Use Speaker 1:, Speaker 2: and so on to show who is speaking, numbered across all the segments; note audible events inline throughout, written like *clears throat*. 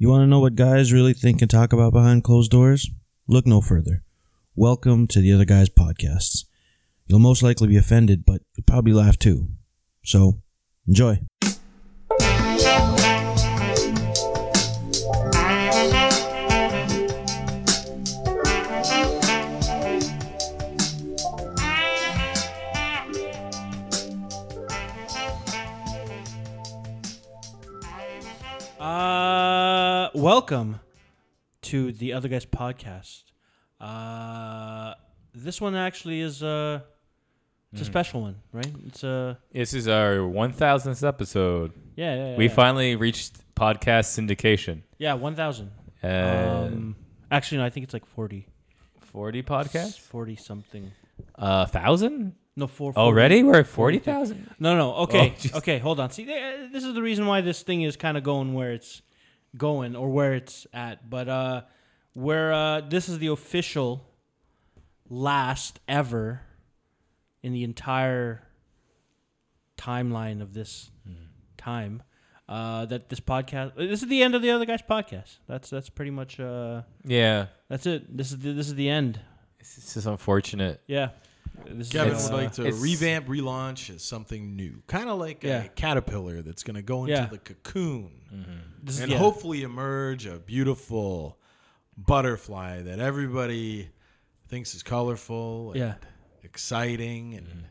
Speaker 1: You want to know what guys really think and talk about behind closed doors? Look no further. Welcome to the Other Guys Podcasts. You'll most likely be offended, but you'll probably laugh too. So, enjoy.
Speaker 2: Uh, welcome to the Other Guys podcast. Uh, this one actually is uh, it's a
Speaker 3: Hmm.
Speaker 2: special one, right? It's uh,
Speaker 3: This is our 1000th episode.
Speaker 2: yeah, yeah, yeah
Speaker 3: We
Speaker 2: yeah.
Speaker 3: finally reached podcast syndication.
Speaker 2: yeah, one thousand.
Speaker 3: Uh,
Speaker 2: um, actually, no, I think it's like forty.
Speaker 3: 40
Speaker 2: It's
Speaker 3: podcasts?
Speaker 2: forty something.
Speaker 3: Uh, 1,000?
Speaker 2: No, four. 40.
Speaker 3: Already? We're at 40,000?
Speaker 2: No, no. Okay,
Speaker 3: Oh, jeez.
Speaker 2: okay. Hold on. See, th- uh, this is the reason why this thing is kind of going where it's going or where it's at. But uh, where uh, this is the official last ever in the entire timeline of this time uh, that this podcast. This is the end of the other guy's podcast. That's that's pretty much uh,
Speaker 3: Yeah.
Speaker 2: that's it. This is the, this is the end.
Speaker 3: This this is unfortunate.
Speaker 2: Yeah. This is,
Speaker 4: Kevin
Speaker 3: It's-
Speaker 4: would
Speaker 2: uh,
Speaker 4: like to
Speaker 3: it's-
Speaker 4: revamp, relaunch as something new, kind of like
Speaker 2: Yeah.
Speaker 4: a caterpillar that's going to go into
Speaker 2: Yeah.
Speaker 4: the cocoon
Speaker 2: this is-
Speaker 4: and
Speaker 2: yeah.
Speaker 4: hopefully emerge a beautiful butterfly that everybody thinks is colorful, and
Speaker 2: Yeah. Mm-hmm.
Speaker 4: exciting, and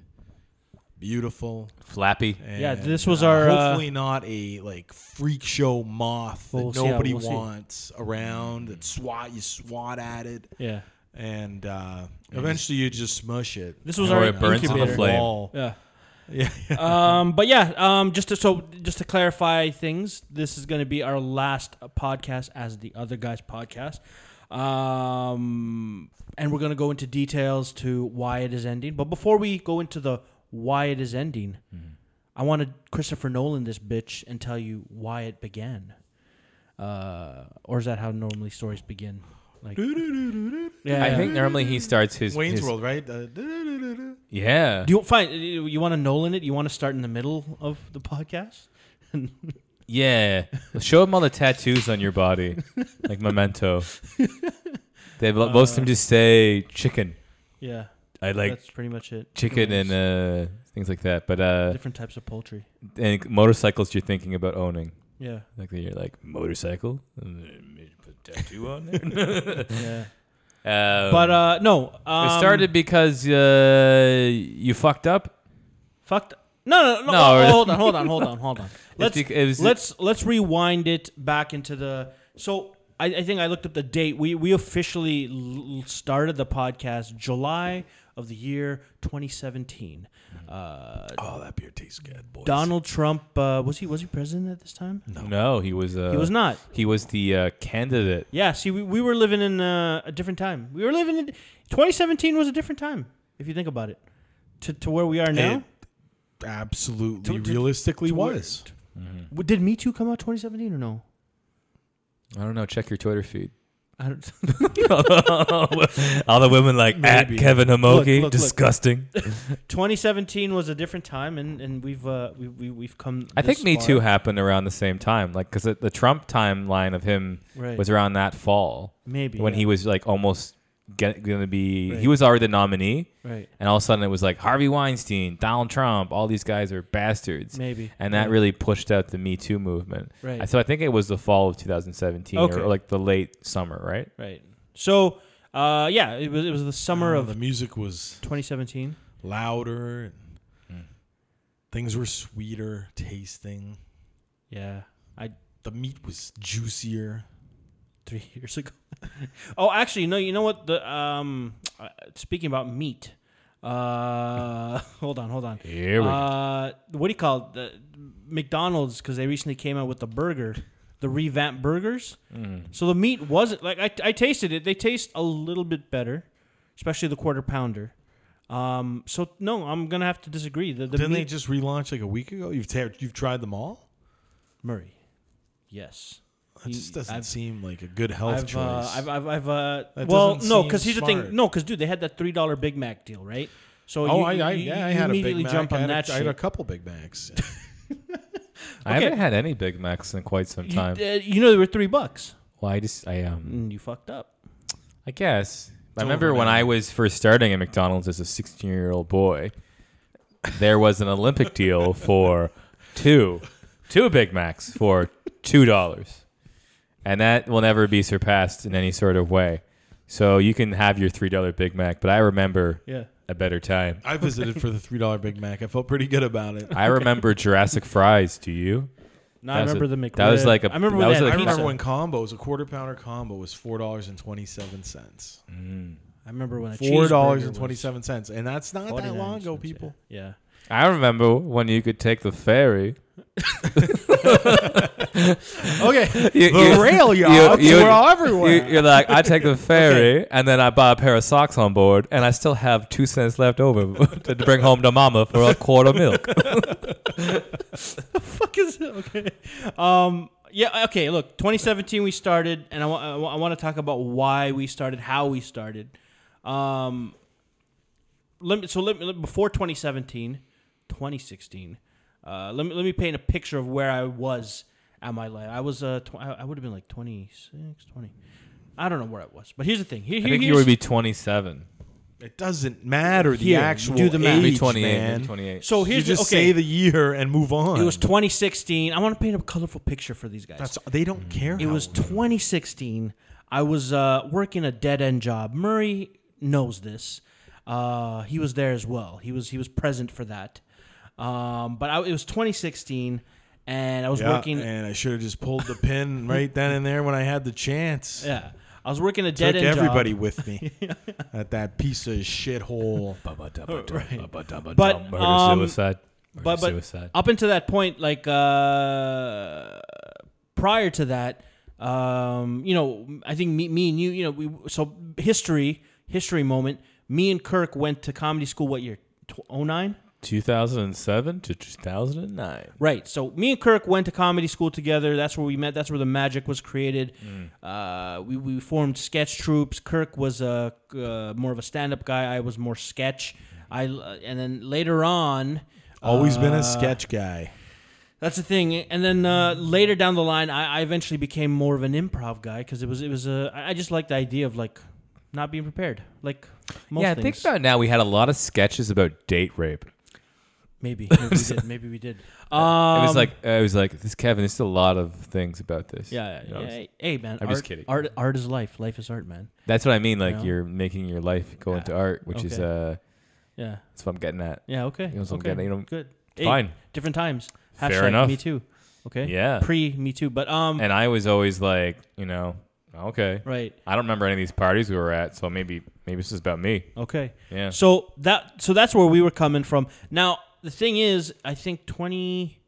Speaker 4: beautiful.
Speaker 3: Flappy.
Speaker 2: Yeah,
Speaker 4: and,
Speaker 2: this was
Speaker 4: uh,
Speaker 2: our, uh,
Speaker 4: hopefully not a like freak show moth
Speaker 2: We'll
Speaker 4: that
Speaker 2: see how-
Speaker 4: nobody
Speaker 2: we'll see.
Speaker 4: wants around that swat you swat at it
Speaker 2: Yeah.
Speaker 4: and uh, eventually you just smush it.
Speaker 2: This was
Speaker 3: Or
Speaker 2: our
Speaker 3: Oh, it burns in the
Speaker 2: incubator.
Speaker 3: flame.
Speaker 4: Wall.
Speaker 2: Yeah.
Speaker 4: Yeah.
Speaker 2: um, but yeah, um, just to, so just to clarify things, this is going to be our last podcast as the other guys podcast, um, and we're going to go into details to why it is ending. But before we go into the why it is ending, I want to Christopher Nolan this bitch and tell you why it began. Uh, or is that how normally stories begin? Like, yeah,
Speaker 3: I think normally he starts his.
Speaker 4: Wayne's
Speaker 3: his-
Speaker 4: World, right? Uh, du-du-du-du-du.
Speaker 3: Yeah.
Speaker 2: Do you find you want to Nolan it? You want to start in the middle of the podcast?
Speaker 3: Yeah. Show him all the tattoos on your body,
Speaker 2: *laughs*
Speaker 3: like memento. they have most of them just say chicken.
Speaker 2: Yeah.
Speaker 3: I like
Speaker 2: that's pretty much it.
Speaker 3: chicken and
Speaker 2: Noodles.
Speaker 3: uh, things like that. But uh,
Speaker 2: different types of poultry.
Speaker 3: and motorcycles you're thinking about owning. *laughs*
Speaker 2: Yeah,
Speaker 3: Like you're like motorcycle, and then maybe put a tattoo
Speaker 2: *laughs*
Speaker 3: on there.
Speaker 2: yeah.
Speaker 3: um,
Speaker 2: but uh, no, um,
Speaker 3: it started because uh, you fucked up.
Speaker 2: Fucked. No, no, no.
Speaker 3: No,
Speaker 2: oh,
Speaker 3: or-
Speaker 2: oh, hold on, hold on, hold on, hold
Speaker 3: *laughs*
Speaker 2: on. Let's
Speaker 3: bec- it was-
Speaker 2: let's let's rewind it back into the. So I, I think I looked up the date. We we officially l- started the podcast July of the year 2017.
Speaker 3: Mm-hmm.
Speaker 2: Uh,
Speaker 4: Oh, that beer tastes good, boys.
Speaker 2: Donald Trump uh, was he was he president at this time?
Speaker 3: No, he was. Uh,
Speaker 2: he was not.
Speaker 3: He was the uh, candidate.
Speaker 2: Yeah, see, we, we were living in uh, a different time. We were living in 2017 was a different time if you think about it, to, to where we are now.
Speaker 4: It absolutely,
Speaker 2: To- to-
Speaker 4: realistically
Speaker 2: to where-
Speaker 4: was.
Speaker 2: W- Did Me Too come out 2017 or no?
Speaker 3: I don't know. Check your
Speaker 2: *laughs*
Speaker 3: Twitter feed. *laughs*
Speaker 2: I don't,
Speaker 3: all the women like
Speaker 4: Maybe.
Speaker 3: at Kevin Hamoki,
Speaker 2: Look, look, look.
Speaker 3: disgusting.
Speaker 2: 2017 was a different time, and and we've uh, we, we we've come.
Speaker 3: I think
Speaker 2: this
Speaker 3: Me
Speaker 2: far.
Speaker 3: Too happened around the same time, like because the Trump timeline of him
Speaker 2: Right.
Speaker 3: was around that fall
Speaker 2: maybe
Speaker 3: when
Speaker 2: yeah.
Speaker 3: he was like almost get, gonna be.
Speaker 2: Right.
Speaker 3: He was already the nominee.
Speaker 2: right
Speaker 3: And all of a sudden it was like Harvey Weinstein, Donald Trump, all these guys are bastards.
Speaker 2: maybe
Speaker 3: And that
Speaker 2: Yeah.
Speaker 3: really pushed out the Me Too movement.
Speaker 2: Right.
Speaker 3: So I think it was the fall of 2017
Speaker 2: Okay.
Speaker 3: or, or like the late summer, right?
Speaker 2: right. So uh, yeah, it was it was the summer
Speaker 4: Uh,
Speaker 2: of
Speaker 3: Um,
Speaker 4: the music was
Speaker 2: 2017.
Speaker 4: louder and things were sweeter tasting.
Speaker 2: Yeah, I
Speaker 4: The meat was juicier.
Speaker 2: three *laughs* years ago. oh, actually, no. You know what? The um, uh, speaking about meat. Uh, *laughs* hold on, hold on.
Speaker 3: Here we go.
Speaker 2: uh, What do you call it? The McDonald's because they recently came out with the burger, the revamped burgers.
Speaker 3: Mm.
Speaker 2: So the meat wasn't like I, I tasted it. They taste a little bit better, especially the quarter pounder. Um, so no, I'm gonna have to disagree. The, the
Speaker 4: Didn't they
Speaker 2: meat
Speaker 4: just relaunch like a week ago? You've ta- you've tried them all.
Speaker 2: Murray, yes.
Speaker 4: That
Speaker 2: He-
Speaker 4: just doesn't
Speaker 2: I've-
Speaker 4: seem like a good health
Speaker 2: I've,
Speaker 4: choice.
Speaker 2: uh, I've, I've, I've, uh,
Speaker 4: That
Speaker 2: well,
Speaker 4: doesn't
Speaker 2: no,
Speaker 4: seem
Speaker 2: because here's the
Speaker 4: smart.
Speaker 2: thing. No, because dude, they had that three dollar Big Mac deal, right? So
Speaker 4: oh,
Speaker 2: you,
Speaker 4: I, I
Speaker 2: you-
Speaker 4: yeah, I
Speaker 2: you
Speaker 4: had a
Speaker 2: immediately
Speaker 4: Big Mac.
Speaker 2: jump
Speaker 4: I
Speaker 2: on
Speaker 4: had a-
Speaker 2: that
Speaker 4: I had a
Speaker 2: shit.
Speaker 4: couple Big Macs.
Speaker 3: I
Speaker 2: Okay.
Speaker 3: haven't had any Big Macs in quite some
Speaker 2: You, uh,
Speaker 3: time.
Speaker 2: you know they were three bucks.
Speaker 3: Well, I just I um
Speaker 2: Mm, You fucked up.
Speaker 3: I guess I
Speaker 4: over
Speaker 3: remember when
Speaker 4: now.
Speaker 3: I was first starting at McDonald's as a 16 year old boy, there was an Olympic deal for two two Big Macs for two dollars, and that will never be surpassed in any sort of way. So you can have your three dollar Big Mac, but I remember
Speaker 2: Yeah.
Speaker 3: a better time.
Speaker 4: I visited for the three dollar Big Mac. I felt pretty good about it. *laughs*
Speaker 3: I remember Jurassic fries. Do you?
Speaker 2: No,
Speaker 3: That
Speaker 2: I
Speaker 3: was
Speaker 2: remember
Speaker 3: a-
Speaker 2: the McRib.
Speaker 3: that was like a-
Speaker 2: I remember
Speaker 3: that
Speaker 2: when
Speaker 3: was
Speaker 2: they
Speaker 3: like
Speaker 2: had
Speaker 4: I
Speaker 3: a
Speaker 2: pizza.
Speaker 4: remember when combos, a quarter pounder combo was four dollars and twenty seven cents.
Speaker 3: Mm.
Speaker 2: I remember when a
Speaker 4: Four dollars and
Speaker 2: cheeseburger
Speaker 4: twenty
Speaker 2: was
Speaker 4: seven cents, and that's not that
Speaker 2: 49
Speaker 4: long ago,
Speaker 2: cents, yeah.
Speaker 4: people.
Speaker 2: Yeah.
Speaker 3: I remember when you could take the ferry.
Speaker 4: Okay, *laughs*
Speaker 3: You-
Speaker 4: the
Speaker 3: you-
Speaker 4: rail
Speaker 3: you-
Speaker 4: yards
Speaker 3: you-
Speaker 4: were all everywhere.
Speaker 3: You, you're like, I take the *laughs* ferry and then I buy a pair of socks on board, and I still have two cents left over *laughs* to bring home to mama for a quart of milk.
Speaker 2: fuck is it? Okay. Um, yeah. Okay. Look, 2017 we started, and I, wa- I, want to talk about why we started, how we started. Um, let me, so let me, let- before 2017, 2016. Uh, let me let me paint a picture of where I was at my life. I was uh, tw- I I would have been like 26, 20. I don't know where I was, but here's the thing. Here,
Speaker 3: I
Speaker 2: here,
Speaker 3: think you
Speaker 2: here's-
Speaker 3: would be 27.
Speaker 4: it doesn't matter the
Speaker 2: Here,
Speaker 4: actual
Speaker 2: do the math.
Speaker 4: age,
Speaker 3: Maybe 28.
Speaker 4: man.
Speaker 3: Maybe 28. *laughs*
Speaker 2: So
Speaker 4: You
Speaker 2: here's the-
Speaker 4: just
Speaker 2: okay.
Speaker 4: say the year and move on.
Speaker 2: it was 2016. I want to paint a colorful picture for these guys.
Speaker 4: That's they don't care.
Speaker 2: It
Speaker 4: how
Speaker 2: was
Speaker 4: old
Speaker 2: 2016. I was uh, working a dead end job. Murray knows this. Uh, he was there as well. He was he was present for that. Um, but I, it was 2016, and I was
Speaker 4: Yeah,
Speaker 2: working.
Speaker 4: and I should have just pulled the pin *laughs* right then and there when I had the chance.
Speaker 2: yeah, I was working a dead
Speaker 4: Took
Speaker 2: end
Speaker 4: everybody
Speaker 2: job.
Speaker 4: with
Speaker 2: *laughs*
Speaker 4: me at that piece of shithole.
Speaker 2: But,
Speaker 3: murder
Speaker 2: um,
Speaker 3: suicide. Murder
Speaker 2: But but
Speaker 3: suicide.
Speaker 2: up until that point, like uh, prior to that, um, you know, I think me, me and you, you know, we so history history moment. Me and Kirk went to comedy school. What year? Tw- 09?
Speaker 3: 2007 to 2009.
Speaker 2: Right. So me and Kirk went to comedy school together. That's where we met. That's where the magic was created.
Speaker 4: Mm.
Speaker 2: Uh, we, we formed sketch troops. Kirk was a uh, more of a stand up guy. I was more sketch. I uh, and then later on,
Speaker 4: Always been
Speaker 2: uh,
Speaker 4: a sketch guy.
Speaker 2: That's the thing. And then uh, later down the line, I, I eventually became more of an improv guy because it was it was a I I just liked the idea of like not being prepared. Like most
Speaker 3: yeah, I think
Speaker 2: things.
Speaker 3: about now. We had a lot of sketches about date rape. *laughs*
Speaker 2: maybe maybe we did. Maybe we did. Um,
Speaker 3: it was like, uh, it was like this, Kevin. There's still a lot of things about this.
Speaker 2: Yeah,
Speaker 3: You
Speaker 2: yeah,
Speaker 3: know,
Speaker 2: yeah. Hey, man.
Speaker 3: I'm
Speaker 2: art,
Speaker 3: just kidding.
Speaker 2: Art, art is life. Life is art, man.
Speaker 3: That's what I mean. Like
Speaker 2: Yeah.
Speaker 3: you're making your life go into art, which is
Speaker 2: Okay.
Speaker 3: uh,
Speaker 2: Yeah.
Speaker 3: that's what I'm getting at.
Speaker 2: Yeah. Okay.
Speaker 3: You know, so I'm
Speaker 2: okay.
Speaker 3: getting- you know,
Speaker 2: Good.
Speaker 3: Fine.
Speaker 2: Different times. Hashtag
Speaker 3: Fair enough.
Speaker 2: Me too. Okay.
Speaker 3: Yeah.
Speaker 2: Pre Me too. But um.
Speaker 3: And I was always like, you know, okay.
Speaker 2: right.
Speaker 3: I don't remember any of these parties we were at, so maybe maybe this is about me.
Speaker 2: Okay.
Speaker 3: Yeah.
Speaker 2: So that so that's where we were coming from. Now the thing is, I think twenty.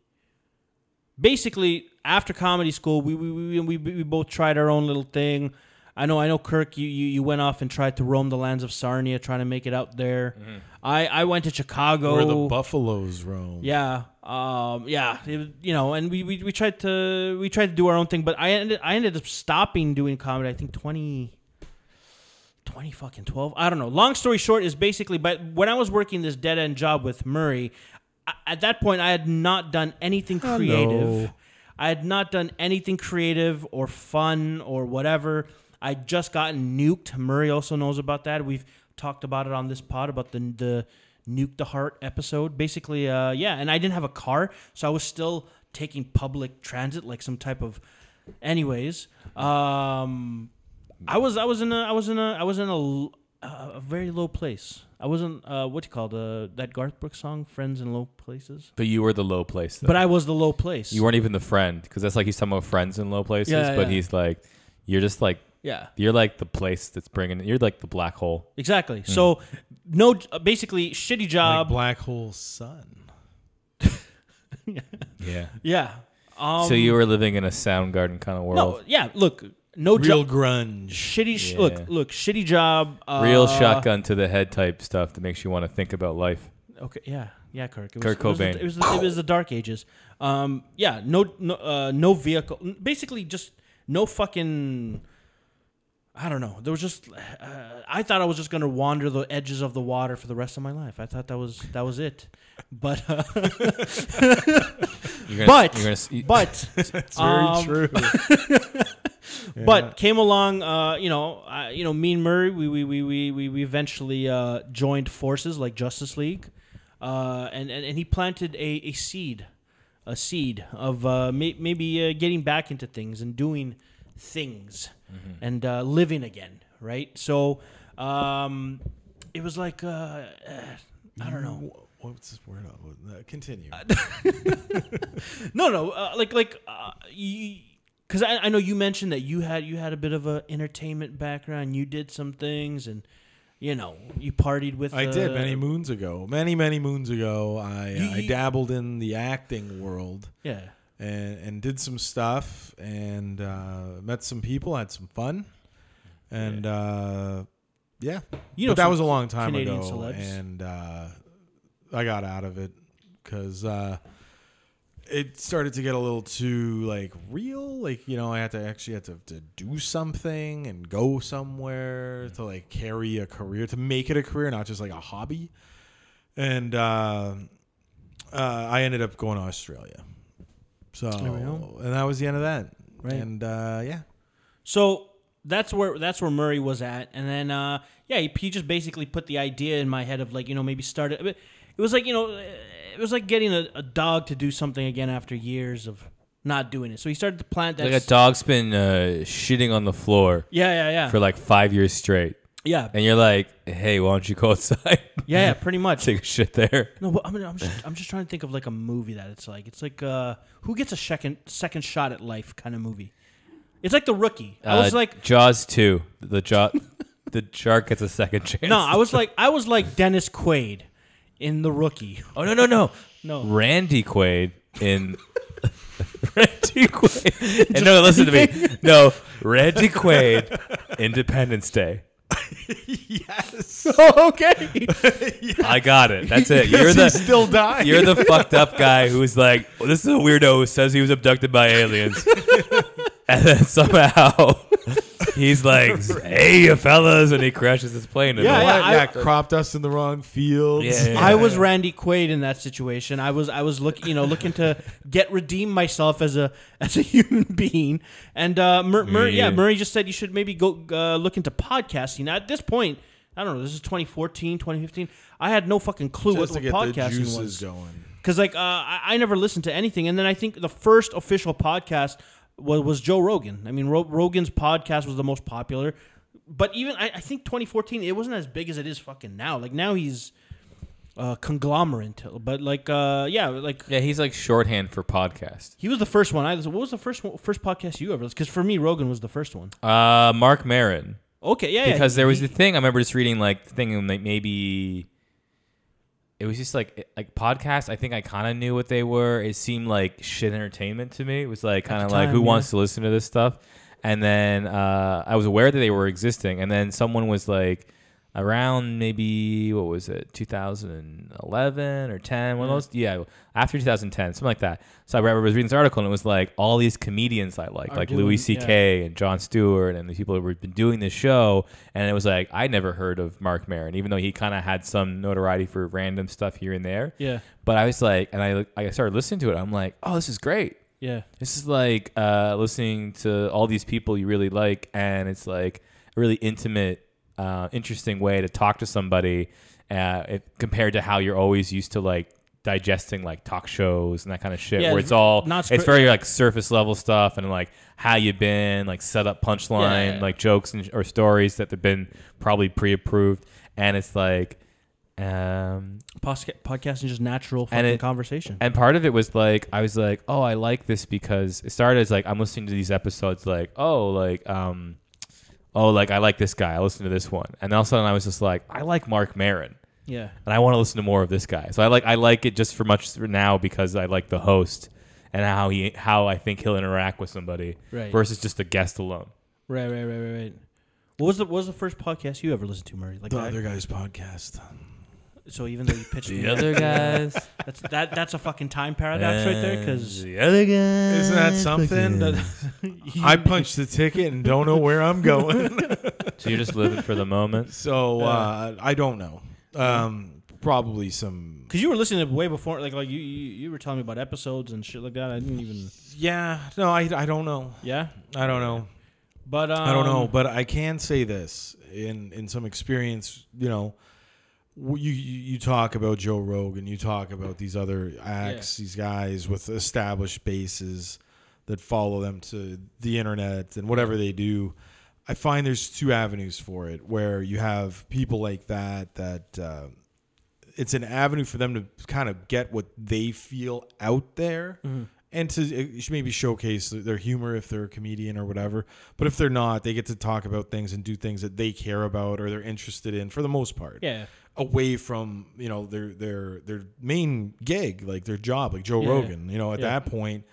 Speaker 2: Basically, after comedy school, we we, we, we, we both tried our own little thing. I know, I know, Kirk. You, you you went off and tried to roam the lands of Sarnia, trying to make it out there.
Speaker 3: Mm-hmm.
Speaker 2: I I went to Chicago.
Speaker 4: Where the buffaloes roam.
Speaker 2: Yeah. Um, yeah. It, was- you know, and we, we, we tried to we tried to do our own thing, but I ended I ended up stopping doing comedy. I think 20, 20 fucking twelve. I don't know. Long story short is basically, but when I was working this dead end job with Murray, I, at that point I had not done anything creative. I had not done anything creative or fun or whatever. I just gotten nuked. Murray also knows about that. We've talked about it on this pod about the the nuke the heart episode. Basically, uh, yeah, and I didn't have a car, so I was still taking public transit, like some type of. Anyways, um, I was I was in a I was in a I was in a, l- a- a very low place. I wasn't uh, what do you call it, uh, that Garth Brooks song, "Friends in Low Places."
Speaker 3: But you were the low place. Though.
Speaker 2: But I was the low place.
Speaker 3: you weren't even the friend because that's like he's talking about friends in low places.
Speaker 2: Yeah,
Speaker 3: but
Speaker 2: yeah.
Speaker 3: he's like, you're just like
Speaker 2: yeah.
Speaker 3: you're like the place that's bringing. You're like the black hole.
Speaker 2: Exactly.
Speaker 3: Hmm.
Speaker 2: So no, uh, basically shitty
Speaker 4: Like
Speaker 2: job.
Speaker 4: black hole sun.
Speaker 3: Yeah.
Speaker 2: yeah. Um,
Speaker 3: so you were living in a sound garden kind of
Speaker 2: no.
Speaker 3: world.
Speaker 2: Yeah. Look, no
Speaker 4: Real
Speaker 2: job. *laughs*
Speaker 4: grunge.
Speaker 2: Shitty. Sh-
Speaker 3: Yeah.
Speaker 2: Look, look, shitty job. Uh,
Speaker 3: Real shotgun to the head type stuff that makes you want to think about life.
Speaker 2: Okay. Yeah. Yeah. Kirk. It was,
Speaker 3: Kurt
Speaker 2: it was the-
Speaker 3: Cobain.
Speaker 2: It was, the, it, was the, dark ages. Um. Yeah. No. No. Uh, no vehicle. Basically, just no fucking. I don't know. There was just. Uh, I thought I was just gonna wander the edges of the water for the rest of my life. I thought that was that was it, but uh,
Speaker 3: You're gonna,
Speaker 2: But
Speaker 3: you're gonna, s- you-
Speaker 2: but um, but came along. Uh, you know, uh, you know, me and Murray, we we we we we, we eventually uh, joined forces like Justice League, uh, and, and and he planted a, a seed, a seed of uh, may, maybe uh, getting back into things and doing things, and uh, living again. Right. So, um, it was like uh, uh, *laughs* I don't know.
Speaker 4: Wh- What's this word? Uh,
Speaker 2: *laughs*
Speaker 4: Continue.
Speaker 2: No, no, uh, like like because I, I know you mentioned that you had you had a bit of a entertainment background. You did some things, and you know you partied with.
Speaker 4: I
Speaker 2: uh,
Speaker 4: did many moons ago. Many many moons ago, I, uh,
Speaker 2: You-
Speaker 4: I
Speaker 2: you-
Speaker 4: dabbled in the acting world
Speaker 2: Yeah,
Speaker 4: and and did some stuff and uh, met some people, had some fun, and uh, yeah,
Speaker 2: you know
Speaker 4: but that
Speaker 2: some
Speaker 4: was a long time
Speaker 2: Canadian
Speaker 4: ago,
Speaker 2: celebs.
Speaker 4: and uh, I got out of it because uh, it started to get a little too like real. Like you know, I had to actually had to, to do something and go somewhere to like carry a career to make it a career, not just like a hobby. And uh, uh, I ended up going to Australia. So
Speaker 2: we go.
Speaker 4: and that was the end of that.
Speaker 2: Right.
Speaker 4: And uh, *laughs* yeah,
Speaker 2: So that's where that's where Murray was at, and then uh, yeah, he, he just basically put the idea in my head of like you know maybe start it. It was like you know it was like getting a, a dog to do something again after years of not doing it. So he started to plant that.
Speaker 3: like a
Speaker 2: s-
Speaker 3: dog's been uh, shitting on the floor
Speaker 2: Yeah, yeah, yeah,
Speaker 3: for like five years straight,
Speaker 2: yeah, yeah,
Speaker 3: and you're like, "Hey, why don't you go *laughs* outside,
Speaker 2: yeah, pretty much.
Speaker 3: take a shit there?"
Speaker 2: No, but I'm, I'm, just, I'm just trying to think of like a movie that it's like. It's like uh, who gets a second second shot at life kind of movie. It's like the rookie. I was
Speaker 3: Uh,
Speaker 2: like,
Speaker 3: Jaws two. The jaw, *laughs* the shark gets a second chance.
Speaker 2: no, I was like, I was like Dennis Quaid in the rookie.
Speaker 3: oh no no no,
Speaker 2: No,
Speaker 3: Randy Quaid in. *laughs* Randy
Speaker 2: *laughs*
Speaker 3: Quaid. And no, listen to me. No, Randy Quaid, Independence Day.
Speaker 4: yes,
Speaker 2: *laughs* okay,
Speaker 3: I got it. That's it. You're
Speaker 4: he
Speaker 3: the
Speaker 4: still died.
Speaker 3: You're
Speaker 2: *laughs*
Speaker 3: the fucked up guy who's like, well, this is a weirdo who says he was abducted by
Speaker 2: *laughs*
Speaker 3: aliens. and then somehow he's like, hey, you fellas. And he crashes his plane. into
Speaker 2: Yeah,
Speaker 3: the-
Speaker 2: yeah.
Speaker 4: *laughs* yeah,
Speaker 2: I-
Speaker 4: yeah, cropped us in the wrong field.
Speaker 3: Yeah, yeah, yeah.
Speaker 2: I was Randy Quaid in that situation. I was I was looking, you know, looking to get redeem myself as a as a *laughs* human being. And uh, Mur- Mur- yeah,
Speaker 3: Yeah.
Speaker 2: Murray just said you should maybe go uh, look into podcasting. At this point, I don't know. This is 2014, 2015. I had no fucking clue
Speaker 4: Just
Speaker 2: what,
Speaker 4: to
Speaker 2: what
Speaker 4: get the
Speaker 2: podcasting
Speaker 4: juices
Speaker 2: was.
Speaker 4: going.
Speaker 2: Because like uh, I, I never listened to anything, and then I think the first official podcast was, was Joe Rogan. I mean, Ro- Rogan's podcast was the most popular, but even I, I think 2014, it wasn't as big as it is fucking now. Like now he's uh, conglomerate, but like uh, yeah, like
Speaker 3: Yeah, he's like shorthand for podcast.
Speaker 2: he was the first one. I listened. What was the first one, first podcast you ever? Because for me, Rogan was the first one.
Speaker 3: Uh, Mark Marin.
Speaker 2: Okay, yeah, yeah,
Speaker 3: Because there was
Speaker 2: he-
Speaker 3: the thing, I remember just reading like the thing, and like maybe it was just like like podcasts. I think I kind of knew what they were. It seemed like shit entertainment to me. It was like kind of
Speaker 2: the
Speaker 3: like
Speaker 2: time,
Speaker 3: who
Speaker 2: yeah.
Speaker 3: wants to listen to this stuff. And then uh, I was aware that they were existing. And then someone was like around maybe what was it 2011 or 10
Speaker 2: Mm.
Speaker 3: one of those yeah after 2010 something like that so i remember I was reading this article and it was like all these comedians i like
Speaker 2: Are
Speaker 3: like
Speaker 2: doing-
Speaker 3: louis ck
Speaker 2: yeah.
Speaker 3: and John Stewart and the people who had been doing this show. And it was like, I never heard of Mark Maron, even though he kind of had some notoriety for random stuff here and there.
Speaker 2: yeah,
Speaker 3: But I was like, and I, I started listening to it. I'm like, oh, this is great.
Speaker 2: yeah,
Speaker 3: This is like uh, listening to all these people you really like. And it's like a really intimate, uh, interesting way to talk to somebody uh, it, compared to how you're always used to like digesting like talk shows and that kind of shit
Speaker 2: Yeah,
Speaker 3: where
Speaker 2: it's
Speaker 3: it's all
Speaker 2: not
Speaker 3: it's
Speaker 2: script-
Speaker 3: very like surface level stuff and like how you been like set up punchline
Speaker 2: Yeah.
Speaker 3: like jokes and, or stories that have been probably pre-approved and it's like um
Speaker 2: Posca- podcasting just natural fucking
Speaker 3: And it-
Speaker 2: conversation.
Speaker 3: and part of it was like I was like, oh, I like this because it started as like I'm listening to these episodes like, oh, like um oh, like I like this guy. I listen to this one. And all of a sudden I was just like, I like Mark Marin
Speaker 2: yeah,
Speaker 3: and I want to listen to more of this guy. So I like I like it just for much for now because I like the host and how he how I think he'll interact with somebody
Speaker 2: Right.
Speaker 3: versus just a guest alone.
Speaker 2: right, right, right, right, right. What was the what was the first podcast you ever listened to, Murray? Like
Speaker 4: The
Speaker 2: I-
Speaker 4: other guy's podcast.
Speaker 2: So even though you pitched me-
Speaker 3: guys,
Speaker 2: that's that that's a fucking time paradox right there because
Speaker 3: the other guys,
Speaker 4: Isn't that something?
Speaker 2: *laughs*
Speaker 4: I punched the ticket and don't know where I'm *laughs* going.
Speaker 3: so you're just living for the moment.
Speaker 4: So uh, I don't know. Um, probably some.
Speaker 2: Cause you were listening to it way before, like like you, you you were telling me about episodes and shit like that. I didn't even.
Speaker 4: Yeah, no, I, I don't know.
Speaker 2: Yeah,
Speaker 4: I don't know.
Speaker 2: but um,
Speaker 4: I don't know, but I can say this in in some experience. You know, w- you you you talk about Joe Rogan, you talk about these other acts, these guys with established bases that follow them to the internet and whatever they do. I find there's two avenues for it, where you have people like that that. Uh, it's an avenue for them to kind of get what they feel out there
Speaker 2: Mm-hmm.
Speaker 4: and to uh, maybe showcase their humor if they're a comedian or whatever but if they're not they get to talk about things and do things that they care about or they're interested in for the most part
Speaker 2: Yeah,
Speaker 4: away from you know their their their main gig like their job like joe
Speaker 2: Yeah.
Speaker 4: rogan you know at
Speaker 2: Yeah.
Speaker 4: that point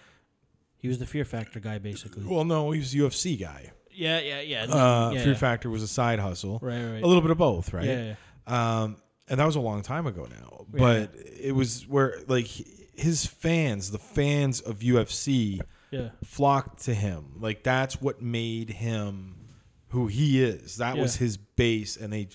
Speaker 2: he was the Fear Factor guy basically.
Speaker 4: well no he was a ufc guy
Speaker 2: Yeah, yeah, yeah.
Speaker 4: uh,
Speaker 2: yeah,
Speaker 4: fear
Speaker 2: yeah.
Speaker 4: factor was a side hustle
Speaker 2: Right, right.
Speaker 4: a little bit of both right
Speaker 2: Yeah, yeah.
Speaker 4: um, and that was a long time ago now. But it was where like his fans, the fans of UFC,
Speaker 2: Yeah.
Speaker 4: flocked to him. Like that's what made him who he is. That was
Speaker 2: Yeah.
Speaker 4: his base, and they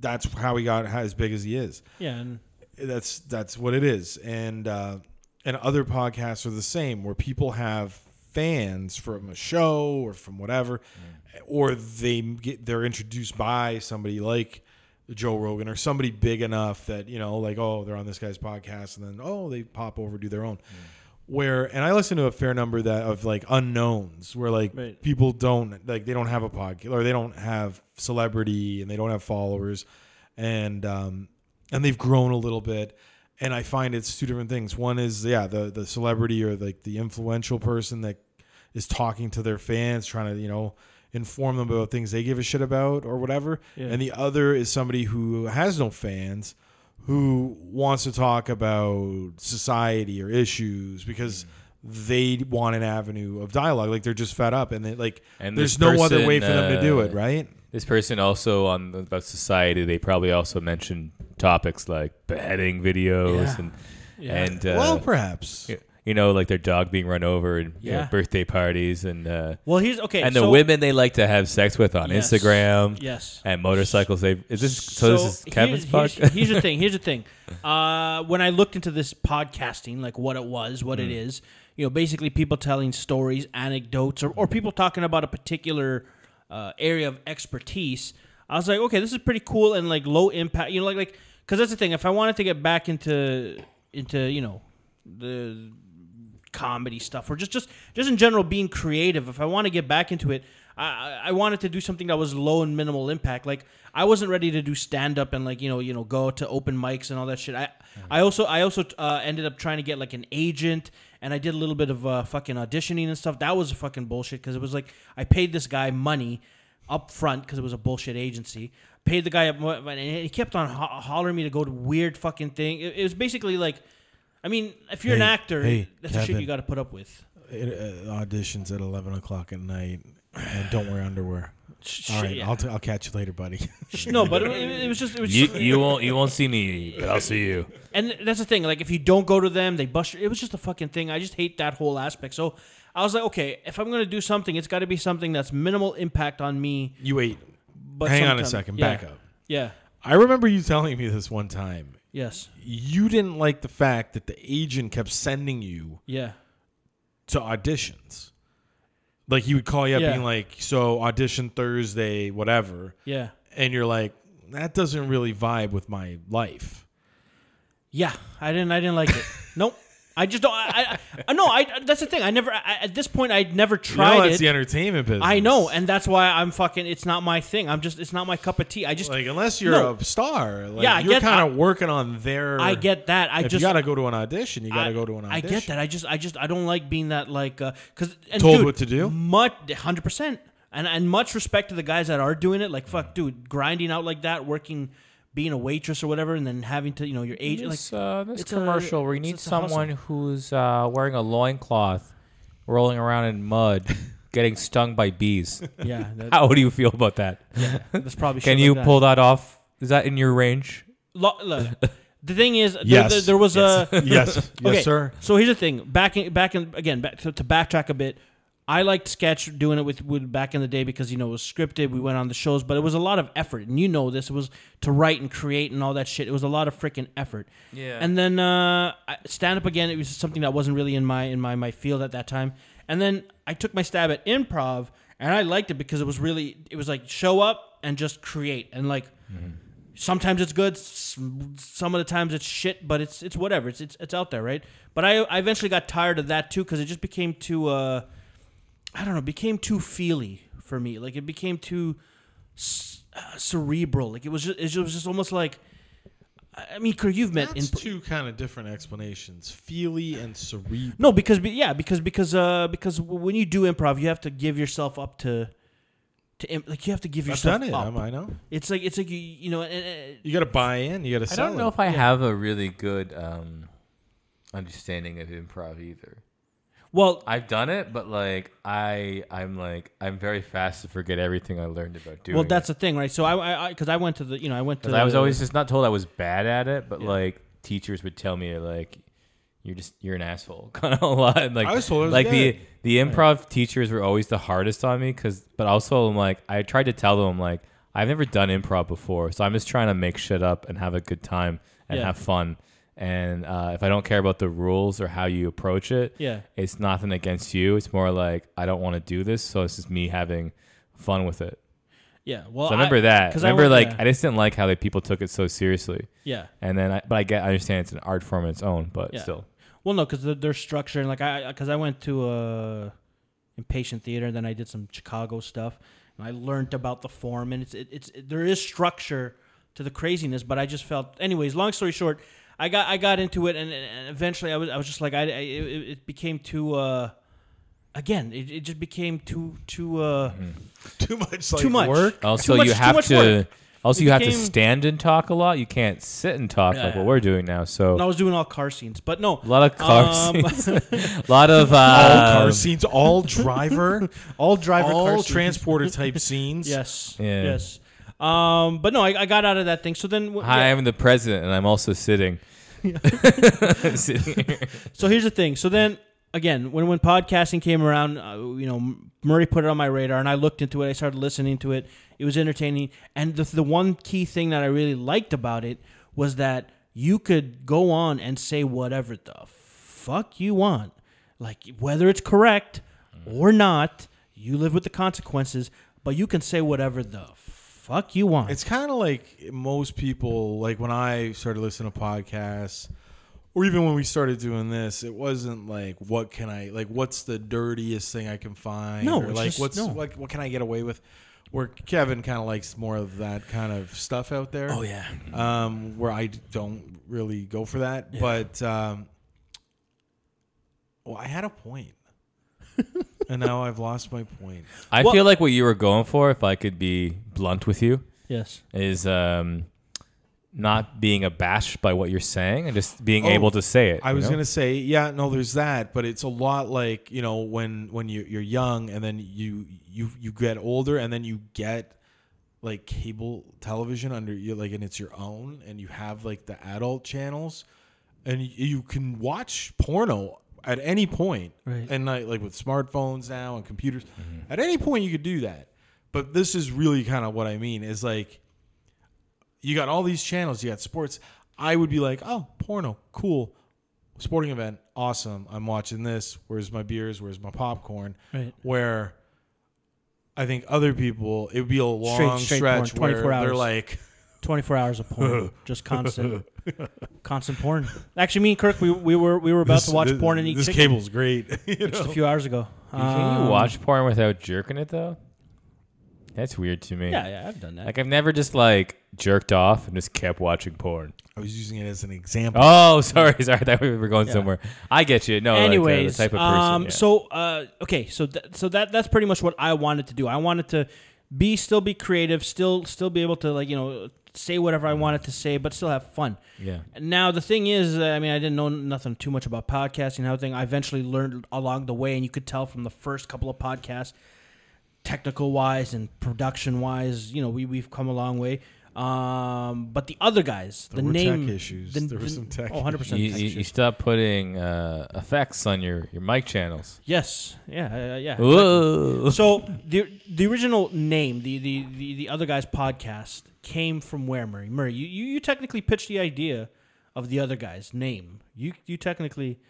Speaker 4: that's how he got as big as he is
Speaker 2: Yeah, and
Speaker 4: that's that's what it is and uh and other podcasts are the same where people have fans from a show or from whatever or they get they're introduced by somebody like Joe Rogan or somebody big enough that you know like oh they're on this guy's podcast and then oh they pop over do their own where and I listen to a fair number that of like unknowns where like
Speaker 2: Right.
Speaker 4: people don't like they don't have a podcast or they don't have celebrity and they don't have followers and um and they've grown a little bit and I find it's two different things. One is yeah the the celebrity or like the influential person that is talking to their fans trying to you know inform them about things they give a shit about or whatever
Speaker 2: Yeah.
Speaker 4: and the other is somebody who has no fans who wants to talk about society or issues because
Speaker 3: Mm.
Speaker 4: they want an avenue of dialogue. Like they're just fed up, and they like
Speaker 3: And
Speaker 4: there's
Speaker 3: this
Speaker 4: no other way for
Speaker 3: person,
Speaker 4: them to do it,
Speaker 3: uh,
Speaker 4: right?
Speaker 3: This person also on the- about society. They probably also mentioned topics like beheading videos
Speaker 2: Yeah.
Speaker 3: and
Speaker 2: Yeah.
Speaker 3: and uh,
Speaker 4: well, perhaps.
Speaker 3: you know like their dog being run over and you know,
Speaker 2: Yeah.
Speaker 3: birthday parties and uh,
Speaker 2: well, here's okay.
Speaker 3: and the
Speaker 2: so-
Speaker 3: women they like to have sex with on
Speaker 2: Yes.
Speaker 3: Instagram.
Speaker 2: Yes.
Speaker 3: And motorcycles. They is this so, this is Kevin's
Speaker 2: here's,
Speaker 3: podcast.
Speaker 2: here's, here's the thing. Here's the
Speaker 3: *laughs*
Speaker 2: thing. Uh, when I looked into this podcasting, like what it was, what
Speaker 3: Mm.
Speaker 2: it is, you know, basically people telling stories, anecdotes, or, or people talking about a particular uh, area of expertise. I was like, okay, this is pretty cool and like low impact. You know, like like because that's the thing. If I wanted to get back into into you know the comedy stuff or just just just in general being creative if i want to get back into it I, I I wanted to do something that was low and minimal impact like i wasn't ready to do stand up and like you know you know go to open mics and all that shit i i also i also uh, ended up trying to get like an agent and i did a little bit of uh, fucking auditioning and stuff that was fucking bullshit because it was like i paid this guy money up front because it was a bullshit agency. Paid the guy up, mo- and he kept on ho- hollering me to go to weird fucking thing. It, it was basically like, I mean, if you're an
Speaker 4: Hey,
Speaker 2: actor,
Speaker 4: hey,
Speaker 2: that's the shit
Speaker 4: Kevin.
Speaker 2: you got to put up with.
Speaker 4: It, uh, auditions at eleven o'clock at night, and don't wear underwear.
Speaker 2: Sh-
Speaker 4: All right,
Speaker 2: yeah.
Speaker 4: I'll, t- I'll catch you later, buddy.
Speaker 2: Sh- no, but it, it, it was just it was
Speaker 3: You,
Speaker 2: just-
Speaker 3: you won't you won't see me, but I'll see you.
Speaker 2: and that's the thing. Like if you don't go to them, they bust. Your, it was just a fucking thing. I just hate that whole aspect. So I was like, okay, if I'm gonna do something, it's got to be something that's minimal impact on me.
Speaker 4: *laughs* you wait.
Speaker 2: But
Speaker 4: Hang on a
Speaker 2: sometime-
Speaker 4: second.
Speaker 2: yeah,
Speaker 4: Back up.
Speaker 2: Yeah.
Speaker 4: I remember you telling me this one time.
Speaker 2: Yes.
Speaker 4: You didn't like the fact that the agent kept sending you
Speaker 2: Yeah.
Speaker 4: to auditions. Like he would call you up
Speaker 2: Yeah.
Speaker 4: being like, "So audition Thursday, whatever,"
Speaker 2: Yeah.
Speaker 4: and you're like, "That doesn't really vibe with my life."
Speaker 2: Yeah, I didn't. I didn't like it. *laughs* nope. I just don't. I, I- I no. I that's the thing. I never I, at this point. I'd never
Speaker 4: You know,
Speaker 2: tried
Speaker 4: that's
Speaker 2: it.
Speaker 4: the entertainment business.
Speaker 2: I know, and that's why I'm fucking. It's not my thing. I'm just. It's not my cup of tea. I just.
Speaker 4: like unless you're
Speaker 2: No.
Speaker 4: a star, like,
Speaker 2: Yeah, I
Speaker 4: you're
Speaker 2: get-
Speaker 4: kind
Speaker 2: I-
Speaker 4: of working on their.
Speaker 2: I get that. I
Speaker 4: if
Speaker 2: just.
Speaker 4: you gotta go to an audition, you gotta
Speaker 2: I-
Speaker 4: go to an
Speaker 2: I
Speaker 4: audition.
Speaker 2: get that. I just, I just, I don't like being that like, uh, cause and
Speaker 4: Told
Speaker 2: dude,
Speaker 4: what to do?
Speaker 2: Much, hundred percent, and and much respect to the guys that are doing it. Like, fuck, dude, grinding out like that, working, being a waitress or whatever, and then having to, you know, your agent, like,
Speaker 3: This, uh, this
Speaker 2: it's a-
Speaker 3: commercial where you
Speaker 2: it's-
Speaker 3: need
Speaker 2: it's a hustle.
Speaker 3: someone who's uh, wearing a loincloth, rolling around in *laughs* mud, getting stung by bees.
Speaker 4: *laughs*
Speaker 2: yeah, that,
Speaker 3: How do you feel about that?
Speaker 2: that's probably.
Speaker 3: Can
Speaker 2: shit
Speaker 3: you
Speaker 2: like that.
Speaker 3: pull that off? Is that in your range?
Speaker 2: Lo- look, the thing is, there-
Speaker 4: Yes.
Speaker 2: there, there was a *laughs*
Speaker 4: yes, yes,
Speaker 2: Okay,
Speaker 4: sir.
Speaker 2: So here's the thing. Back in, back in again. Back to, to backtrack a bit. I liked sketch doing it with wood back in the day because you know it was scripted. We went on the shows, but it was a lot of effort, and you know this. It was to write and create and all that shit. It was a lot of freaking effort.
Speaker 3: Yeah.
Speaker 2: And then uh, stand up again. It was something that wasn't really in my in my my field at that time. And then I took my stab at improv, and I liked it because it was really it was like show up and just create and like sometimes it's good s- some of the times it's shit but it's it's whatever it's it's, it's out there right but I, I eventually got tired of that too because it just became too uh i don't know it became too feely for me like it became too s- uh, cerebral like it was just it was just almost like i I mean Kirk, you've met
Speaker 4: That's
Speaker 2: in
Speaker 4: two kind of different explanations: feely and cerebral.
Speaker 2: no because be- yeah because because uh because when you do improv you have to give yourself up to to imp- like you have to give
Speaker 4: I've
Speaker 2: yourself
Speaker 4: done it.
Speaker 2: up
Speaker 4: I'm- I know.
Speaker 2: it's like it's like you you know and, uh,
Speaker 4: You got to buy in. You got to
Speaker 3: I
Speaker 4: sell.
Speaker 3: don't know if I have a really good um, understanding of improv either.
Speaker 2: well
Speaker 3: I've done it, but like I, I'm like I'm very fast to forget everything I learned about doing.
Speaker 2: Well,
Speaker 3: it.
Speaker 2: that's the thing, right? So I, I, because I, went to the, you know, I went to.
Speaker 3: Because I was always just not told I was bad at it, but like teachers would tell me like, "You're just you're an asshole," *laughs* kind of a lot. Like
Speaker 4: I was told I was
Speaker 3: like
Speaker 4: good.
Speaker 3: the the improv teachers were always the hardest on me because, but also I'm like I tried to tell them like I've never done improv before, so I'm just trying to make shit up and have a good time and
Speaker 2: Yeah.
Speaker 3: have fun. And uh, if I don't care about the rules or how you approach it,
Speaker 2: Yeah.
Speaker 3: it's nothing against you. It's more like I don't want to do this, so it's just me having fun with it.
Speaker 2: yeah. Well,
Speaker 3: So I remember that.
Speaker 2: 'cause
Speaker 3: Remember,
Speaker 2: went-
Speaker 3: like,
Speaker 2: yeah,
Speaker 3: I just didn't like how like, people took it so seriously.
Speaker 2: yeah,
Speaker 3: And then, I, but I get, I understand it's an art form on its own, but
Speaker 2: Yeah.
Speaker 3: still,
Speaker 2: Well, no, because their structure and like I, because I went to uh, impatient theater, and then I did some Chicago stuff, and I learned about the form, and it's, it, it's, it- there is structure to the craziness, but I just felt, anyways. Long story short, I got, I got into it, and, and eventually, I was, I was just like, I, I it, it became too. uh Again, it, it just became too, too, uh,
Speaker 4: *laughs* too much. Like,
Speaker 2: too much.
Speaker 4: work.
Speaker 3: Mm. also
Speaker 2: Too much-
Speaker 3: you
Speaker 2: too
Speaker 3: have
Speaker 2: much
Speaker 3: to,
Speaker 2: work.
Speaker 3: also
Speaker 2: It
Speaker 3: you have to
Speaker 2: became-
Speaker 3: stand and talk a lot. You can't sit and talk
Speaker 2: Yeah,
Speaker 3: like
Speaker 2: yeah.
Speaker 3: what we're doing now. So
Speaker 2: And I was doing all car scenes, but no,
Speaker 3: a lot of car
Speaker 2: Um,
Speaker 3: scenes, *laughs* a
Speaker 2: *laughs*
Speaker 3: lot of
Speaker 4: All
Speaker 3: uh,
Speaker 4: car scenes. All driver.
Speaker 2: all driver car
Speaker 4: all
Speaker 2: scenes.
Speaker 4: transporter
Speaker 2: *laughs*
Speaker 4: type scenes.
Speaker 2: Yes.
Speaker 3: Yeah.
Speaker 2: Yes. Um, but no, I, I got out of that thing. So then, wh-
Speaker 3: Hi,
Speaker 2: yeah.
Speaker 3: I'm the president, and I'm also sitting. *laughs* Sitting
Speaker 2: *laughs*
Speaker 3: here.
Speaker 2: so here's the thing. So then, again, when when podcasting came around, uh, you know, M- Murray put it on my radar, and I looked into it. I started listening to it. It was entertaining, and the the one key thing that I really liked about it was that you could go on and say whatever the fuck you want, like whether it's correct or not. You live with the consequences, but you can say whatever the fuck you want.
Speaker 4: It's kind of like most people, like when I started listening to podcasts, or even when we started doing this, it wasn't like, what can I, like, what's the dirtiest thing I can find?
Speaker 2: No,
Speaker 4: or
Speaker 2: it's
Speaker 4: like,
Speaker 2: just-
Speaker 4: what's,
Speaker 2: no.
Speaker 4: what, what can I get away with? Where Kevin kind of likes more of that kind of stuff out there.
Speaker 2: oh yeah.
Speaker 4: Um, where I don't really go for that. But, um, well, I had
Speaker 2: *laughs*
Speaker 4: a point. and now I've lost my point.
Speaker 3: I
Speaker 2: Well-
Speaker 3: feel like what you were going for, if I could be blunt with you,
Speaker 2: Yes.
Speaker 3: is um, not being abashed by what you're saying and just being
Speaker 4: Oh,
Speaker 3: able to say it.
Speaker 4: I
Speaker 3: you
Speaker 4: was
Speaker 3: know?
Speaker 4: gonna say, yeah, no, there's that, but it's a lot like you know when when you you're young and then you you you get older and then you get like cable television under you like and it's your own and you have like the adult channels and you, you can watch porno at any point
Speaker 2: Right.
Speaker 4: and like, like with smartphones now and computers
Speaker 3: Mm-hmm.
Speaker 4: at any point you could do that but this is really kind of what i mean is like you got all these channels you got sports i would be like oh porno cool sporting event awesome i'm watching this where's my beers where's my popcorn
Speaker 2: Right.
Speaker 4: where i think other people it would be a long
Speaker 2: straight
Speaker 4: stretch
Speaker 2: porn, 24
Speaker 4: where they're
Speaker 2: hours.
Speaker 4: like
Speaker 2: 24 hours of
Speaker 4: *laughs*
Speaker 2: porn, just constant, constant porn. Actually, me and Kirk, we, we were we were about to watch
Speaker 4: this,
Speaker 2: porn and eat
Speaker 4: this
Speaker 2: chicken
Speaker 4: cable's great *laughs* you know?
Speaker 2: just a few hours ago.
Speaker 3: Can
Speaker 2: Um,
Speaker 3: you watch porn without jerking it though? That's weird to me.
Speaker 2: Yeah, yeah, I've done that.
Speaker 3: Like I've never just like jerked off and just kept watching porn.
Speaker 4: i was using it as an example
Speaker 3: Oh, *laughs* sorry, sorry. That we were going somewhere. I get you. No, like, uh,
Speaker 2: Anyways,
Speaker 3: the type of person.
Speaker 2: um,
Speaker 3: yeah.
Speaker 2: so uh, okay, so th- so that that's pretty much what I wanted to do. I wanted to be still be creative, still still be able to like you know say whatever I wanted to say, but still have fun.
Speaker 3: yeah,
Speaker 2: Now the thing is, uh, I mean, I didn't know nothing too much about podcasting. How thing I eventually learned along the way, and you could tell from the first couple of podcasts, technical wise and production wise, you know, we we've come a long way. Um, but the other guys,
Speaker 4: There
Speaker 2: the
Speaker 4: were tech
Speaker 2: name
Speaker 4: issues. There were some tech
Speaker 2: Oh, 100%
Speaker 3: You,
Speaker 2: tech
Speaker 3: you, you
Speaker 2: issues.
Speaker 3: stop putting uh, effects on your, your mic channels.
Speaker 2: Yes. Yeah. Uh, yeah.
Speaker 3: Whoa.
Speaker 2: So the the original name, the the the, the other guys podcast, came from where Murray? Murray, you, you you technically pitched the idea of the other guys name. You you technically,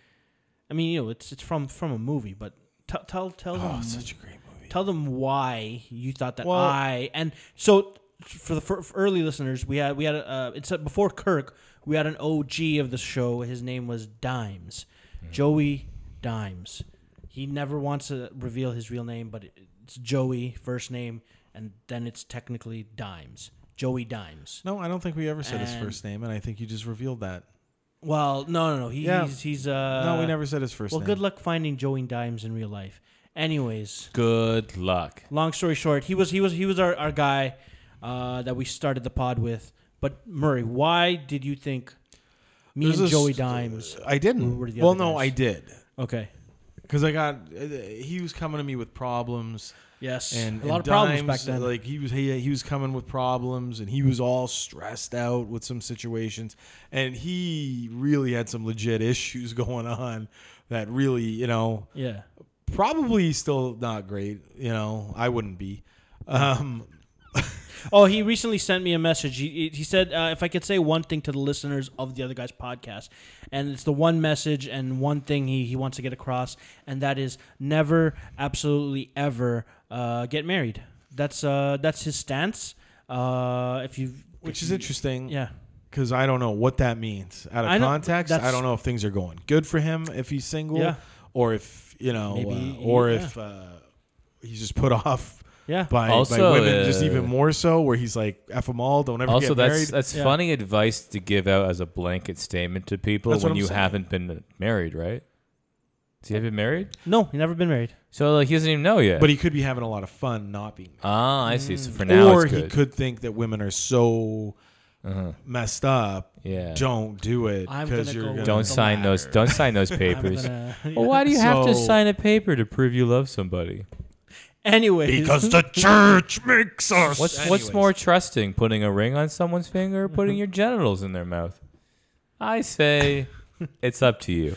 Speaker 2: I mean, you know, it's it's from from a movie, but tell tell tell
Speaker 4: Oh,
Speaker 2: them
Speaker 4: such a great movie.
Speaker 2: tell them why you thought that
Speaker 4: Well-
Speaker 2: I and so for the for, for early listeners, we had we had uh, it's uh, before Kirk, we had an OG of the show. His name was Dimes,
Speaker 4: Hmm.
Speaker 2: Joey Dimes. He never wants to reveal his real name, but it- it's Joey first name, and then it's technically Dimes, Joey Dimes.
Speaker 4: No, I don't think we ever said his
Speaker 2: And-
Speaker 4: first name, and I think you just revealed that.
Speaker 2: Well, no, no, no. He,
Speaker 4: Yeah.
Speaker 2: He's he's uh.
Speaker 4: no, we never said his first
Speaker 2: Well,
Speaker 4: name.
Speaker 2: good luck finding Joey Dimes in real life. Anyways,
Speaker 3: Good luck.
Speaker 2: long story short, he was he was he was our, our guy uh, that we started the pod with. But Murray, why did you think me
Speaker 4: There's
Speaker 2: and
Speaker 4: a
Speaker 2: Joey
Speaker 4: st-
Speaker 2: Dimes?
Speaker 4: I didn't.
Speaker 2: were the
Speaker 4: well,
Speaker 2: other
Speaker 4: no,
Speaker 2: guys?
Speaker 4: I did.
Speaker 2: Okay.
Speaker 4: Because I got, uh, he was coming to me with problems.
Speaker 2: Yes.
Speaker 4: and
Speaker 2: a lot
Speaker 4: and
Speaker 2: of problems
Speaker 4: Dimes,
Speaker 2: back then.
Speaker 4: Like he was, he, he was coming with problems, and he was all stressed out with some situations, and he really had some legit issues *laughs* going on that really, you know,
Speaker 2: yeah.
Speaker 4: probably still not great. You know, I wouldn't be. Um,
Speaker 2: Oh, he recently sent me a message. He, he said uh, if I could say one thing to the listeners of the other guy's podcast, and it's the one message and one thing he, he wants to get across, and that is never, absolutely ever uh, get married. That's uh, that's his stance. Uh, if you,
Speaker 4: which is interesting.
Speaker 2: yeah,
Speaker 4: because I don't know what that means out of
Speaker 2: I know-
Speaker 4: context. I
Speaker 2: that's-
Speaker 4: don't know if things are going good for him if he's single,
Speaker 2: Yeah.
Speaker 4: or if you know,
Speaker 2: Maybe
Speaker 4: uh,
Speaker 2: he-
Speaker 4: or
Speaker 2: yeah.
Speaker 4: if uh, he's just put *laughs* off
Speaker 2: yeah.
Speaker 4: by,
Speaker 3: Also,
Speaker 4: by women, just
Speaker 3: uh,
Speaker 4: even more so, where he's like, "F them all, don't ever
Speaker 3: Also,
Speaker 4: get
Speaker 3: that's
Speaker 4: married."
Speaker 3: that's
Speaker 2: Yeah.
Speaker 3: funny advice to give out as a blanket statement to people
Speaker 4: That's what
Speaker 3: when
Speaker 4: I'm
Speaker 3: you
Speaker 4: saying.
Speaker 3: haven't been married, right? So you haven't been married,
Speaker 2: No, he never been married.
Speaker 3: so like he doesn't even know yet.
Speaker 4: but he could be having a lot of fun not being. married.
Speaker 3: ah, I see. So for now,
Speaker 4: or
Speaker 3: it's
Speaker 4: he
Speaker 3: good.
Speaker 4: could think that women are so
Speaker 3: uh-huh.
Speaker 4: messed up.
Speaker 3: Yeah.
Speaker 4: Don't do it
Speaker 2: I'm
Speaker 4: because
Speaker 2: gonna
Speaker 4: you're
Speaker 2: go
Speaker 4: gonna,
Speaker 2: with
Speaker 3: Don't
Speaker 2: the
Speaker 3: sign those.
Speaker 2: latter.
Speaker 3: Don't sign
Speaker 4: *laughs*
Speaker 3: those
Speaker 2: I'm
Speaker 3: papers.
Speaker 2: gonna-
Speaker 3: Well, why do you have to
Speaker 4: So-
Speaker 3: sign a paper to prove you love somebody?
Speaker 2: *laughs* Anyways, *laughs*
Speaker 4: because the church makes us.
Speaker 3: What's
Speaker 4: Anyways. Mm-hmm.
Speaker 3: what's more trusting, putting a ring on someone's finger or putting your genitals in their mouth? I say it's up to
Speaker 4: *laughs*
Speaker 3: you.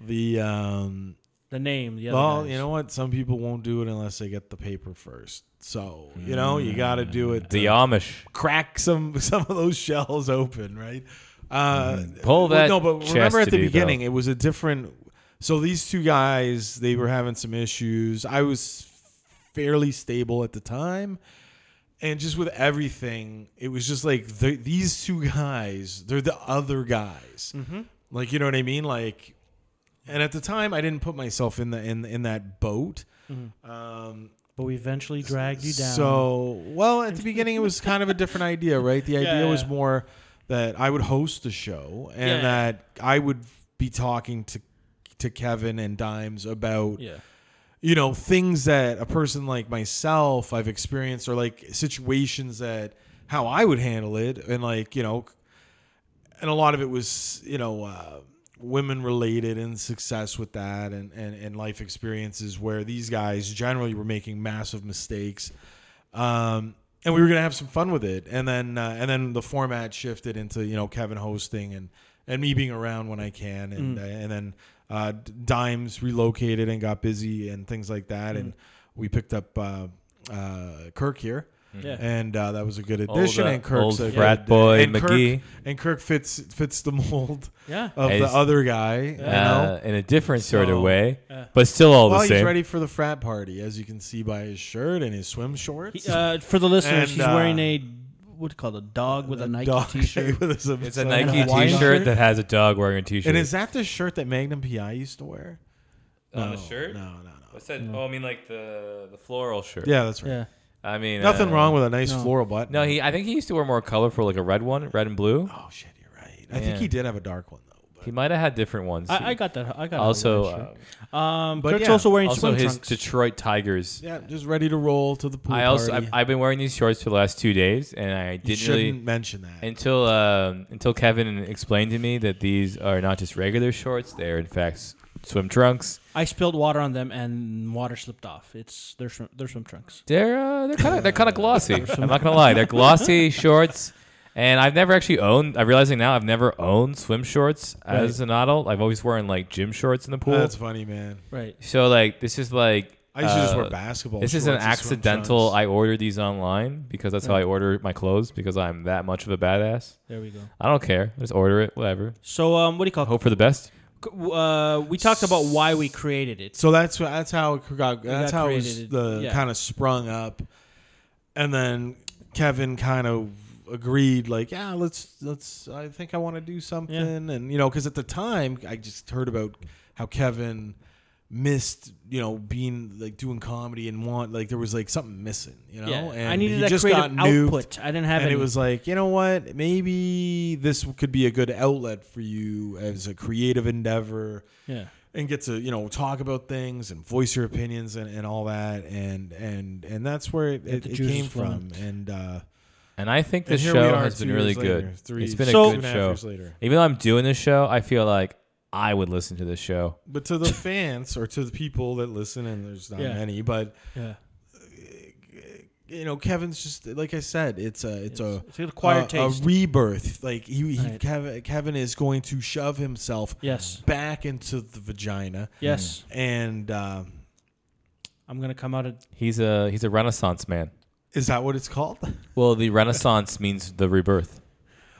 Speaker 4: the um,
Speaker 2: the name, the other
Speaker 4: well,
Speaker 2: guys.
Speaker 4: you know what? Some people won't do it unless they get the paper first. So you know, you got to do it.
Speaker 3: Mm. The
Speaker 4: to
Speaker 3: Amish.
Speaker 4: crack some *laughs* some of those shells open, right? Uh,
Speaker 3: Mm-hmm. Pull
Speaker 4: well,
Speaker 3: that
Speaker 4: No, but remember at the
Speaker 3: chastity
Speaker 4: beginning,
Speaker 3: belt.
Speaker 4: it was a different. So these two guys, they were having some issues. I was fairly stable at the time, and just with everything, it was just like the, these two guys. They're the other guys.
Speaker 3: Mm-hmm.
Speaker 4: Like you know what I mean? Like and at the time I didn't put myself in the in in that boat.
Speaker 3: Mm-hmm.
Speaker 4: Um,
Speaker 2: but we eventually dragged you down.
Speaker 4: so well, at the beginning it was kind of a different idea, right? The
Speaker 2: *laughs*
Speaker 4: idea
Speaker 2: Yeah.
Speaker 4: was more that I would host the show and
Speaker 2: Yeah.
Speaker 4: that I would be talking to to Kevin and Dimes about
Speaker 2: yeah,
Speaker 4: you know things that a person like myself I've experienced or like situations that how I would handle it and like you know and a lot of it was you know uh, women related and success with that and, and and life experiences where these guys generally were making massive mistakes um and we were gonna have some fun with it and then uh, and then the format shifted into you know Kevin hosting and and me being around when I can and and then uh, D- Dimes relocated and got busy and things like that and we picked up uh, uh, Kirk here
Speaker 2: Yeah.
Speaker 4: and uh, that was a good addition
Speaker 3: uh,
Speaker 4: and Kirk's
Speaker 3: old
Speaker 4: a
Speaker 3: frat
Speaker 4: good-
Speaker 3: boy
Speaker 4: and Kirk-
Speaker 3: McGee.
Speaker 4: and Kirk fits fits the mold
Speaker 2: yeah.
Speaker 4: of
Speaker 3: As-
Speaker 4: the other guy. You know,
Speaker 3: Uh, in a different sort of
Speaker 4: So- uh,
Speaker 3: way, but still all
Speaker 4: well,
Speaker 3: the
Speaker 4: he's
Speaker 3: same.
Speaker 4: ready for the frat party, as you can see by his shirt and his swim shorts.
Speaker 2: He- uh, for the listeners, he's
Speaker 4: And, uh,
Speaker 2: wearing a what's it called a dog with a, Nike
Speaker 4: dog *laughs*
Speaker 2: T-shirt.
Speaker 4: with some-
Speaker 3: It's a
Speaker 4: some
Speaker 3: Nike
Speaker 2: a wine
Speaker 4: Hawaiian
Speaker 3: T-shirt that has a dog wearing a T-shirt.
Speaker 4: And is that the shirt that Magnum PI used to wear?
Speaker 3: On the shirt?
Speaker 4: No, no, no.
Speaker 3: What's that? Oh, I mean like the the floral shirt.
Speaker 4: Yeah, that's right.
Speaker 2: yeah,
Speaker 3: I mean
Speaker 4: Nothing
Speaker 3: uh,
Speaker 4: wrong with a nice
Speaker 2: no.
Speaker 4: floral button.
Speaker 3: No, he. I think he used to wear more colorful, like a red one, red and blue.
Speaker 4: Oh shit, you're right. I think
Speaker 3: Yeah.
Speaker 4: he did have a dark one though. But
Speaker 3: He might have had different ones.
Speaker 2: I, I got that. I got
Speaker 3: also,
Speaker 2: that
Speaker 3: uh,
Speaker 2: shirt. um,
Speaker 4: but
Speaker 2: Kirk's
Speaker 4: yeah,
Speaker 2: also wearing
Speaker 3: also
Speaker 2: swim
Speaker 3: his
Speaker 2: trunks.
Speaker 3: Detroit Tigers.
Speaker 4: yeah, just ready to roll to the pool
Speaker 3: I also
Speaker 4: party.
Speaker 3: I've, I've been wearing these shorts for the last two days, and I
Speaker 4: you
Speaker 3: didn't
Speaker 4: shouldn't
Speaker 3: really
Speaker 4: mention that.
Speaker 3: until um until Kevin explained to me that these are not just regular shorts; they are in fact s- swim trunks.
Speaker 2: I spilled water on them and water slipped off. It's they're swim, they're swim trunks.
Speaker 3: They're uh, they're kind of they're kind of glossy. *laughs* I'm not gonna lie, they're glossy *laughs* shorts. And I've never actually owned. I'm realizing now I've never owned swim shorts as an adult. I've always worn like gym shorts in the pool.
Speaker 4: That's funny, man.
Speaker 2: Right.
Speaker 3: so like this is like
Speaker 4: I used to just
Speaker 3: uh,
Speaker 4: wear basketball.
Speaker 3: This is an
Speaker 4: shorts and swim
Speaker 3: accidental.
Speaker 4: trunks.
Speaker 3: I ordered these online because that's how I order my clothes because I'm that much of a badass.
Speaker 2: There we go.
Speaker 3: I don't care. I just order it, whatever.
Speaker 2: So um, what do you call
Speaker 3: Hope for the
Speaker 2: it?
Speaker 3: best.
Speaker 2: Uh, we talked about why we created it.
Speaker 4: So that's wh- that's how it got, that's
Speaker 2: got
Speaker 4: how it was
Speaker 2: created,
Speaker 4: the
Speaker 2: yeah.
Speaker 4: kind of sprung up, and then Kevin kind of agreed like yeah let's let's I think I want to do something and you know because at the time I just heard about how Kevin missed you know being like doing comedy and want like there was like something missing you know
Speaker 2: yeah,
Speaker 4: and
Speaker 2: I needed
Speaker 4: he
Speaker 2: that
Speaker 4: just
Speaker 2: creative
Speaker 4: got nuked.
Speaker 2: output. I didn't have
Speaker 4: and
Speaker 2: any.
Speaker 4: it was like you know what maybe this could be a good outlet for you as a creative endeavor
Speaker 2: yeah.
Speaker 4: and get to you know talk about things and voice your opinions and, and all that and and and that's where it, it,
Speaker 2: the
Speaker 4: it
Speaker 2: juices
Speaker 4: came
Speaker 2: flowing.
Speaker 4: from and uh
Speaker 3: And I think
Speaker 4: and
Speaker 3: this
Speaker 4: here we
Speaker 3: show
Speaker 4: are
Speaker 3: has been
Speaker 4: two years
Speaker 3: really
Speaker 4: later,
Speaker 3: good.
Speaker 4: three
Speaker 3: it's been
Speaker 2: So-
Speaker 3: a
Speaker 4: two and
Speaker 3: good
Speaker 4: a half
Speaker 3: show.
Speaker 4: years later
Speaker 3: Even though I'm doing this show, I feel like I would listen to this show.
Speaker 4: but to the fans or to the people that listen and there's not
Speaker 2: Yeah.
Speaker 4: many but uh,
Speaker 2: Yeah.
Speaker 4: you know kevin's just like i said it's a it's, a
Speaker 2: It's
Speaker 3: uh,
Speaker 2: an acquired
Speaker 4: a- a
Speaker 2: taste.
Speaker 4: rebirth like he, he
Speaker 2: Right.
Speaker 4: kevin, kevin is going to shove himself
Speaker 2: yes.
Speaker 4: back into the vagina
Speaker 3: Mm-hmm.
Speaker 2: Yes.
Speaker 4: and uh,
Speaker 2: I'm gonna come out of.
Speaker 3: He's a he's a Renaissance man.
Speaker 4: is that what it's called
Speaker 3: Well, the Renaissance means
Speaker 2: *laughs*
Speaker 3: the rebirth.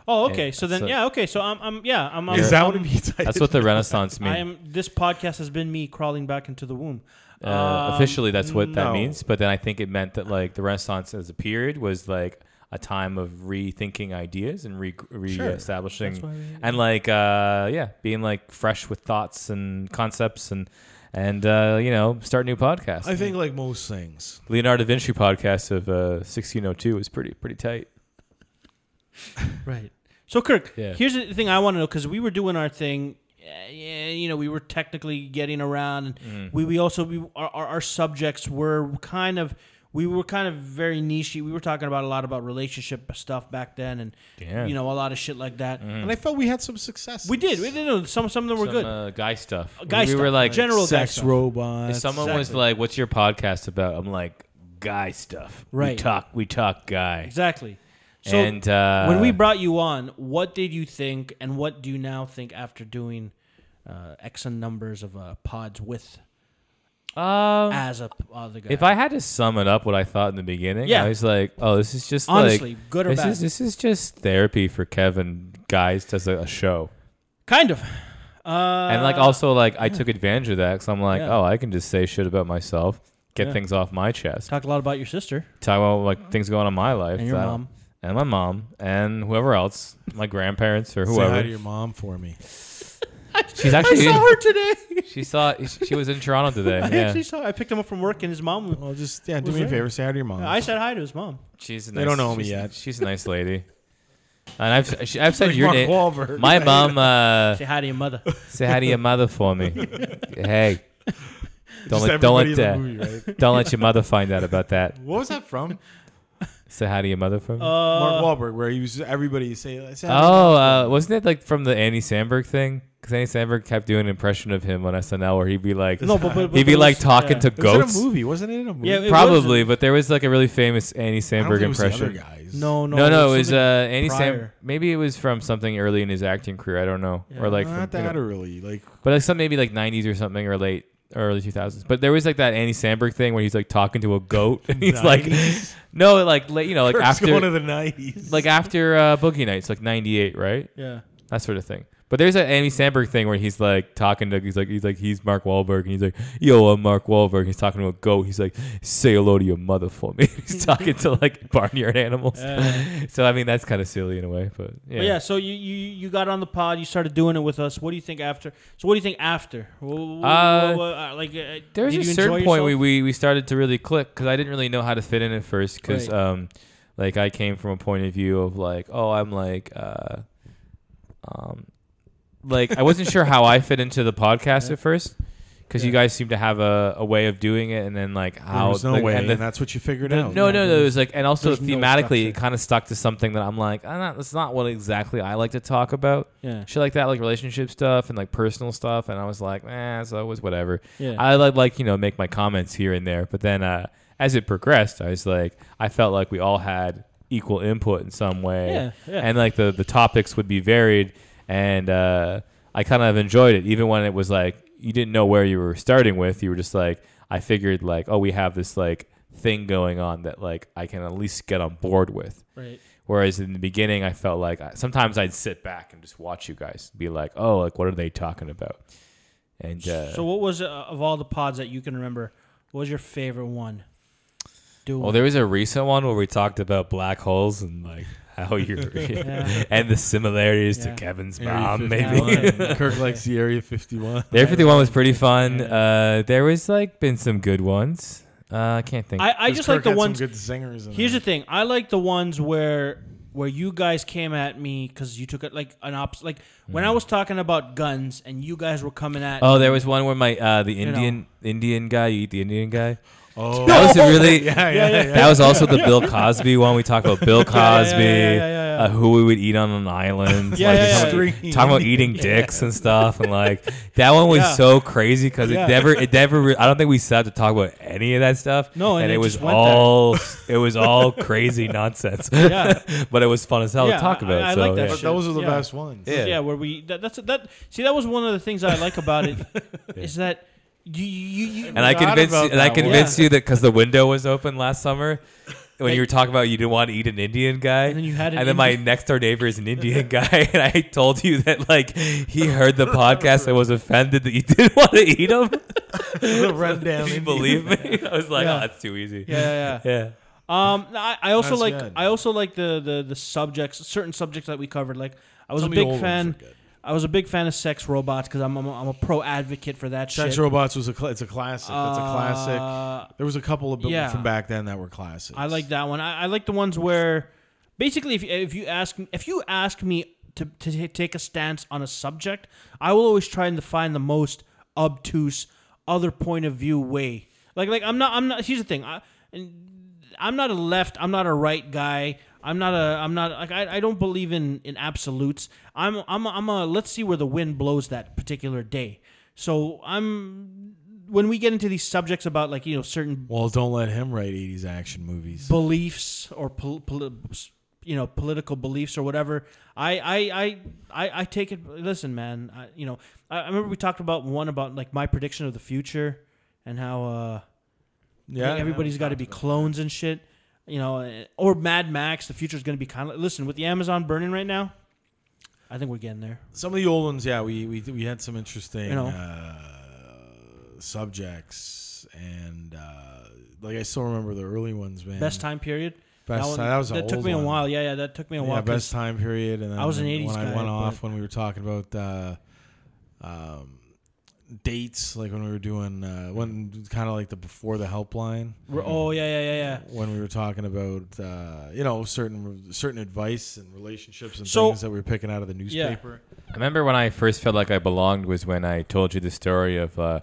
Speaker 2: Oh, okay.
Speaker 3: Yeah,
Speaker 2: so then,
Speaker 3: so-
Speaker 2: yeah. Okay. So I'm. I'm. Yeah. I'm. I'm
Speaker 4: is that
Speaker 2: I'm,
Speaker 4: what it means I
Speaker 3: That's what the Renaissance
Speaker 2: I
Speaker 3: means.
Speaker 2: am. This podcast has been me crawling back into the womb.
Speaker 3: Uh,
Speaker 2: Um,
Speaker 3: officially, that's what that
Speaker 4: no.
Speaker 3: means. But then I think it meant that like the Renaissance as a period was like a time of rethinking ideas and re- reestablishing and like uh, yeah, being like fresh with thoughts and concepts and and uh, you know start new podcasts.
Speaker 4: I think like most things.
Speaker 3: Leonardo da Vinci podcast of uh, 1602 is pretty pretty tight.
Speaker 2: Right. So Kirk,
Speaker 3: Yeah.
Speaker 2: here's the thing I want to know because we were doing our thing. uh, Yeah, you know, we were technically getting around, and we, we also we our, our, our subjects were kind of we were kind of very nichey. We were talking about a lot about relationship stuff back then, and
Speaker 3: Yeah. Mm-hmm.
Speaker 2: you know, a lot of shit like that.
Speaker 3: Hmm.
Speaker 4: And I felt we had some success.
Speaker 2: We did, we did. know Some some of them were
Speaker 3: Some,
Speaker 2: good.
Speaker 3: uh, guy stuff.
Speaker 2: Guy
Speaker 3: we
Speaker 2: stuff,
Speaker 3: were like
Speaker 2: general guy
Speaker 4: sex
Speaker 2: stuff.
Speaker 4: robots.
Speaker 3: If someone was
Speaker 2: Exactly.
Speaker 3: like, "What's your podcast about?" I'm like, "Guy stuff." We
Speaker 2: Right.
Speaker 3: talk. We talk guy.
Speaker 2: Exactly. So
Speaker 3: and uh,
Speaker 2: when we brought you on, what did you think, and what do you now think after doing uh, X and numbers of uh, pods with
Speaker 3: um,
Speaker 2: as a other guy?
Speaker 3: if I had to sum it up, what I thought in the beginning,
Speaker 2: Yeah.
Speaker 3: I was like, "Oh, this is just
Speaker 2: Honestly,
Speaker 3: like,
Speaker 2: good or
Speaker 3: this
Speaker 2: bad?
Speaker 3: is this is just therapy for Kevin guys does a, a show."
Speaker 2: kind of, uh,
Speaker 3: and like also like I took advantage of that because I'm like,
Speaker 2: Yeah.
Speaker 3: "Oh, I can just say shit about myself." Get
Speaker 2: Yeah.
Speaker 3: things off my chest.
Speaker 2: talked a lot about your sister.
Speaker 3: Talk about like things going on in my life,
Speaker 2: And your
Speaker 3: that-
Speaker 2: mom.
Speaker 3: and my mom, and whoever else, my grandparents or
Speaker 4: Say hi
Speaker 3: whoever.
Speaker 4: to your mom for me.
Speaker 3: She's *laughs* actually in-
Speaker 2: today.
Speaker 3: She saw. She was in Toronto today.
Speaker 2: I
Speaker 3: Yeah,
Speaker 2: actually saw. I picked him up from work, and his mom.
Speaker 4: Well, just yeah, do
Speaker 2: Was
Speaker 4: me a
Speaker 2: there?
Speaker 4: favor. Say hi to your mom.
Speaker 2: I said hi to his
Speaker 3: *laughs*
Speaker 2: mom.
Speaker 3: she's. A
Speaker 4: They
Speaker 3: nice,
Speaker 4: don't know me
Speaker 3: she's-
Speaker 4: yet.
Speaker 3: She's a nice lady. And I've she, I've said
Speaker 4: Like
Speaker 3: your
Speaker 4: Mark
Speaker 3: name.
Speaker 4: Wahlberg.
Speaker 3: My mom uh,
Speaker 2: Say hi to your mother.
Speaker 3: say hi to your mother for
Speaker 4: *laughs*
Speaker 3: me. Hey, don't
Speaker 4: Just
Speaker 3: let don't
Speaker 4: everybody
Speaker 3: let
Speaker 4: in the
Speaker 3: that,
Speaker 4: movie, right?
Speaker 3: don't let your mother find out about that.
Speaker 4: What was that from?
Speaker 3: Say hi to your mother
Speaker 4: Oh,
Speaker 3: for me.
Speaker 2: Uh,
Speaker 4: Mark Wahlberg, where he was everybody say, say hi to your
Speaker 3: oh,
Speaker 4: mom.
Speaker 3: uh, wasn't it like from the Andy Samberg thing? Because Andy Samberg kept doing an impression of him on SNL where he'd be like,
Speaker 2: No, but, but, but
Speaker 3: he'd be
Speaker 2: there
Speaker 3: like
Speaker 2: was-
Speaker 3: talking
Speaker 2: yeah.
Speaker 3: to
Speaker 4: It was in
Speaker 3: goats.
Speaker 4: a movie, wasn't it? In a movie.
Speaker 2: Yeah, it-
Speaker 3: Probably, but there was like a really famous Andy
Speaker 4: I don't think
Speaker 3: Samberg
Speaker 4: it was the other
Speaker 3: impression.
Speaker 4: guys.
Speaker 2: No, no,
Speaker 3: No, no, it was
Speaker 2: something-
Speaker 3: uh, Andy Sam.
Speaker 2: prior.
Speaker 3: Maybe it was from something early in his acting career. I don't know, or like,
Speaker 4: not
Speaker 3: from, you
Speaker 4: that
Speaker 3: know-
Speaker 4: early. Like
Speaker 3: but like some maybe like '90s or something, or late early 2000s. But there was like that Andy Samberg thing where he's like talking to a goat, and he's like, no, like late, you know, like
Speaker 4: Kirk's going to
Speaker 3: after,
Speaker 4: the nineties.
Speaker 3: like after uh, Boogie Nights, like '98, right?
Speaker 2: *laughs* yeah.
Speaker 3: That sort of thing. But there's that Andy Samberg thing where he's like talking to, he's like, he's like, he's Mark Wahlberg, and he's like, yo, I'm Mark Wahlberg. He's talking to a goat. He's like, say hello to your mother for me. *laughs* he's talking to like barnyard
Speaker 5: *laughs*
Speaker 3: animals.
Speaker 2: uh,
Speaker 3: *laughs* so I mean, that's kind of silly in a way, but yeah.
Speaker 2: But yeah, so you, you you got on the pod, you started doing it with us. What do you think after? So what do you think after? Wh- wh-
Speaker 3: Uh,
Speaker 2: wh- wh- like uh,
Speaker 3: there was
Speaker 2: did you
Speaker 3: a certain
Speaker 2: enjoy
Speaker 3: point we,
Speaker 2: yourself?
Speaker 3: we we started to really click because I didn't really know how to fit in at first because
Speaker 2: Right.
Speaker 3: um like I came from a point of view of like oh I'm like uh
Speaker 2: *laughs*
Speaker 3: um like I wasn't sure how I fit into the podcast at first because you guys seem to have a, a way of doing it, and then like
Speaker 4: There
Speaker 3: how
Speaker 4: was no
Speaker 3: like,
Speaker 4: way,
Speaker 3: and
Speaker 4: and,
Speaker 3: the-
Speaker 4: that's what you figured
Speaker 2: The-
Speaker 4: out.
Speaker 3: no, no, no. It was like, and also
Speaker 2: there's no
Speaker 3: thematically,
Speaker 2: structure.
Speaker 3: it kind of stuck to something that I'm like, I'm not, that's not what exactly I like to talk about.
Speaker 2: Yeah.
Speaker 3: Shit like that, like relationship stuff and like personal stuff. And I was like, eh, so it was whatever.
Speaker 2: Yeah.
Speaker 3: *laughs* I like, like, you know, make my comments here and there. But then uh, as it progressed, I was like, I felt like we all had equal input in some way.
Speaker 2: Yeah, yeah.
Speaker 3: And like the, the topics would be varied. And uh, I kind of enjoyed it, even when it was like, you didn't know where you were starting with. You were just like, I figured like, oh, we have this like thing going on that like I can at least get on board with.
Speaker 2: Right.
Speaker 3: Whereas in the beginning, I felt like I, sometimes I'd sit back and just watch you guys, be like, "Oh, like what are they talking about?" And uh,
Speaker 2: So what was uh, of all the pods that you can remember? What was your favorite one? Do
Speaker 3: well, there was a recent one where we talked about black holes and like how you're
Speaker 2: Yeah.
Speaker 3: *laughs* and the similarities
Speaker 2: Yeah.
Speaker 3: to Kevin's
Speaker 4: Area
Speaker 3: mom.
Speaker 4: 51.
Speaker 3: Ah, Maybe *laughs*
Speaker 2: Yeah.
Speaker 4: *laughs* Kirk likes the Area 51.
Speaker 3: Air 51 was pretty fun. Uh, there was like been some good ones. Uh, I can't think.
Speaker 2: I, I
Speaker 4: 'Cause
Speaker 2: just like
Speaker 4: Kirk
Speaker 2: the
Speaker 4: had some
Speaker 2: ones.
Speaker 4: good zingers. In
Speaker 2: Here's the
Speaker 4: there.
Speaker 2: thing. I like the ones where where you guys came at me because you took it like an ops. Like when I was talking about guns and you guys were coming at.
Speaker 3: Mm. oh, there was one where my uh, the
Speaker 2: know.
Speaker 3: Indian Indian guy, you eat the Indian guy.
Speaker 4: Oh,
Speaker 3: That was a
Speaker 2: *laughs*
Speaker 3: really
Speaker 4: yeah, yeah, yeah.
Speaker 3: That was also the Bill Cosby one. We talk about Bill
Speaker 2: yeah,
Speaker 3: Cosby,
Speaker 2: yeah, yeah, yeah, yeah.
Speaker 3: Uh, who we would eat on an
Speaker 2: *laughs*
Speaker 3: island.
Speaker 2: Yeah,
Speaker 3: like,
Speaker 2: yeah,
Speaker 3: talking,
Speaker 4: yeah.
Speaker 3: about- talking
Speaker 2: *laughs*
Speaker 3: about eating dicks and stuff, and like that one was
Speaker 2: Yeah.
Speaker 3: so crazy because
Speaker 2: Yeah.
Speaker 3: it never, it never. Re- I don't think we sat to talk about any of that stuff.
Speaker 2: No, and
Speaker 3: it,
Speaker 2: it
Speaker 3: was
Speaker 2: just went there. *laughs*
Speaker 3: all, it was all crazy nonsense. *laughs*
Speaker 2: Yeah.
Speaker 3: but it was fun as hell
Speaker 2: Yeah,
Speaker 3: to talk
Speaker 2: I-
Speaker 3: about.
Speaker 2: I
Speaker 3: so,
Speaker 2: like that
Speaker 3: yeah.
Speaker 4: But those are the
Speaker 2: Yeah.
Speaker 4: best *laughs* ones.
Speaker 2: yeah. where we that, that's that. See, that was one of the things I like about
Speaker 3: *laughs*
Speaker 2: it is that you you, you
Speaker 3: And I
Speaker 4: Forgot
Speaker 3: convinced
Speaker 4: about
Speaker 3: you, and I
Speaker 4: that one.
Speaker 3: convinced
Speaker 2: Yeah.
Speaker 3: you that because the window was open last summer, when
Speaker 2: Like-
Speaker 3: you were talking about you didn't want to eat an Indian guy,
Speaker 2: And then you had an
Speaker 3: and then my
Speaker 2: Indian-
Speaker 3: next door neighbor is an
Speaker 2: *laughs*
Speaker 3: Indian guy, and I told you that like he heard the podcast and was offended that you *laughs* didn't want to eat
Speaker 2: *laughs*
Speaker 3: him.
Speaker 4: the
Speaker 3: Did
Speaker 4: rundown.
Speaker 3: you
Speaker 4: Indian-
Speaker 3: believe me? I was like,
Speaker 2: Yeah.
Speaker 3: oh, that's too easy.
Speaker 2: yeah, yeah, yeah.
Speaker 3: yeah.
Speaker 2: Um, I, I also
Speaker 4: That's
Speaker 2: like
Speaker 4: good.
Speaker 2: I also like the, the the subjects, certain subjects that we covered. Like I was a
Speaker 4: Some of the
Speaker 2: big
Speaker 4: old ones
Speaker 2: fan.
Speaker 4: are good.
Speaker 2: I was a big fan of sex robots because I'm, I'm a, I'm a pro advocate for that
Speaker 4: Sex
Speaker 2: shit.
Speaker 4: Robots was a cl- it's a classic. That's a classic.
Speaker 2: Uh,
Speaker 4: There was a couple of
Speaker 2: yeah.
Speaker 4: yeah. from back then that were classics.
Speaker 2: I like that one. I, I like the ones where, basically, if you- if you ask if you ask me to to ta- take a stance on a subject, I will always try and find the most obtuse other point of view way. Like like I'm not I'm not. Here's the thing. I and I'm not a left. I'm not a right guy. I'm not a. I'm not like I. I don't believe in in absolutes. I'm. I'm. A, I'm a. Let's see where the wind blows that particular day. So I'm. When we get into these subjects about like you know certain
Speaker 4: Well, don't let him write 80s action movies.
Speaker 2: beliefs or pol- poli- you know political beliefs or whatever i i i i, I take it listen man I, you know I, I remember we talked about one about like my prediction of the future and how uh
Speaker 4: yeah,
Speaker 2: everybody's got to be clones and shit you know eh, or mad max the future's going to be kind of listen with the amazon burning right now i think we're getting there
Speaker 4: Some of the old ones, yeah, we we, we had some interesting
Speaker 2: You know.
Speaker 4: uh, subjects, and uh, like I still remember the early ones, man.
Speaker 2: best time period
Speaker 4: Best
Speaker 2: that, one-
Speaker 4: time- that was an
Speaker 2: that took
Speaker 4: old
Speaker 2: me a
Speaker 4: one.
Speaker 2: while yeah yeah that took me a
Speaker 4: yeah,
Speaker 2: while 'cause-
Speaker 4: best time period, and then
Speaker 2: I was an
Speaker 4: when
Speaker 2: 80s
Speaker 4: I
Speaker 2: guy,
Speaker 4: went off
Speaker 2: but-
Speaker 4: when we were talking about uh, um, dates, like when we were doing uh, when kind of like the before the helpline.
Speaker 2: we're- oh yeah yeah yeah yeah
Speaker 4: when we were talking about uh, you know certain certain advice and relationships and
Speaker 2: So-
Speaker 4: things that we were picking out of the newspaper.
Speaker 3: I remember when I first felt like I belonged was when I told you the story of uh,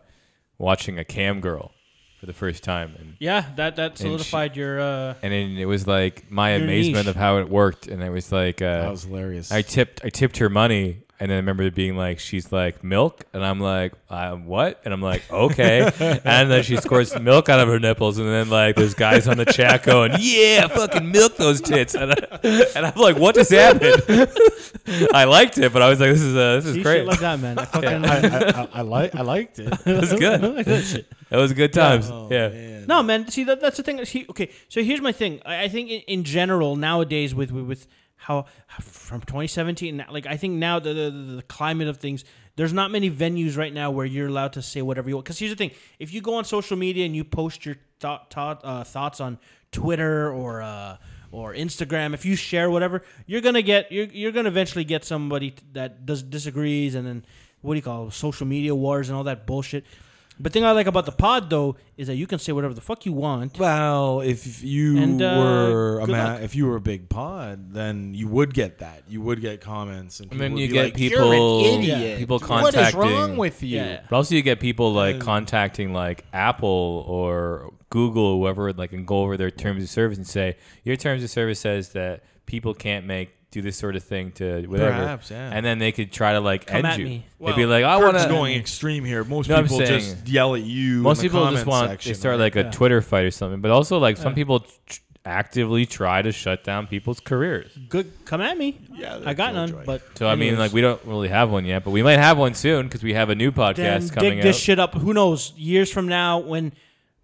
Speaker 3: watching a cam girl for the first time, and
Speaker 2: yeah that that solidified your uh
Speaker 3: and then it was like my
Speaker 2: Your
Speaker 3: amazement
Speaker 2: niche.
Speaker 3: of how it worked, and it was like uh,
Speaker 4: That was hilarious.
Speaker 3: I tipped I tipped her money and then I remember it being like she's like milk and I'm like um, what and I'm like
Speaker 4: *laughs*
Speaker 3: okay and then she squirts milk out of her nipples and then like there's guys on the chat going yeah fucking milk those tits and, I, and I'm like what just happened *laughs* I liked it but I was like this is uh, this is
Speaker 2: see
Speaker 3: great
Speaker 2: shit like that man
Speaker 4: *laughs*
Speaker 2: I fucking
Speaker 4: I, I, I, I like I liked it.
Speaker 3: *laughs* it was
Speaker 4: *laughs*
Speaker 3: good it was good times
Speaker 4: Oh,
Speaker 3: yeah
Speaker 4: man.
Speaker 2: No, man. See, that, that's the thing. See, okay, so here's my thing. I, I think in, in general nowadays with with, with how from 2017, now- like I think now the, the the climate of things, there's not many venues right now where you're allowed to say whatever you want. Because here's the thing: if you go on social media and you post your thought, thought uh, thoughts on Twitter or uh, or Instagram, if you share whatever, you're gonna get you're you're gonna eventually get somebody that does disagrees, and then what do you call it, social media wars and all that bullshit. But thing I like about the pod though is that you can say whatever the fuck you want.
Speaker 4: Well, if you
Speaker 2: And, uh,
Speaker 4: were a
Speaker 2: good
Speaker 4: ma-
Speaker 2: luck.
Speaker 4: if you were a big pod, then you would get that. You would get comments, and,
Speaker 3: And then
Speaker 4: people would
Speaker 3: you
Speaker 4: be
Speaker 3: get
Speaker 4: like,
Speaker 3: people,
Speaker 4: "You're an idiot.
Speaker 3: people
Speaker 4: What
Speaker 3: contacting.
Speaker 4: is wrong with you?
Speaker 2: Yeah.
Speaker 3: But also, you get people like contacting like Apple or Google, or whoever, like, and go over their terms of service and say, "Your terms of service says that people can't make do this sort of thing to whatever."
Speaker 4: Perhaps, yeah.
Speaker 3: And then they could try to like
Speaker 2: Come
Speaker 3: end
Speaker 2: at
Speaker 3: you.
Speaker 2: me. Mm-hmm.
Speaker 3: They'd be like, "I
Speaker 4: Kurt's
Speaker 3: want to."
Speaker 4: going extreme here. Most
Speaker 3: No, I'm
Speaker 4: people
Speaker 3: saying-
Speaker 4: just yell at you.
Speaker 3: Most
Speaker 4: in the
Speaker 3: people just
Speaker 4: comment
Speaker 3: want
Speaker 4: section,
Speaker 3: they start
Speaker 4: right?
Speaker 3: like a
Speaker 2: Yeah.
Speaker 3: Twitter fight or something, but also like some people tr- actively try to shut down people's careers.
Speaker 2: Good, come at me.
Speaker 4: Yeah, they're
Speaker 2: I got none.
Speaker 4: killjoy.
Speaker 2: But
Speaker 3: So I mean,
Speaker 2: anyways.
Speaker 3: like we don't really have one yet, but we might have one soon because we have a new podcast
Speaker 2: then
Speaker 3: coming
Speaker 2: dig
Speaker 3: out.
Speaker 2: this shit up. Who knows? Years from now, when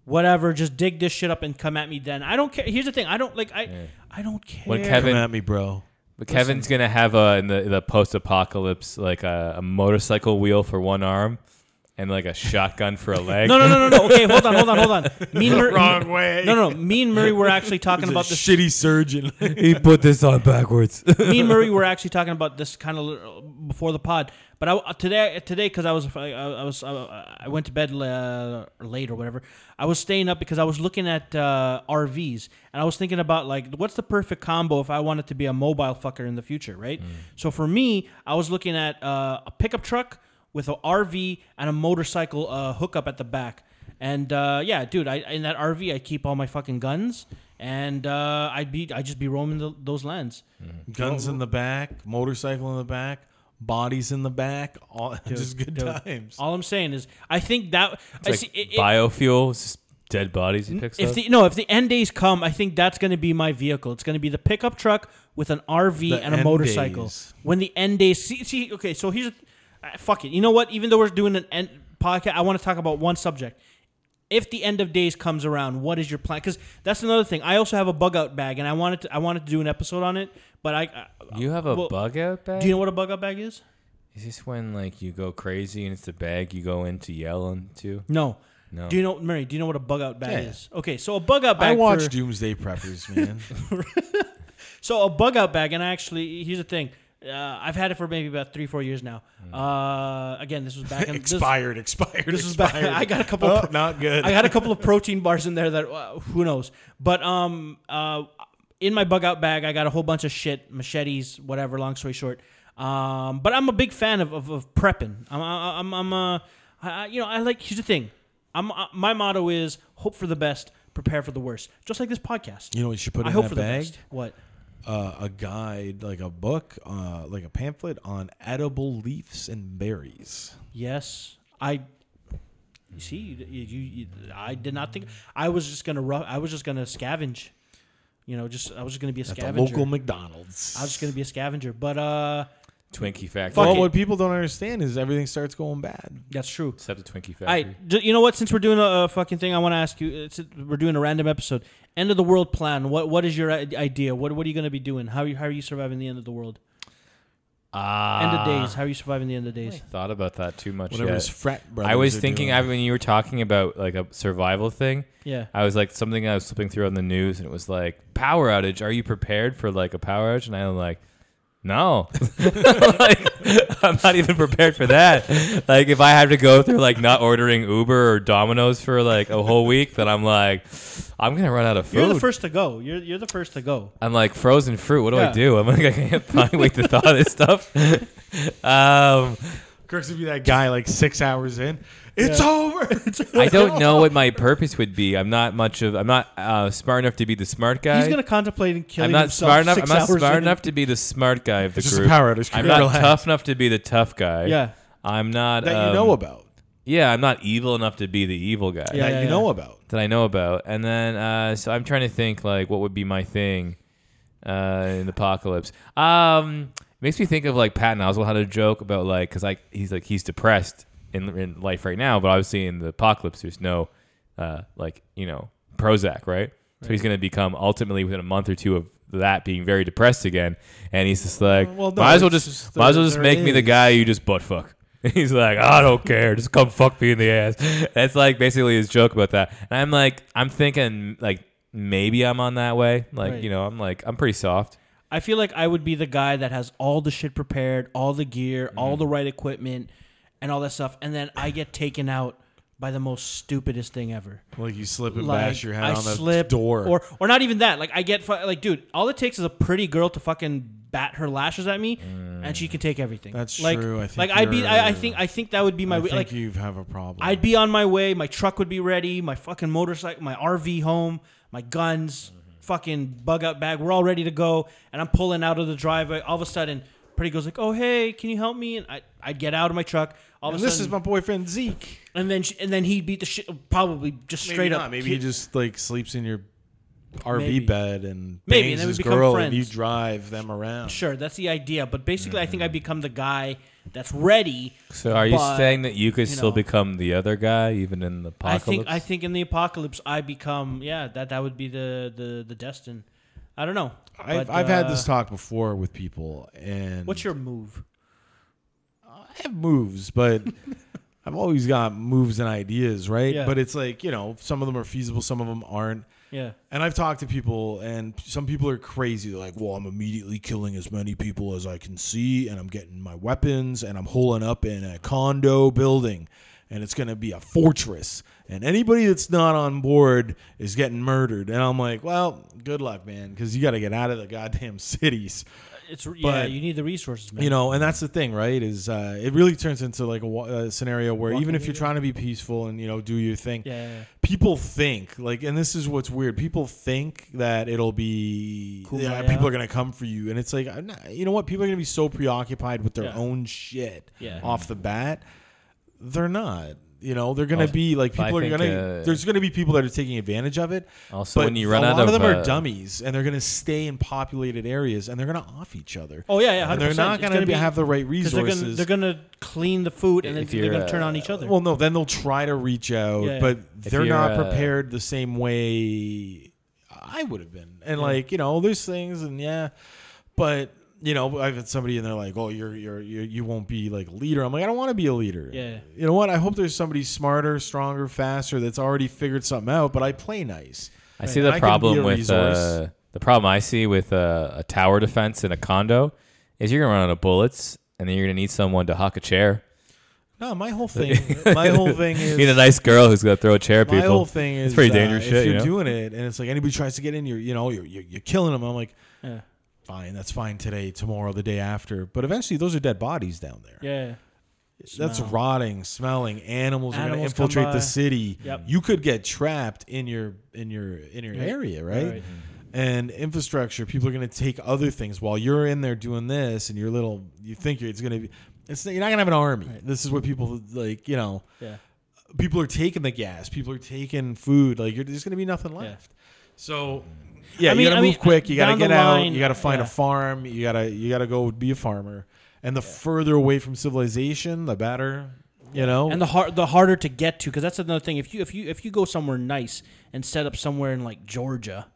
Speaker 2: whatever, just dig this shit up and come at me. Then I don't care. Here's the thing: I don't like I. I don't care.
Speaker 3: When
Speaker 4: Come
Speaker 3: Kevin-
Speaker 4: at me, bro.
Speaker 3: but Kevin's gonna have a in the, the post apocalypse like a, a motorcycle wheel for one arm and like a shotgun for a leg.
Speaker 2: *laughs* no, no, no, no, no. Okay, hold on, hold on, hold
Speaker 3: *laughs*
Speaker 2: on. Me and Murray.
Speaker 4: Wrong way.
Speaker 2: No, no. Me and Murray were actually talking
Speaker 4: He's a
Speaker 2: about this.
Speaker 3: *laughs*
Speaker 4: shitty surgeon. *laughs*
Speaker 3: he put this on backwards.
Speaker 2: me and Murray were actually talking about this kind of before the pod. But I, uh, today, today, because I was, uh, I, I was, I, I went to bed uh, late or whatever. I was staying up because I was looking at uh, RVs and I was thinking about like, what's the perfect combo if I wanted to be a mobile fucker in the future, right? So for me, I was looking at uh, a pickup truck with an RV and a motorcycle uh, hookup at the back. And uh, yeah, dude, I in that RV, I keep all my fucking guns, and uh, I'd be, I'd just be roaming the, those lands.
Speaker 4: Guns in the back, motorcycle in the back, bodies in the back. All *laughs* just good
Speaker 2: dude.
Speaker 4: times.
Speaker 2: All I'm saying is, I think that I
Speaker 3: like
Speaker 2: see, it, it-
Speaker 3: biofuel, it's just dead bodies he picks
Speaker 2: if
Speaker 3: up.
Speaker 2: the no, if the end days come, I think that's going to be my vehicle. It's going to be the pickup truck with an RV
Speaker 4: The
Speaker 2: and a
Speaker 4: end
Speaker 2: motorcycle.
Speaker 4: days.
Speaker 2: When the end days, see, see okay, so here's, uh, fuck it. You know what? Even though we're doing an end podcast, I want to talk about one subject. If the end of days comes around, what is your plan? Because that's another thing. I also have a bug out bag, and I wanted to, I wanted to do an episode on it, but I. I
Speaker 3: you have a
Speaker 2: well,
Speaker 3: bug out bag.
Speaker 2: do you know what a bug out bag is?
Speaker 3: Is this when like you go crazy and it's the bag you go into yelling to?
Speaker 2: No.
Speaker 3: No.
Speaker 2: Do you know, Mary? Do you know what a bug out bag
Speaker 4: Yeah.
Speaker 2: is? Okay, so a bug out bag.
Speaker 4: I watch
Speaker 2: for-
Speaker 4: Doomsday Preppers, man.
Speaker 2: So a bug out bag, and I actually here's the thing. Uh, I've had it for maybe about three, four years now. Uh, again, this was back
Speaker 4: *laughs*
Speaker 2: in this,
Speaker 4: Hmm. expired,
Speaker 2: *laughs*
Speaker 4: expired,
Speaker 2: this was back.
Speaker 4: expired.
Speaker 2: I got a couple.
Speaker 4: Oh,
Speaker 2: of pro-
Speaker 4: not good.
Speaker 2: I got a couple of protein bars in there that uh, who knows. But um, uh, in my bug out bag, I got a whole bunch of shit, machetes, whatever. Long story short, um, but I'm a big fan of of, of prepping. I'm I'm I'm uh, I, I- you know I like. Here's the thing. I'm uh, my motto is hope for the best, prepare for the worst. Just like this podcast.
Speaker 4: you know what you should put
Speaker 2: I
Speaker 4: in
Speaker 2: hope
Speaker 4: that
Speaker 2: for the
Speaker 4: bag?
Speaker 2: best. What?
Speaker 4: Uh, a guide, like a book, uh, like a pamphlet on edible leaves and berries.
Speaker 2: Yes, I. You see, you, you, you, I did not think I was just gonna. Rough, I was just gonna scavenge. You know, just I was just gonna be a
Speaker 4: At
Speaker 2: scavenger.
Speaker 4: the local McDonald's.
Speaker 2: I was just gonna be a scavenger, but uh,
Speaker 3: Twinkie factory.
Speaker 4: well,
Speaker 2: fuck it.
Speaker 4: what people don't understand is everything starts going bad.
Speaker 2: that's true.
Speaker 3: Except the Twinkie factory.
Speaker 2: All right, d- you know what? Since we're doing a, a fucking thing, I want to ask you. It's, we're doing a random episode. End of the world plan. What What is your i- idea? What What are you gonna be doing? How are you, How are you surviving the end of the world? End
Speaker 3: Ah.
Speaker 2: of days. How are you surviving the end of days?
Speaker 3: Thought about that too much
Speaker 4: Whatever
Speaker 3: yet.
Speaker 4: his frat brothers.
Speaker 3: I was
Speaker 4: are
Speaker 3: thinking
Speaker 4: doing.
Speaker 3: I, when you were talking about like a survival thing.
Speaker 2: Yeah.
Speaker 3: I was like something I was flipping through on the news, and it was like power outage. Are you prepared for like a power outage? And I'm like, no, *laughs* like I'm not even prepared for that. Like if I have to go through like not ordering Uber or Domino's for like a whole week, then I'm like, I'm gonna run out of food.
Speaker 2: You're the first to go. You're You're the first to go.
Speaker 3: I'm like frozen fruit. What do
Speaker 2: Yeah.
Speaker 3: I do? I'm like *laughs* I can't find wait to thaw this stuff. um,
Speaker 4: Crooks would be that guy like six hours in. It's over.
Speaker 3: I don't know what my purpose would be. I'm not much of. I'm not uh, smart enough to be the smart guy.
Speaker 2: He's gonna contemplate and killing
Speaker 3: I'm not
Speaker 2: himself
Speaker 3: smart enough. I'm
Speaker 2: six
Speaker 3: not
Speaker 2: hours
Speaker 3: smart
Speaker 2: in.
Speaker 3: enough to be the smart guy of the
Speaker 4: Just a
Speaker 3: group.
Speaker 4: power outage.
Speaker 3: I'm not
Speaker 4: Relax.
Speaker 3: tough enough to be the tough guy.
Speaker 2: Yeah.
Speaker 3: I'm not
Speaker 4: that
Speaker 3: um,
Speaker 4: you know about.
Speaker 3: Yeah, I'm not evil enough to be the evil guy
Speaker 2: Yeah,
Speaker 4: that
Speaker 2: yeah,
Speaker 4: you know about.
Speaker 3: that I know about. And then uh, so I'm trying to think like what would be my thing uh, in the apocalypse. Um, makes me think of like Patton Oswalt had a joke about like because like he's like he's depressed in, in life right now, but obviously in the apocalypse there's no uh, like you know Prozac, right? So he's gonna become ultimately within a month or two of that being very depressed again, and he's just like,
Speaker 4: Uh, Well, no,
Speaker 3: might as well
Speaker 4: it's
Speaker 3: just,
Speaker 4: just
Speaker 3: might as
Speaker 4: there-
Speaker 3: well just
Speaker 4: there
Speaker 3: make me the
Speaker 4: is.
Speaker 3: guy you just butt fuck. *laughs* He's like, I don't care. Just come fuck me in the ass. That's like basically his joke about that. And I'm like, I'm thinking like maybe I'm on that way. Like
Speaker 2: Right.
Speaker 3: you know, I'm like I'm pretty soft.
Speaker 2: I feel like I would be the guy that has all the shit
Speaker 4: Mm-hmm.
Speaker 2: prepared, all the gear, all the right equipment, and all that stuff, and then I get taken out by the most stupidest thing ever.
Speaker 4: Like you slip and
Speaker 2: Like
Speaker 4: bash your head
Speaker 2: I
Speaker 4: on the
Speaker 2: slip,
Speaker 4: door.
Speaker 2: or or not even that. Like I get fu- like, dude, all it takes is a pretty girl to fucking bat her lashes at me, and she can take everything.
Speaker 4: Mm. That's
Speaker 2: like,
Speaker 4: true. I think
Speaker 2: like I'd be, I, I
Speaker 4: you're-
Speaker 2: think, I think that would be my
Speaker 4: I
Speaker 2: wi-
Speaker 4: think
Speaker 2: like.
Speaker 4: you have a problem.
Speaker 2: I'd be on my way. My truck would be ready. My fucking motorcycle, my RV home, my guns, fucking bug out bag. We're all ready to go. And I'm pulling out of the driveway. All of a sudden, Pretty girl's like, "Oh hey, can you help me?" And I, I'd get out of my truck. All
Speaker 4: And
Speaker 2: of a
Speaker 4: this
Speaker 2: sudden,
Speaker 4: is my boyfriend Zeke.
Speaker 2: and then she, and then he beat the shit. Probably just straight
Speaker 4: not.
Speaker 2: up.
Speaker 4: Maybe
Speaker 2: ki-
Speaker 4: he just like sleeps in your RV
Speaker 2: Maybe.
Speaker 4: bed and
Speaker 2: Maybe,
Speaker 4: bangs
Speaker 2: and then we
Speaker 4: his
Speaker 2: become
Speaker 4: girl
Speaker 2: friends.
Speaker 4: and you drive them
Speaker 2: *laughs*
Speaker 4: around.
Speaker 2: Sure, that's the idea. But basically, I think I
Speaker 4: Mm-hmm.
Speaker 2: become the guy that's ready.
Speaker 3: So are you
Speaker 2: but,
Speaker 3: saying that you could
Speaker 2: you
Speaker 3: still
Speaker 2: know.
Speaker 3: become the other guy even in the
Speaker 2: I
Speaker 3: apocalypse?
Speaker 2: think I think in the apocalypse, I become yeah. That that would be the the the destin. I don't know.
Speaker 4: I've,
Speaker 2: But,
Speaker 4: I've had this
Speaker 2: uh,
Speaker 4: talk before with people, and
Speaker 2: What's your move?
Speaker 4: I have
Speaker 2: *laughs*
Speaker 4: moves, but I've always got moves and ideas, right?
Speaker 2: Yeah.
Speaker 4: But it's like you know, some of them are feasible, some of them aren't.
Speaker 2: Yeah.
Speaker 4: And I've talked to people, and some people are crazy. They're like, "Well, I'm immediately killing as many people as I can see, and I'm getting my weapons, and I'm holing up in a condo building, and it's gonna be a fortress, and anybody that's not on board is getting murdered." And I'm like, "Well, good luck, man, because you got to get out of the goddamn *laughs* cities."
Speaker 2: It's yeah.
Speaker 4: But-
Speaker 2: You need the resources, man.
Speaker 4: you know and that's the thing right is uh, it really turns into like a, wa- a scenario where even if you're trying to be peaceful and you know do your thing
Speaker 2: Yeah, yeah, yeah.
Speaker 4: people think like and this is what's weird people think that it'll be yeah,
Speaker 2: Kumbaya.
Speaker 4: people are gonna come for you and it's like I'm not- you know what people are gonna be so preoccupied with their
Speaker 2: Yeah.
Speaker 4: own shit
Speaker 2: Yeah.
Speaker 4: off the bat they're not you know they're gonna be like
Speaker 3: I
Speaker 4: people are
Speaker 3: think,
Speaker 4: gonna
Speaker 3: uh,
Speaker 4: there's gonna be people that are taking advantage of it
Speaker 3: Also,
Speaker 4: but
Speaker 3: when you run
Speaker 4: a
Speaker 3: out
Speaker 4: lot of,
Speaker 3: of,
Speaker 4: them are
Speaker 3: uh,
Speaker 4: dummies and they're gonna stay in populated areas and they're gonna off each other
Speaker 2: Oh yeah, yeah. 100%.
Speaker 4: and they're not
Speaker 2: It's
Speaker 4: going to
Speaker 2: be-
Speaker 4: have the right
Speaker 2: 'cause They're gonna,
Speaker 4: resources.
Speaker 2: they're gonna clean the food and then
Speaker 3: If
Speaker 2: they're
Speaker 3: you're,
Speaker 2: gonna turn on
Speaker 3: uh,
Speaker 2: each other.
Speaker 4: well, no, then they'll try to reach out,
Speaker 2: Yeah, yeah.
Speaker 4: but
Speaker 3: If
Speaker 4: they're
Speaker 3: you're,
Speaker 4: not
Speaker 3: uh,
Speaker 4: prepared the same way I would have been. And like you know, there's things, and yeah, but you know, I've had somebody and they're like, "Oh, you're you're, you're you won't be like a leader." I'm like, I don't want to be a leader.
Speaker 2: Yeah.
Speaker 4: You know what? I hope there's somebody smarter, stronger, faster that's already figured something out. But I play nice.
Speaker 3: I see
Speaker 4: Right.
Speaker 3: the
Speaker 4: I can be a
Speaker 3: problem with uh,
Speaker 4: resource.
Speaker 3: the problem I see with uh, a tower defense in a condo is you're gonna run out of bullets, and then you're gonna need someone to huck a chair.
Speaker 4: No, my
Speaker 3: *laughs*
Speaker 4: whole thing. my whole thing is
Speaker 3: You need a nice girl who's gonna throw a chair at
Speaker 4: My
Speaker 3: people.
Speaker 4: whole thing is
Speaker 3: it's pretty
Speaker 4: uh,
Speaker 3: dangerous
Speaker 4: if
Speaker 3: shit.
Speaker 4: You're
Speaker 3: you know?
Speaker 4: doing it, and it's like anybody tries to get in, you're you know you're you're, you're killing them. I'm like,
Speaker 2: Yeah.
Speaker 4: fine, that's fine today, tomorrow, the day after, but eventually those are dead bodies down there.
Speaker 2: yeah. yeah.
Speaker 4: that's
Speaker 2: Smell.
Speaker 4: rotting, smelling. Animals, are gonna
Speaker 2: Animals come
Speaker 4: infiltrate
Speaker 2: by.
Speaker 4: the city.
Speaker 2: Yep.
Speaker 4: You could get trapped in your in your in your
Speaker 2: Right.
Speaker 4: area, right?
Speaker 2: Right.
Speaker 4: And infrastructure, people are gonna take other things while you're in there doing this, and your little you think you're, it's gonna be. It's, you're not gonna have an army. This is what people like. You know,
Speaker 2: Yeah.
Speaker 4: people are taking the gas, people are taking food. Like you're, there's going to be nothing left. So yeah,
Speaker 2: I mean-
Speaker 4: you got
Speaker 2: I
Speaker 4: to move
Speaker 2: mean,
Speaker 4: quick. You got to
Speaker 2: down the
Speaker 4: get out.
Speaker 2: line,
Speaker 4: you got to find
Speaker 2: yeah.
Speaker 4: a farm. You gotta you gotta go be a farmer. And the further away from civilization, the better. You know.
Speaker 2: and the hard the harder to get to because that's another thing if you if you if you go somewhere nice and set up somewhere in like Georgia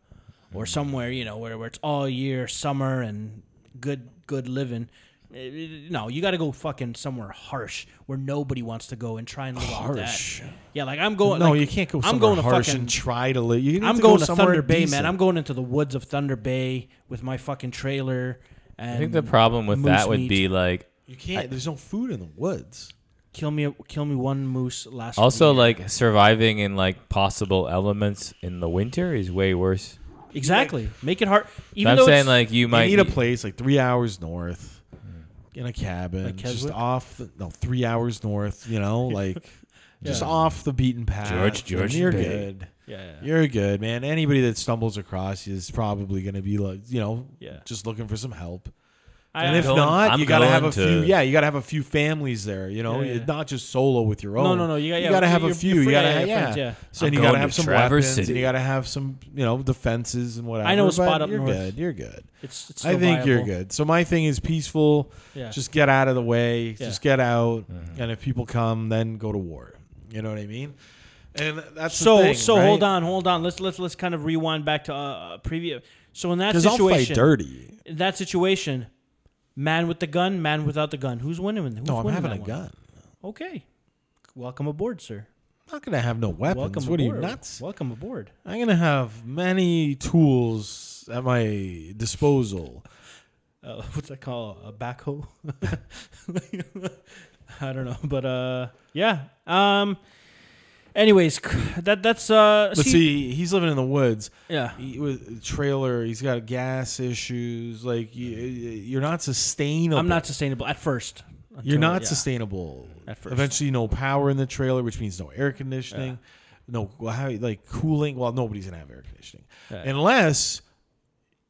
Speaker 2: or somewhere you know where, where it's all year summer and good good living eh, eh, no you got to go fucking somewhere harsh where nobody wants to go and try and live off
Speaker 4: Harsh?
Speaker 2: that yeah like I'm going
Speaker 4: no,
Speaker 2: like,
Speaker 4: you can't go. Somewhere
Speaker 2: I'm going to
Speaker 4: harsh
Speaker 2: fucking
Speaker 4: and try to live. You need
Speaker 2: I'm
Speaker 4: to
Speaker 2: going
Speaker 4: go
Speaker 2: to
Speaker 4: somewhere
Speaker 2: Thunder Bay
Speaker 4: decent.
Speaker 2: man I'm going into the woods of Thunder Bay with my fucking trailer and
Speaker 3: I think the problem with
Speaker 2: moose
Speaker 3: that would
Speaker 2: meat.
Speaker 3: be like
Speaker 4: You can't. there's no food in the woods.
Speaker 2: kill me kill me one moose last
Speaker 3: also
Speaker 2: year.
Speaker 3: like surviving in like possible elements in the winter is way worse.
Speaker 2: exactly make it hard even
Speaker 3: I'm
Speaker 2: though
Speaker 3: saying
Speaker 2: it's-
Speaker 3: like you might
Speaker 4: you need a place like three hours north. In a cabin,
Speaker 2: Like
Speaker 4: just
Speaker 2: Keswick?
Speaker 4: off the, no three hours north,
Speaker 2: *laughs*
Speaker 4: you know, like just
Speaker 2: Yeah.
Speaker 4: off the beaten path.
Speaker 3: George-
Speaker 4: and
Speaker 3: George
Speaker 4: you're
Speaker 3: Bay.
Speaker 4: good.
Speaker 2: yeah, yeah.
Speaker 4: You're good, man. Anybody that stumbles across you is probably going to be like, you know,
Speaker 2: Yeah.
Speaker 4: just looking for some help.
Speaker 2: I-
Speaker 4: and if
Speaker 3: going-
Speaker 4: not,
Speaker 3: I'm
Speaker 4: you got to have a
Speaker 3: going to-
Speaker 4: few. Yeah, you got to have a few families there. You know,
Speaker 2: Yeah, yeah.
Speaker 4: It's not just solo with your own.
Speaker 2: No, no, no. You got, yeah,
Speaker 4: got to have
Speaker 2: your-
Speaker 4: a
Speaker 2: your
Speaker 4: few.
Speaker 2: fri-
Speaker 4: you got to
Speaker 2: yeah,
Speaker 4: have
Speaker 2: your
Speaker 4: yeah.
Speaker 2: friends, yeah.
Speaker 4: So
Speaker 3: I'm
Speaker 4: then you got to
Speaker 3: going
Speaker 4: have
Speaker 3: to
Speaker 4: some
Speaker 3: Traverse
Speaker 4: weapons. And
Speaker 3: City.
Speaker 4: you got to have some, you know, defenses and whatever.
Speaker 2: I know a
Speaker 4: but
Speaker 2: spot up
Speaker 4: you're
Speaker 2: north.
Speaker 4: good. You're good.
Speaker 2: It's, it's
Speaker 4: I
Speaker 2: still
Speaker 4: think you're
Speaker 2: viable.
Speaker 4: good. So my thing is peaceful.
Speaker 2: Yeah.
Speaker 4: Just get out of the way.
Speaker 2: Yeah. Mm-hmm.
Speaker 4: Just get out. And if people come, then go to war. You know what I mean? And that's the
Speaker 2: so
Speaker 4: thing,
Speaker 2: so.
Speaker 4: right?
Speaker 2: Hold on, hold on. Let's let's let's kind of rewind back to uh, uh, previous. So in that
Speaker 4: Because I'll fight
Speaker 2: situation,
Speaker 4: dirty.
Speaker 2: in that situation, man with the gun, man without the gun. Who's winning? Who's
Speaker 4: No, I'm
Speaker 2: winning
Speaker 4: having
Speaker 2: that
Speaker 4: a
Speaker 2: one?
Speaker 4: gun.
Speaker 2: Okay, welcome aboard, sir.
Speaker 4: I'm not gonna have no weapons.
Speaker 2: Welcome
Speaker 4: what are you
Speaker 2: aboard.
Speaker 4: nuts?
Speaker 2: Welcome aboard.
Speaker 4: I'm gonna have many tools at my disposal.
Speaker 2: Uh, *laughs* what's that called? A backhoe? *laughs* I don't know, but uh, yeah. Um, Anyways, that that's uh.
Speaker 4: But see, he's living in the woods.
Speaker 2: yeah,
Speaker 4: He was a trailer. He's got gas issues. Like you, you're not sustainable.
Speaker 2: I'm not sustainable at first.
Speaker 4: You're
Speaker 2: Until-
Speaker 4: not
Speaker 2: yeah.
Speaker 4: sustainable.
Speaker 2: At first.
Speaker 4: Eventually, no power in the trailer, which means no air conditioning. No, well, how like cooling? Well, nobody's gonna have air conditioning
Speaker 2: Yeah.
Speaker 4: unless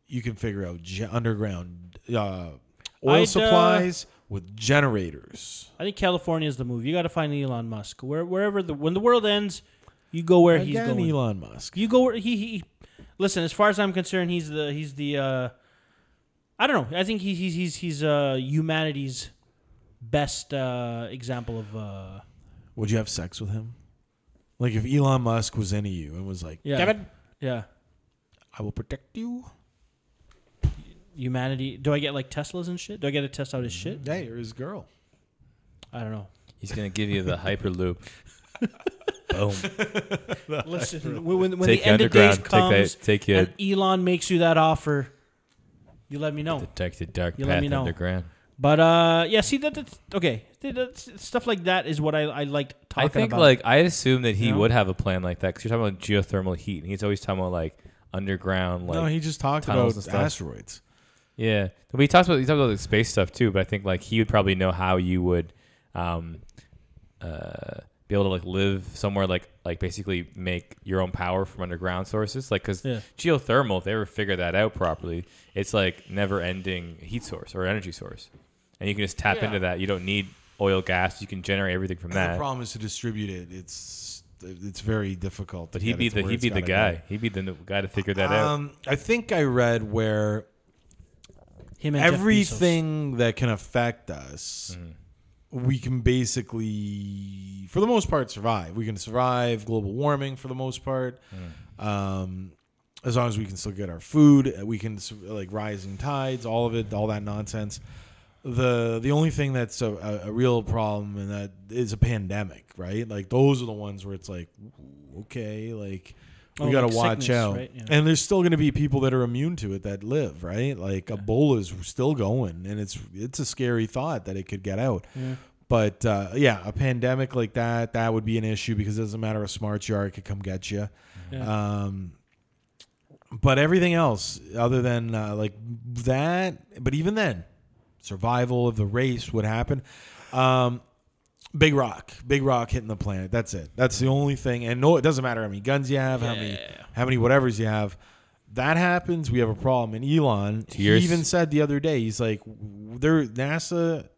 Speaker 4: you can figure out ge- underground uh, oil
Speaker 2: I'd, uh,
Speaker 4: supplies with generators.
Speaker 2: I think California is the move. You got to find Elon Musk. Where wherever the when the world ends, you go where he's
Speaker 4: Again,
Speaker 2: going.
Speaker 4: Elon Musk.
Speaker 2: You go where he, he listen. As far as I'm concerned, he's the he's the uh, I don't know. I think he, he's he's he's uh, humanity's best uh, example of uh,
Speaker 4: Would you have sex with him? Like if Elon Musk was into you and was like,
Speaker 2: Yeah.
Speaker 4: Kevin,
Speaker 2: yeah
Speaker 4: I will protect you.
Speaker 2: humanity. Do I get like Teslas and shit? Do I get to test out his shit?
Speaker 4: Yeah, you're his girl.
Speaker 2: I don't know.
Speaker 3: He's gonna give you the hyperloop. Boom.
Speaker 2: *laughs* Listen, when, when, when
Speaker 3: take
Speaker 2: the
Speaker 3: you
Speaker 2: end of days
Speaker 3: underground.
Speaker 2: comes
Speaker 3: take that. Take you
Speaker 2: and Elon makes you that offer, you let me know.
Speaker 3: take the dark
Speaker 2: You let
Speaker 3: path
Speaker 2: me know.
Speaker 3: underground.
Speaker 2: But uh, yeah, see that that's okay. Th- That's, stuff like that is what I I liked talking
Speaker 3: I think
Speaker 2: about.
Speaker 3: like I assume that he
Speaker 2: You know?
Speaker 3: would have a plan like that because you're talking about geothermal heat, and he's always talking about like underground, like
Speaker 4: no, he just talked
Speaker 3: tunnels
Speaker 4: about
Speaker 3: and stuff.
Speaker 4: asteroids.
Speaker 3: yeah. But he talks about he talks about the space stuff too. But I think like he would probably know how you would um, uh, be able to like live somewhere like like basically make your own power from underground sources, like because
Speaker 2: Yeah.
Speaker 3: geothermal, if they ever figure that out properly, it's like never ending heat source or energy source, and you can just tap
Speaker 2: Yeah.
Speaker 3: into that. You don't need oil, gas. You can generate everything from
Speaker 4: The
Speaker 3: that.
Speaker 4: problem is to distribute it. It's it's very difficult.
Speaker 3: But
Speaker 4: to
Speaker 3: he'd
Speaker 4: get
Speaker 3: be
Speaker 4: it to
Speaker 3: the
Speaker 4: where
Speaker 3: he'd
Speaker 4: it's
Speaker 3: be the
Speaker 4: gotta
Speaker 3: guy. He'd be the n- guy to figure
Speaker 4: go.
Speaker 3: that out.
Speaker 4: Um, I think I read where
Speaker 2: him and Jeff Bezos.
Speaker 4: everything that can affect us, we can basically, for the most part, survive. We can survive global warming for the most part. Um, as long as we can still get our food, uh, we can s- like rising tides, all of it, all that nonsense. The the only thing that's a, a, a real problem and that is a pandemic, right? Like those are the ones where it's like, ooh, okay, like we
Speaker 2: Oh,
Speaker 4: gotta
Speaker 2: like
Speaker 4: watch
Speaker 2: sickness,
Speaker 4: out.
Speaker 2: right? Yeah.
Speaker 4: And there's still gonna be people that are immune to it that live, right? Like Ebola's still going, and it's it's a scary thought that it could get out. But uh, yeah, a pandemic like that that would be an issue because it doesn't matter how smart you are, it could come get you. Um, but everything else other than uh, like that but even then survival of the race would happen um big rock big rock hitting the planet that's it that's the only thing and no it doesn't matter how many guns you have how many how many whatevers you have that happens we have a problem and elon he
Speaker 3: Years-
Speaker 4: even said the other day he's like there nasa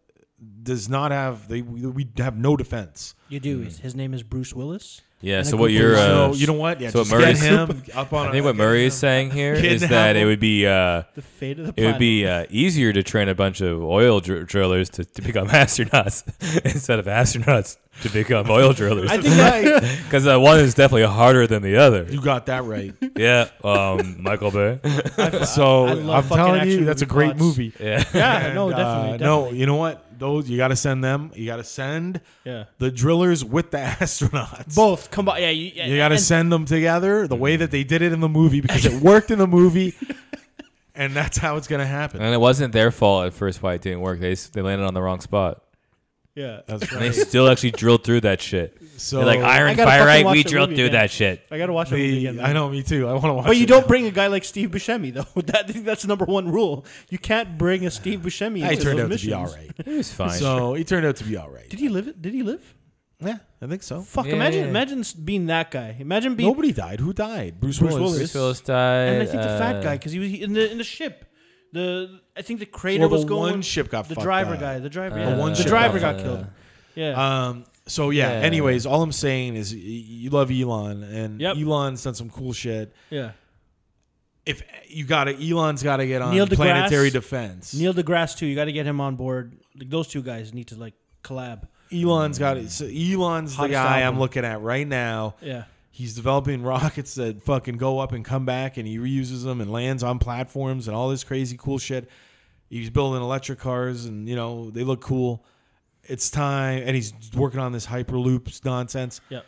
Speaker 4: does not have they we have no defense
Speaker 2: you do. His, his name is Bruce Willis.
Speaker 3: yeah.
Speaker 2: and
Speaker 3: So
Speaker 2: I
Speaker 3: what you're
Speaker 4: so
Speaker 3: uh,
Speaker 4: you know what yeah
Speaker 3: so
Speaker 4: just
Speaker 3: Murray's-
Speaker 4: get him up on uh,
Speaker 3: I think what Murray is saying here is
Speaker 4: *laughs* Kidnap
Speaker 3: that it
Speaker 4: him.
Speaker 3: would be uh,
Speaker 2: The fate of the
Speaker 3: it
Speaker 2: planet.
Speaker 3: would be uh, easier to train a bunch of oil dr- drillers to, to become *laughs* astronauts instead of astronauts to become oil drillers
Speaker 4: i
Speaker 3: *laughs*
Speaker 4: think *laughs* I,
Speaker 3: because uh, one is definitely harder than the other.
Speaker 4: You got that right.
Speaker 3: Yeah, um, Michael Bay.
Speaker 4: *laughs* so
Speaker 2: I love
Speaker 4: I'm
Speaker 2: fucking
Speaker 4: telling you,
Speaker 2: action
Speaker 4: that's a
Speaker 2: movie
Speaker 4: great
Speaker 2: plots.
Speaker 4: movie.
Speaker 3: Yeah,
Speaker 2: *laughs* Yeah, no,
Speaker 4: And,
Speaker 2: definitely,
Speaker 4: uh, No,
Speaker 2: definitely.
Speaker 4: you know what? Those you got to send them. You got to send
Speaker 2: yeah.
Speaker 4: the drillers with the *laughs* astronauts.
Speaker 2: Both come by. Yeah, you, yeah,
Speaker 4: You got to
Speaker 2: and-
Speaker 4: send them together the way that they did it in the movie
Speaker 2: *laughs*
Speaker 4: because it worked in the movie, and that's how it's gonna happen.
Speaker 2: Uh,
Speaker 3: and it wasn't their fault at first why it didn't work. They s- they landed on the wrong spot.
Speaker 2: Yeah,
Speaker 4: That's
Speaker 3: And they
Speaker 4: right.
Speaker 3: still actually drilled through that shit.
Speaker 4: So
Speaker 3: They're like
Speaker 2: I
Speaker 3: iron
Speaker 2: gotta fucking
Speaker 3: fire
Speaker 2: watch
Speaker 3: we
Speaker 2: the
Speaker 3: drilled
Speaker 2: movie
Speaker 3: through
Speaker 2: again.
Speaker 3: that shit.
Speaker 2: I gotta watch the, movie again.
Speaker 4: the,
Speaker 2: man.
Speaker 4: I know me too. I want to watch.
Speaker 2: But you
Speaker 4: it.
Speaker 2: don't bring a guy like Steve Buscemi though. *laughs* That that's the number one rule. You can't bring a Steve Buscemi.
Speaker 4: I
Speaker 2: into
Speaker 4: turned
Speaker 2: those
Speaker 4: out to
Speaker 2: missions.
Speaker 4: be all right.
Speaker 3: It was fine.
Speaker 4: So he turned out to be all right.
Speaker 2: Did he live it? Did he live?
Speaker 4: Yeah, I think so.
Speaker 2: Fuck!
Speaker 3: Yeah,
Speaker 2: imagine,
Speaker 3: yeah.
Speaker 2: imagine s- being that guy. Imagine being
Speaker 4: Nobody died. Who died? Bruce,
Speaker 2: Bruce
Speaker 4: Willis.
Speaker 2: Willis.
Speaker 3: Bruce Willis died.
Speaker 2: and I think the fat
Speaker 3: uh,
Speaker 2: guy because he was in the in the ship. The I think the crater
Speaker 4: Well, the
Speaker 2: was going.
Speaker 4: one ship got
Speaker 2: the
Speaker 4: fucked
Speaker 2: driver
Speaker 4: up.
Speaker 2: guy. The driver.
Speaker 3: Uh,
Speaker 2: yeah.
Speaker 4: The one
Speaker 2: the
Speaker 4: ship
Speaker 2: driver
Speaker 4: got
Speaker 2: got killed. Yeah.
Speaker 4: Um. So yeah.
Speaker 3: Yeah.
Speaker 4: Anyways, all I'm saying is y- you love Elon, and
Speaker 2: Yep.
Speaker 4: Elon's done some cool shit.
Speaker 2: yeah.
Speaker 4: If you got to, Elon's got to get on
Speaker 2: Neil deGrasse-
Speaker 4: planetary defense.
Speaker 2: Neil deGrasse too. You got to get him on board. Like, those two guys need to like collab.
Speaker 4: Elon's got it. So Elon's the
Speaker 2: Hottest
Speaker 4: guy
Speaker 2: album.
Speaker 4: I'm looking at right now.
Speaker 2: Yeah.
Speaker 4: He's developing *laughs* rockets that fucking go up and come back, and he reuses them and lands on platforms and all this crazy cool shit. He's building electric cars, and you know they look cool. It's time, and he's working on this hyperloops nonsense.
Speaker 2: Yep.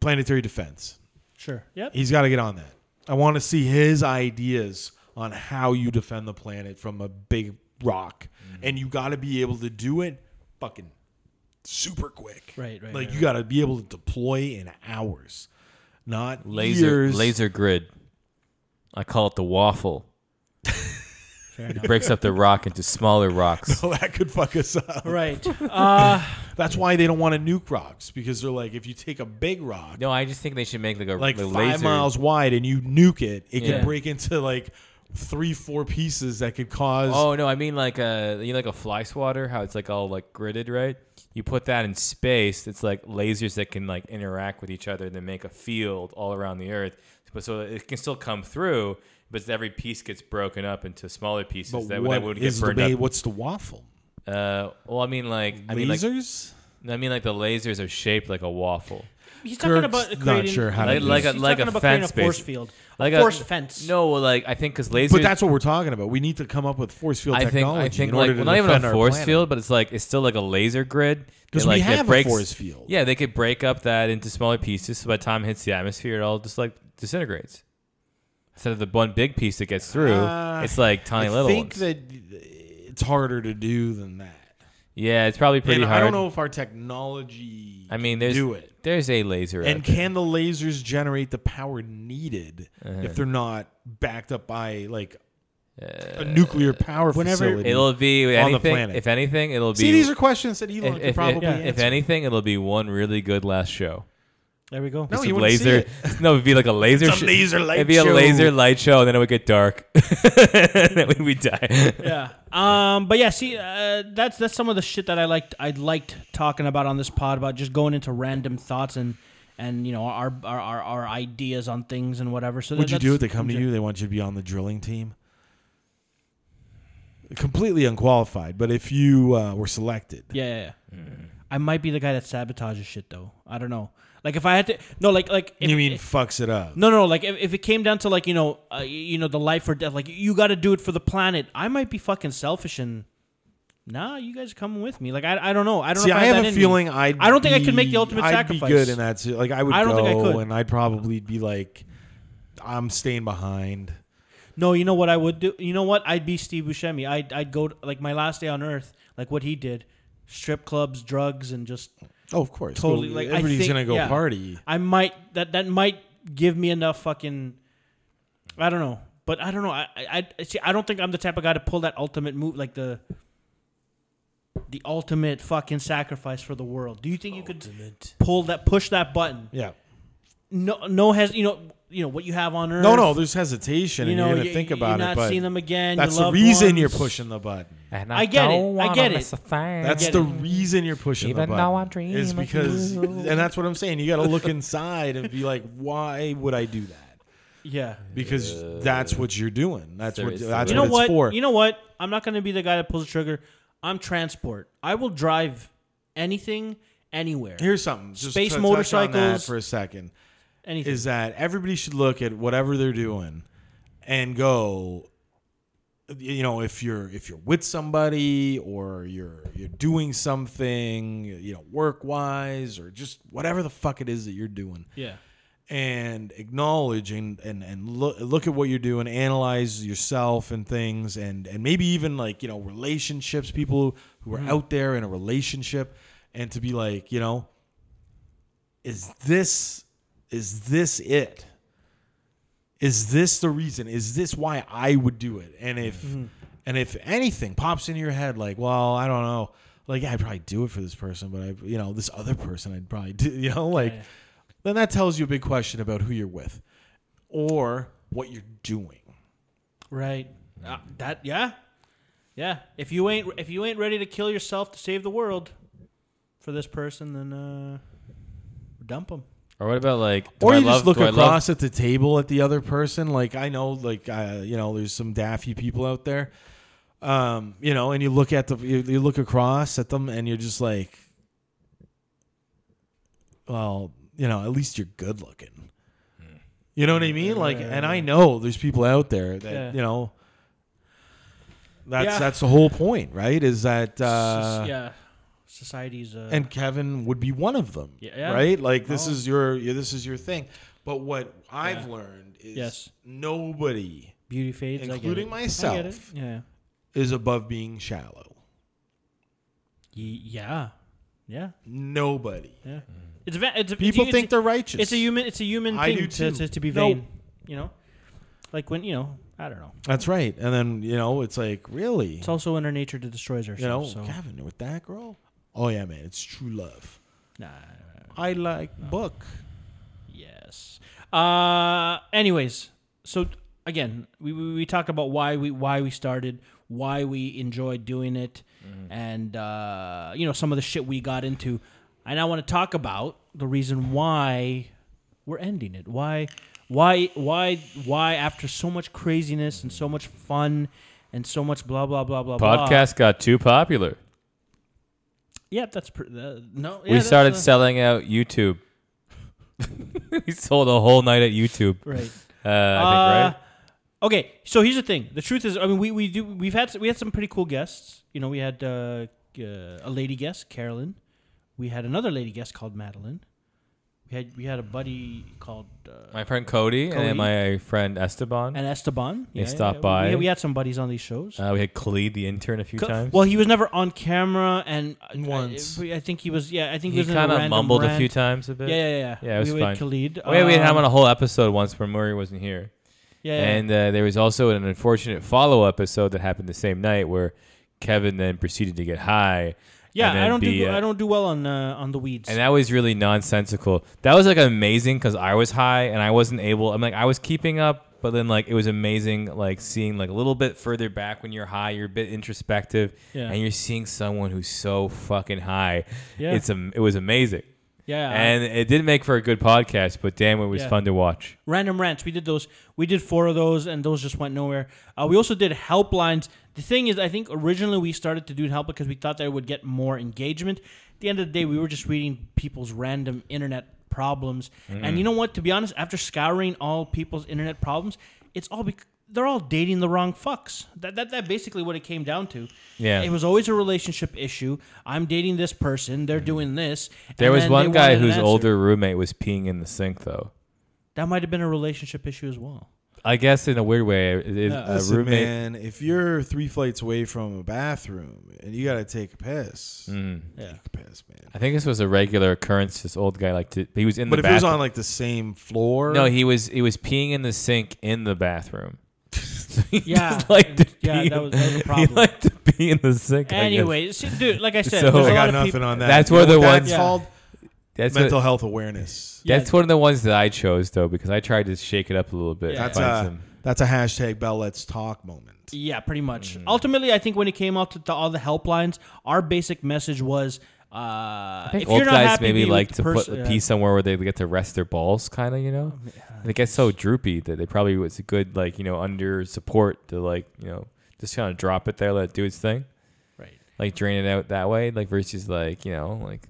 Speaker 4: Planetary defense.
Speaker 2: Sure. Yep.
Speaker 4: He's got to get on that. I want to see his ideas on how you defend the
Speaker 2: Mm-hmm.
Speaker 4: planet from a big rock, and you got to be able to do it fucking super quick.
Speaker 2: Right, right,
Speaker 4: Like
Speaker 2: right,
Speaker 4: you got to be able to deploy in hours, not
Speaker 3: Laser
Speaker 4: years. *laughs*
Speaker 3: laser grid. I call it the waffle.
Speaker 2: Fair enough.
Speaker 3: Breaks up the rock into smaller rocks.
Speaker 4: So that could fuck us up.
Speaker 2: Right. Uh,
Speaker 4: That's why they don't want to nuke rocks because they're like, if you take a big
Speaker 3: *laughs*
Speaker 4: rock,
Speaker 3: No, I just think they should make like a
Speaker 4: like
Speaker 3: a
Speaker 4: five
Speaker 3: laser.
Speaker 4: miles wide, and you nuke it, it
Speaker 3: Yeah.
Speaker 4: can break into like three, four pieces that could cause.
Speaker 3: Oh no, I mean like a you know, like a fly swatter, how it's like all like gridded, right? You put that in space, it's like lasers that can like interact with each other and then make a field all around the Earth. But so it can still come through, but every piece gets broken up into smaller pieces
Speaker 4: but
Speaker 3: that, that
Speaker 4: what
Speaker 3: would
Speaker 4: is
Speaker 3: get
Speaker 4: the
Speaker 3: burned
Speaker 4: ba-
Speaker 3: up.
Speaker 4: What's the waffle?
Speaker 3: Uh, well, I mean like I mean like
Speaker 4: Lasers?
Speaker 3: I mean like the lasers are shaped like a waffle.
Speaker 2: he's
Speaker 4: Kirk's
Speaker 2: talking about
Speaker 4: not
Speaker 2: creating
Speaker 4: sure how to
Speaker 2: he's-
Speaker 4: do Like-
Speaker 3: like a-
Speaker 2: he's
Speaker 3: like
Speaker 2: talking
Speaker 3: a
Speaker 2: about creating
Speaker 3: fence,
Speaker 2: a force
Speaker 3: basically.
Speaker 2: field,
Speaker 3: Like
Speaker 2: a
Speaker 3: a-
Speaker 2: force fence.
Speaker 3: No, well, like I think because lasers.
Speaker 4: but that's what we're talking about. We need to come up with force field
Speaker 3: I think
Speaker 4: technology.
Speaker 3: I think
Speaker 4: in
Speaker 3: like
Speaker 4: order
Speaker 3: well,
Speaker 4: to
Speaker 3: not even
Speaker 4: defend
Speaker 3: a
Speaker 4: our
Speaker 3: force
Speaker 4: planet.
Speaker 3: field, but it's like it's still like a laser grid.
Speaker 4: 'Cause
Speaker 3: It, like,
Speaker 4: we
Speaker 3: it
Speaker 4: have a
Speaker 3: breaks-
Speaker 4: force field.
Speaker 3: Yeah, they could break up that into smaller pieces. So by the time it hits the atmosphere, it all just like disintegrates. Instead of the one big piece that gets through,
Speaker 4: Uh,
Speaker 3: it's like tiny
Speaker 4: I
Speaker 3: little
Speaker 4: think
Speaker 3: ones.
Speaker 4: that it's harder to do than that.
Speaker 3: yeah, it's probably pretty
Speaker 4: and
Speaker 3: hard.
Speaker 4: I don't know if our technology.
Speaker 3: I mean, there's
Speaker 4: do it.
Speaker 3: there's a laser.
Speaker 4: And
Speaker 3: out there.
Speaker 4: can the lasers generate the power needed
Speaker 3: Uh-huh.
Speaker 4: if they're not backed up by like a nuclear power
Speaker 2: whenever-
Speaker 4: facility?
Speaker 3: Uh, it'll be
Speaker 4: on the
Speaker 3: anything.
Speaker 4: planet.
Speaker 3: If anything, it'll be.
Speaker 4: See, these are questions that Elon
Speaker 3: if,
Speaker 4: could
Speaker 3: if-
Speaker 4: probably
Speaker 3: if- if
Speaker 4: answer.
Speaker 3: anything, it'll be one really good last show.
Speaker 2: There we go.
Speaker 4: No,
Speaker 3: Just
Speaker 4: you
Speaker 3: a
Speaker 4: wouldn't see
Speaker 3: laser. *laughs* No, it'd be like a laser.
Speaker 4: It's a laser light
Speaker 3: It'd be
Speaker 4: show.
Speaker 3: a laser light show, and then it would get dark. *laughs* and then we die.
Speaker 2: yeah. Um, but yeah, see, uh, that's that's some of the shit that I liked. I liked talking about on this pod about just going into random thoughts and and you know our our our, our ideas on things and whatever. So
Speaker 4: Would you
Speaker 2: that-
Speaker 4: do it?
Speaker 2: that's-
Speaker 4: They come to you. They want you to be on the drilling team. Completely unqualified, but if you uh, were selected,
Speaker 2: Yeah, yeah, yeah.
Speaker 3: Mm.
Speaker 2: I might be the guy that sabotages shit though. I don't know. Like if I had to, no, like like if,
Speaker 4: you mean fucks it up.
Speaker 2: No, no, like if, if it came down to like you know, uh, you know, the life or death, like you got to do it for the planet. I might be fucking selfish and nah, you guys are coming with me. Like I, I don't know. I don't.
Speaker 4: See,
Speaker 2: know if
Speaker 4: I
Speaker 2: have,
Speaker 4: have
Speaker 2: that
Speaker 4: a
Speaker 2: in me.
Speaker 4: feeling I'd.
Speaker 2: I don't think I could make the
Speaker 4: be-
Speaker 2: ultimate
Speaker 4: I'd
Speaker 2: sacrifice.
Speaker 4: Be good in that. si- Like I would
Speaker 2: I don't
Speaker 4: go,
Speaker 2: think I could.
Speaker 4: and I'd probably be like, I'm staying behind.
Speaker 2: No, you know what I would do? You know what? I'd be Steve Buscemi. I'd, I'd go, to- like, my last day on earth, like what he did strip clubs, drugs, and just.
Speaker 4: Oh, of course.
Speaker 2: Totally,
Speaker 4: Well,
Speaker 2: like, I
Speaker 4: everybody's
Speaker 2: think-
Speaker 4: gonna go
Speaker 2: yeah.
Speaker 4: party.
Speaker 2: I might. That, that might give me enough fucking. I don't know. But I don't know. I, I, I see. I don't think I'm the type of guy to pull that ultimate move, like the the ultimate fucking sacrifice for the world. Do you think you could pull that, push that button?
Speaker 4: Yeah.
Speaker 2: No, no, has you know, you know what you have on earth.
Speaker 4: No, no. There's hesitation,
Speaker 2: you
Speaker 4: and
Speaker 2: know,
Speaker 4: you're gonna
Speaker 2: you-
Speaker 4: think
Speaker 2: you're
Speaker 4: about
Speaker 2: not
Speaker 4: it. But
Speaker 2: seeing them again. your
Speaker 4: that's the
Speaker 2: loved
Speaker 4: reason you're
Speaker 2: ones.
Speaker 4: pushing the button.
Speaker 5: And
Speaker 2: I get it. I get it.
Speaker 4: That's
Speaker 2: get
Speaker 4: the
Speaker 2: it.
Speaker 4: reason you're pushing
Speaker 5: Even
Speaker 4: the
Speaker 5: though I
Speaker 4: button.
Speaker 5: dream
Speaker 4: Is
Speaker 5: of
Speaker 4: because, *laughs*
Speaker 5: you.
Speaker 4: and that's what I'm saying. You got to look inside and be like, why would I do that?
Speaker 2: Yeah.
Speaker 4: Because that's what you're doing. That's
Speaker 3: There
Speaker 4: what.
Speaker 3: is-
Speaker 4: That's
Speaker 2: you know
Speaker 4: what it's
Speaker 2: what?
Speaker 4: for.
Speaker 2: You know what? I'm not going to be the guy that pulls the trigger. I'm transport. I will drive anything, anywhere.
Speaker 4: Here's something. Just
Speaker 2: Space
Speaker 4: to touch on that
Speaker 2: motorcycles.
Speaker 4: for a second.
Speaker 2: anything.
Speaker 4: is that everybody should look at whatever they're doing and go you know if you're if you're with somebody or you're you're doing something you know work wise or just whatever the fuck it is that you're doing
Speaker 2: yeah.
Speaker 4: and acknowledge and and, and look, look at what you're doing analyze yourself and things and and maybe even like you know relationships people who are
Speaker 2: Mm-hmm.
Speaker 4: out there in a relationship and to be like you know is this is this it is this the reason is this why i would do it and if
Speaker 2: Mm-hmm.
Speaker 4: and if anything pops into your head like well i don't know like yeah, i'd probably do it for this person but i you know this other person i'd probably do *laughs* you know like
Speaker 2: yeah.
Speaker 4: then that tells you a big question about who you're with or what you're doing
Speaker 2: Right.
Speaker 4: Mm.
Speaker 2: Uh, that. Yeah. Yeah. If you ain't if you ain't ready to kill yourself to save the world for this person, then uh, dump them.
Speaker 3: Or what about like? do
Speaker 4: or
Speaker 3: I
Speaker 4: you
Speaker 3: love-
Speaker 4: just look
Speaker 3: do I love-
Speaker 4: across at the table at the other person like i know like uh, you know there's some daffy people out there um, you know and you look at the you, you look across at them and you're just like well you know at least you're good looking
Speaker 3: Hmm.
Speaker 4: you know what i mean like and i know there's people out there that
Speaker 2: Yeah.
Speaker 4: you know that's
Speaker 2: Yeah.
Speaker 4: that's the whole point right is that uh,
Speaker 2: Soc- yeah. Society's. Uh,
Speaker 4: and Kevin would be one of them.
Speaker 2: Yeah. Oh.
Speaker 4: Right? Like this
Speaker 2: No.
Speaker 4: is your yeah, this is your thing. But what I've learned is
Speaker 2: Yes.
Speaker 4: nobody
Speaker 2: beauty fades, I get
Speaker 4: including
Speaker 2: it. I get it.
Speaker 4: myself
Speaker 2: Yeah.
Speaker 4: is above being shallow.
Speaker 2: Y- yeah. Yeah,
Speaker 4: Nobody.
Speaker 2: yeah. It's va- it's
Speaker 4: People
Speaker 2: it's,
Speaker 4: think
Speaker 2: it's,
Speaker 4: they're righteous.
Speaker 2: it's a human it's a human
Speaker 4: I
Speaker 2: thing
Speaker 4: do
Speaker 2: to,
Speaker 4: too.
Speaker 2: to to be
Speaker 4: No.
Speaker 2: vain. You know, like when you know I don't know.
Speaker 4: That's right. And then you know, it's like really,
Speaker 2: It's also in our nature to destroy ourselves.
Speaker 4: you know,
Speaker 2: so
Speaker 4: Kevin with that girl. Oh yeah, man, it's true love.
Speaker 2: nah.
Speaker 4: I like book.
Speaker 2: Yes. Uh. Anyways, so again, we, we we talked about why we why we started, why we enjoyed doing it,
Speaker 3: Mm-hmm.
Speaker 2: and uh, you know some of the shit we got into. And I want to talk about the reason why we're ending it. Why, why, why, why? After so much craziness and so much fun, and so much blah blah blah blah blah.
Speaker 3: Mm-hmm. Podcast got too popular.
Speaker 2: Yep, that's pr- uh, no. yeah,
Speaker 3: we
Speaker 2: that's,
Speaker 3: started
Speaker 2: uh,
Speaker 3: selling out YouTube. *laughs* we sold a whole night at YouTube.
Speaker 2: right.
Speaker 3: Uh, I think right.
Speaker 2: Uh, Okay, so here's the thing. The truth is, I mean, we, we do we've had we had some pretty cool guests. You know, we had uh, uh, a lady guest, Carolyn. We had another lady guest called Madeline. We had we had a buddy called uh,
Speaker 3: My friend Cody,
Speaker 2: Cody.
Speaker 3: and my friend Esteban.
Speaker 2: and Esteban.
Speaker 3: They stopped by.
Speaker 2: We, we had some buddies on these shows.
Speaker 3: uh, we had Khalid, the intern, a few
Speaker 2: Co-
Speaker 3: times.
Speaker 2: Well, he was never on camera, and I-
Speaker 4: Once.
Speaker 2: I, I think he was. Yeah, I think he,
Speaker 3: he
Speaker 2: was in a
Speaker 3: kind of
Speaker 2: random
Speaker 3: mumbled a few
Speaker 2: rant.
Speaker 3: times a bit.
Speaker 2: Yeah, yeah, yeah.
Speaker 3: Yeah, it was
Speaker 2: we
Speaker 3: fine.
Speaker 2: Had Khalid.
Speaker 3: Oh, yeah, we had him on
Speaker 2: Um,
Speaker 3: a whole episode once when Murray wasn't
Speaker 2: yeah,
Speaker 3: here.
Speaker 2: yeah.
Speaker 3: And uh, there was also an unfortunate follow up episode that happened the same night where Kevin then proceeded to get high. and
Speaker 2: yeah, I
Speaker 3: then
Speaker 2: don't
Speaker 3: be,
Speaker 2: do
Speaker 3: uh,
Speaker 2: I don't do well on uh, on the weeds.
Speaker 3: And that was really nonsensical. That was like amazing because I was high and I wasn't able. I'm like I was keeping up, but then like it was amazing like seeing like a little bit further back when you're high. You're a bit introspective,
Speaker 2: Yeah.
Speaker 3: and you're seeing someone who's so fucking high.
Speaker 2: Yeah.
Speaker 3: It's um, it was amazing,
Speaker 2: yeah,
Speaker 3: and it didn't make for a good podcast, but damn, it was
Speaker 2: Yeah.
Speaker 3: fun to watch.
Speaker 2: random rants. We did those. We did four of those, and those just went nowhere. Uh, we also did helplines. The thing is, I think originally we started to do help because we thought that it would get more engagement. At the end of the day, we were just reading people's random internet problems,
Speaker 3: Mm.
Speaker 2: and you know what? To be honest, after scouring all people's internet problems, it's all bec- they're all dating the wrong fucks. That, that that basically what it came down to.
Speaker 3: Yeah.
Speaker 2: it was always a relationship issue. I'm dating this person. They're doing this.
Speaker 3: Mm. There
Speaker 2: and
Speaker 3: was
Speaker 2: then they
Speaker 3: one guy
Speaker 2: wanted an
Speaker 3: whose
Speaker 2: answer.
Speaker 3: older roommate was peeing in the sink though.
Speaker 2: That might have been a relationship issue as well.
Speaker 3: I guess in a weird way, it, it-
Speaker 2: No.
Speaker 3: a
Speaker 4: Listen,
Speaker 3: roommate.
Speaker 4: man, if you're three flights away from a bathroom and you gotta take a piss,
Speaker 3: Mm.
Speaker 2: Yeah.
Speaker 4: take a piss, man.
Speaker 3: I think this was a regular occurrence. This old guy liked to. He was in
Speaker 4: But
Speaker 3: the
Speaker 4: if it was
Speaker 3: bathroom.
Speaker 4: on like the same floor,
Speaker 3: No, he was he was peeing in the sink in the bathroom. *laughs* So he
Speaker 2: Yeah.
Speaker 3: just liked to
Speaker 2: Yeah,
Speaker 3: pee
Speaker 2: that
Speaker 3: in-
Speaker 2: was- that was a
Speaker 3: *laughs* He
Speaker 2: problem.
Speaker 3: liked to pee in the sink. I guess.
Speaker 2: Anyways, see, dude, like
Speaker 4: *laughs*
Speaker 2: I said,
Speaker 3: So-
Speaker 2: there's
Speaker 4: I
Speaker 2: a lot
Speaker 4: got
Speaker 2: of
Speaker 4: nothing
Speaker 2: people.
Speaker 4: on that.
Speaker 3: That's
Speaker 4: You
Speaker 3: where
Speaker 4: know
Speaker 3: the
Speaker 4: what
Speaker 3: ones-
Speaker 4: that's
Speaker 2: Yeah.
Speaker 4: called
Speaker 3: that's
Speaker 4: mental
Speaker 3: a,
Speaker 4: health awareness.
Speaker 2: Yeah.
Speaker 3: that's one of the ones that I chose though because I tried to shake it up a little bit.
Speaker 2: Yeah.
Speaker 3: and
Speaker 4: That's uh,
Speaker 3: find
Speaker 4: a
Speaker 3: some-
Speaker 4: that's a hashtag Bell Let's Talk moment.
Speaker 2: Yeah, pretty much.
Speaker 4: Mm.
Speaker 2: Ultimately, I think when it came out to, to all the helplines, our basic message was, uh, if
Speaker 3: old
Speaker 2: you're not
Speaker 3: guys
Speaker 2: happy,
Speaker 3: maybe
Speaker 2: be
Speaker 3: like
Speaker 2: with the
Speaker 3: to
Speaker 2: pers- uh,
Speaker 3: put a
Speaker 2: yeah.
Speaker 3: pee somewhere where they get to rest their balls, kind of, you know. They get so droopy that they probably was a good like you know under support to like you know just kind of drop it there, let it do its thing,
Speaker 2: Right.
Speaker 3: like drain it out that way, like versus like you know like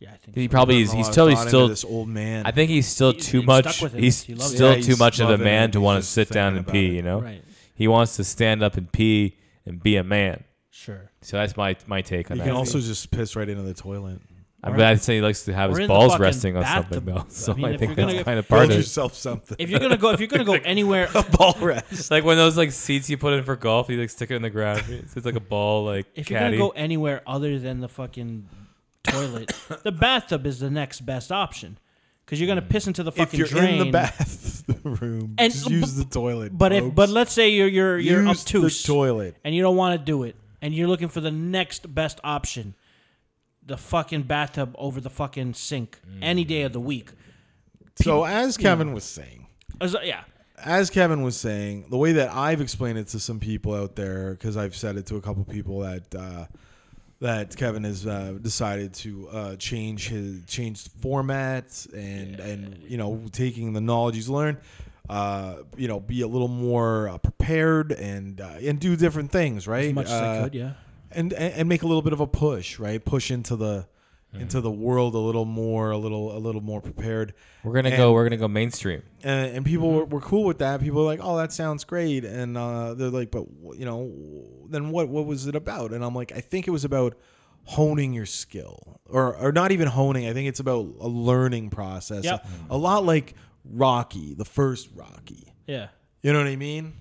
Speaker 2: Yeah, I think.
Speaker 3: he
Speaker 2: so.
Speaker 3: probably
Speaker 4: Putting
Speaker 3: is,
Speaker 4: a
Speaker 3: he's
Speaker 4: lot of
Speaker 3: totally
Speaker 4: thought into
Speaker 3: still
Speaker 4: this old man.
Speaker 3: I think he's still
Speaker 2: He's-
Speaker 3: too
Speaker 2: he's
Speaker 3: much.
Speaker 2: stuck with it.
Speaker 3: He's
Speaker 2: He loves it.
Speaker 3: still
Speaker 4: Yeah,
Speaker 3: too
Speaker 4: he's
Speaker 3: much of a
Speaker 4: loving
Speaker 3: man
Speaker 4: it.
Speaker 3: to
Speaker 4: He's
Speaker 3: want to
Speaker 4: just
Speaker 3: sit down and
Speaker 4: thinking about
Speaker 3: pee.
Speaker 4: it.
Speaker 3: You know,
Speaker 2: Right.
Speaker 3: he wants to stand up and pee and be a man.
Speaker 2: Sure.
Speaker 3: So that's my my take on
Speaker 4: you
Speaker 3: that.
Speaker 4: can also just piss right into the toilet.
Speaker 3: I mean, I'd say he likes to have
Speaker 2: We're in
Speaker 3: his
Speaker 2: the
Speaker 3: balls
Speaker 2: fucking
Speaker 3: resting on
Speaker 2: bathroom.
Speaker 3: something though. *laughs*
Speaker 2: I
Speaker 3: So I,
Speaker 2: mean, if
Speaker 3: think
Speaker 2: you're gonna
Speaker 3: that's
Speaker 2: get-
Speaker 3: kind of part
Speaker 4: Build
Speaker 3: of it.
Speaker 4: yourself something. *laughs*
Speaker 2: If you're gonna go, if you're gonna go anywhere,
Speaker 4: ball rest.
Speaker 3: It's like when those like seats you put in for golf, you like stick it in the *laughs* ground. It's, it's like a ball, like
Speaker 2: if you're
Speaker 3: caddy.
Speaker 2: gonna go anywhere other than the fucking toilet, the bathtub is the next best option because you're gonna piss into the
Speaker 4: Mm. If
Speaker 2: fucking
Speaker 4: you're
Speaker 2: drain.
Speaker 4: in the *laughs* bathroom,
Speaker 2: And-
Speaker 4: just use the toilet.
Speaker 2: but if,
Speaker 4: folks.
Speaker 2: but let's say you're you're you're
Speaker 4: use
Speaker 2: obtuse.
Speaker 4: the toilet.
Speaker 2: and you don't want to do it, and you're looking for the next best option, the fucking bathtub over the fucking sink any day of the week.
Speaker 4: So as Kevin was saying,
Speaker 2: As- uh, yeah,
Speaker 4: as Kevin was saying, the way that I've explained it to some people out there, because I've said it to a couple people that uh, that Kevin has uh, decided to uh, change his change the format and and you know taking the knowledge he's learned, uh, you know, be a little more uh, prepared and uh, and do different things, right?
Speaker 2: as much as I
Speaker 4: Uh,
Speaker 2: could. Yeah,
Speaker 4: and and and make a little bit of a push, right? Push into the
Speaker 2: Mm-hmm.
Speaker 4: into the world a little more, a little a little more prepared
Speaker 3: we're gonna go. We're gonna go mainstream.
Speaker 4: and, and people
Speaker 2: Mm-hmm.
Speaker 4: were, were cool with that. People were like, "Oh, that sounds great," and uh, they're like, "But wh- you know, then what? What was it about?" And I'm like, "I think it was about honing your skill, or or not even honing. I think it's about a learning process.
Speaker 2: Yep.
Speaker 4: A, a lot like Rocky, the first Rocky.
Speaker 2: yeah,
Speaker 4: You know what I mean?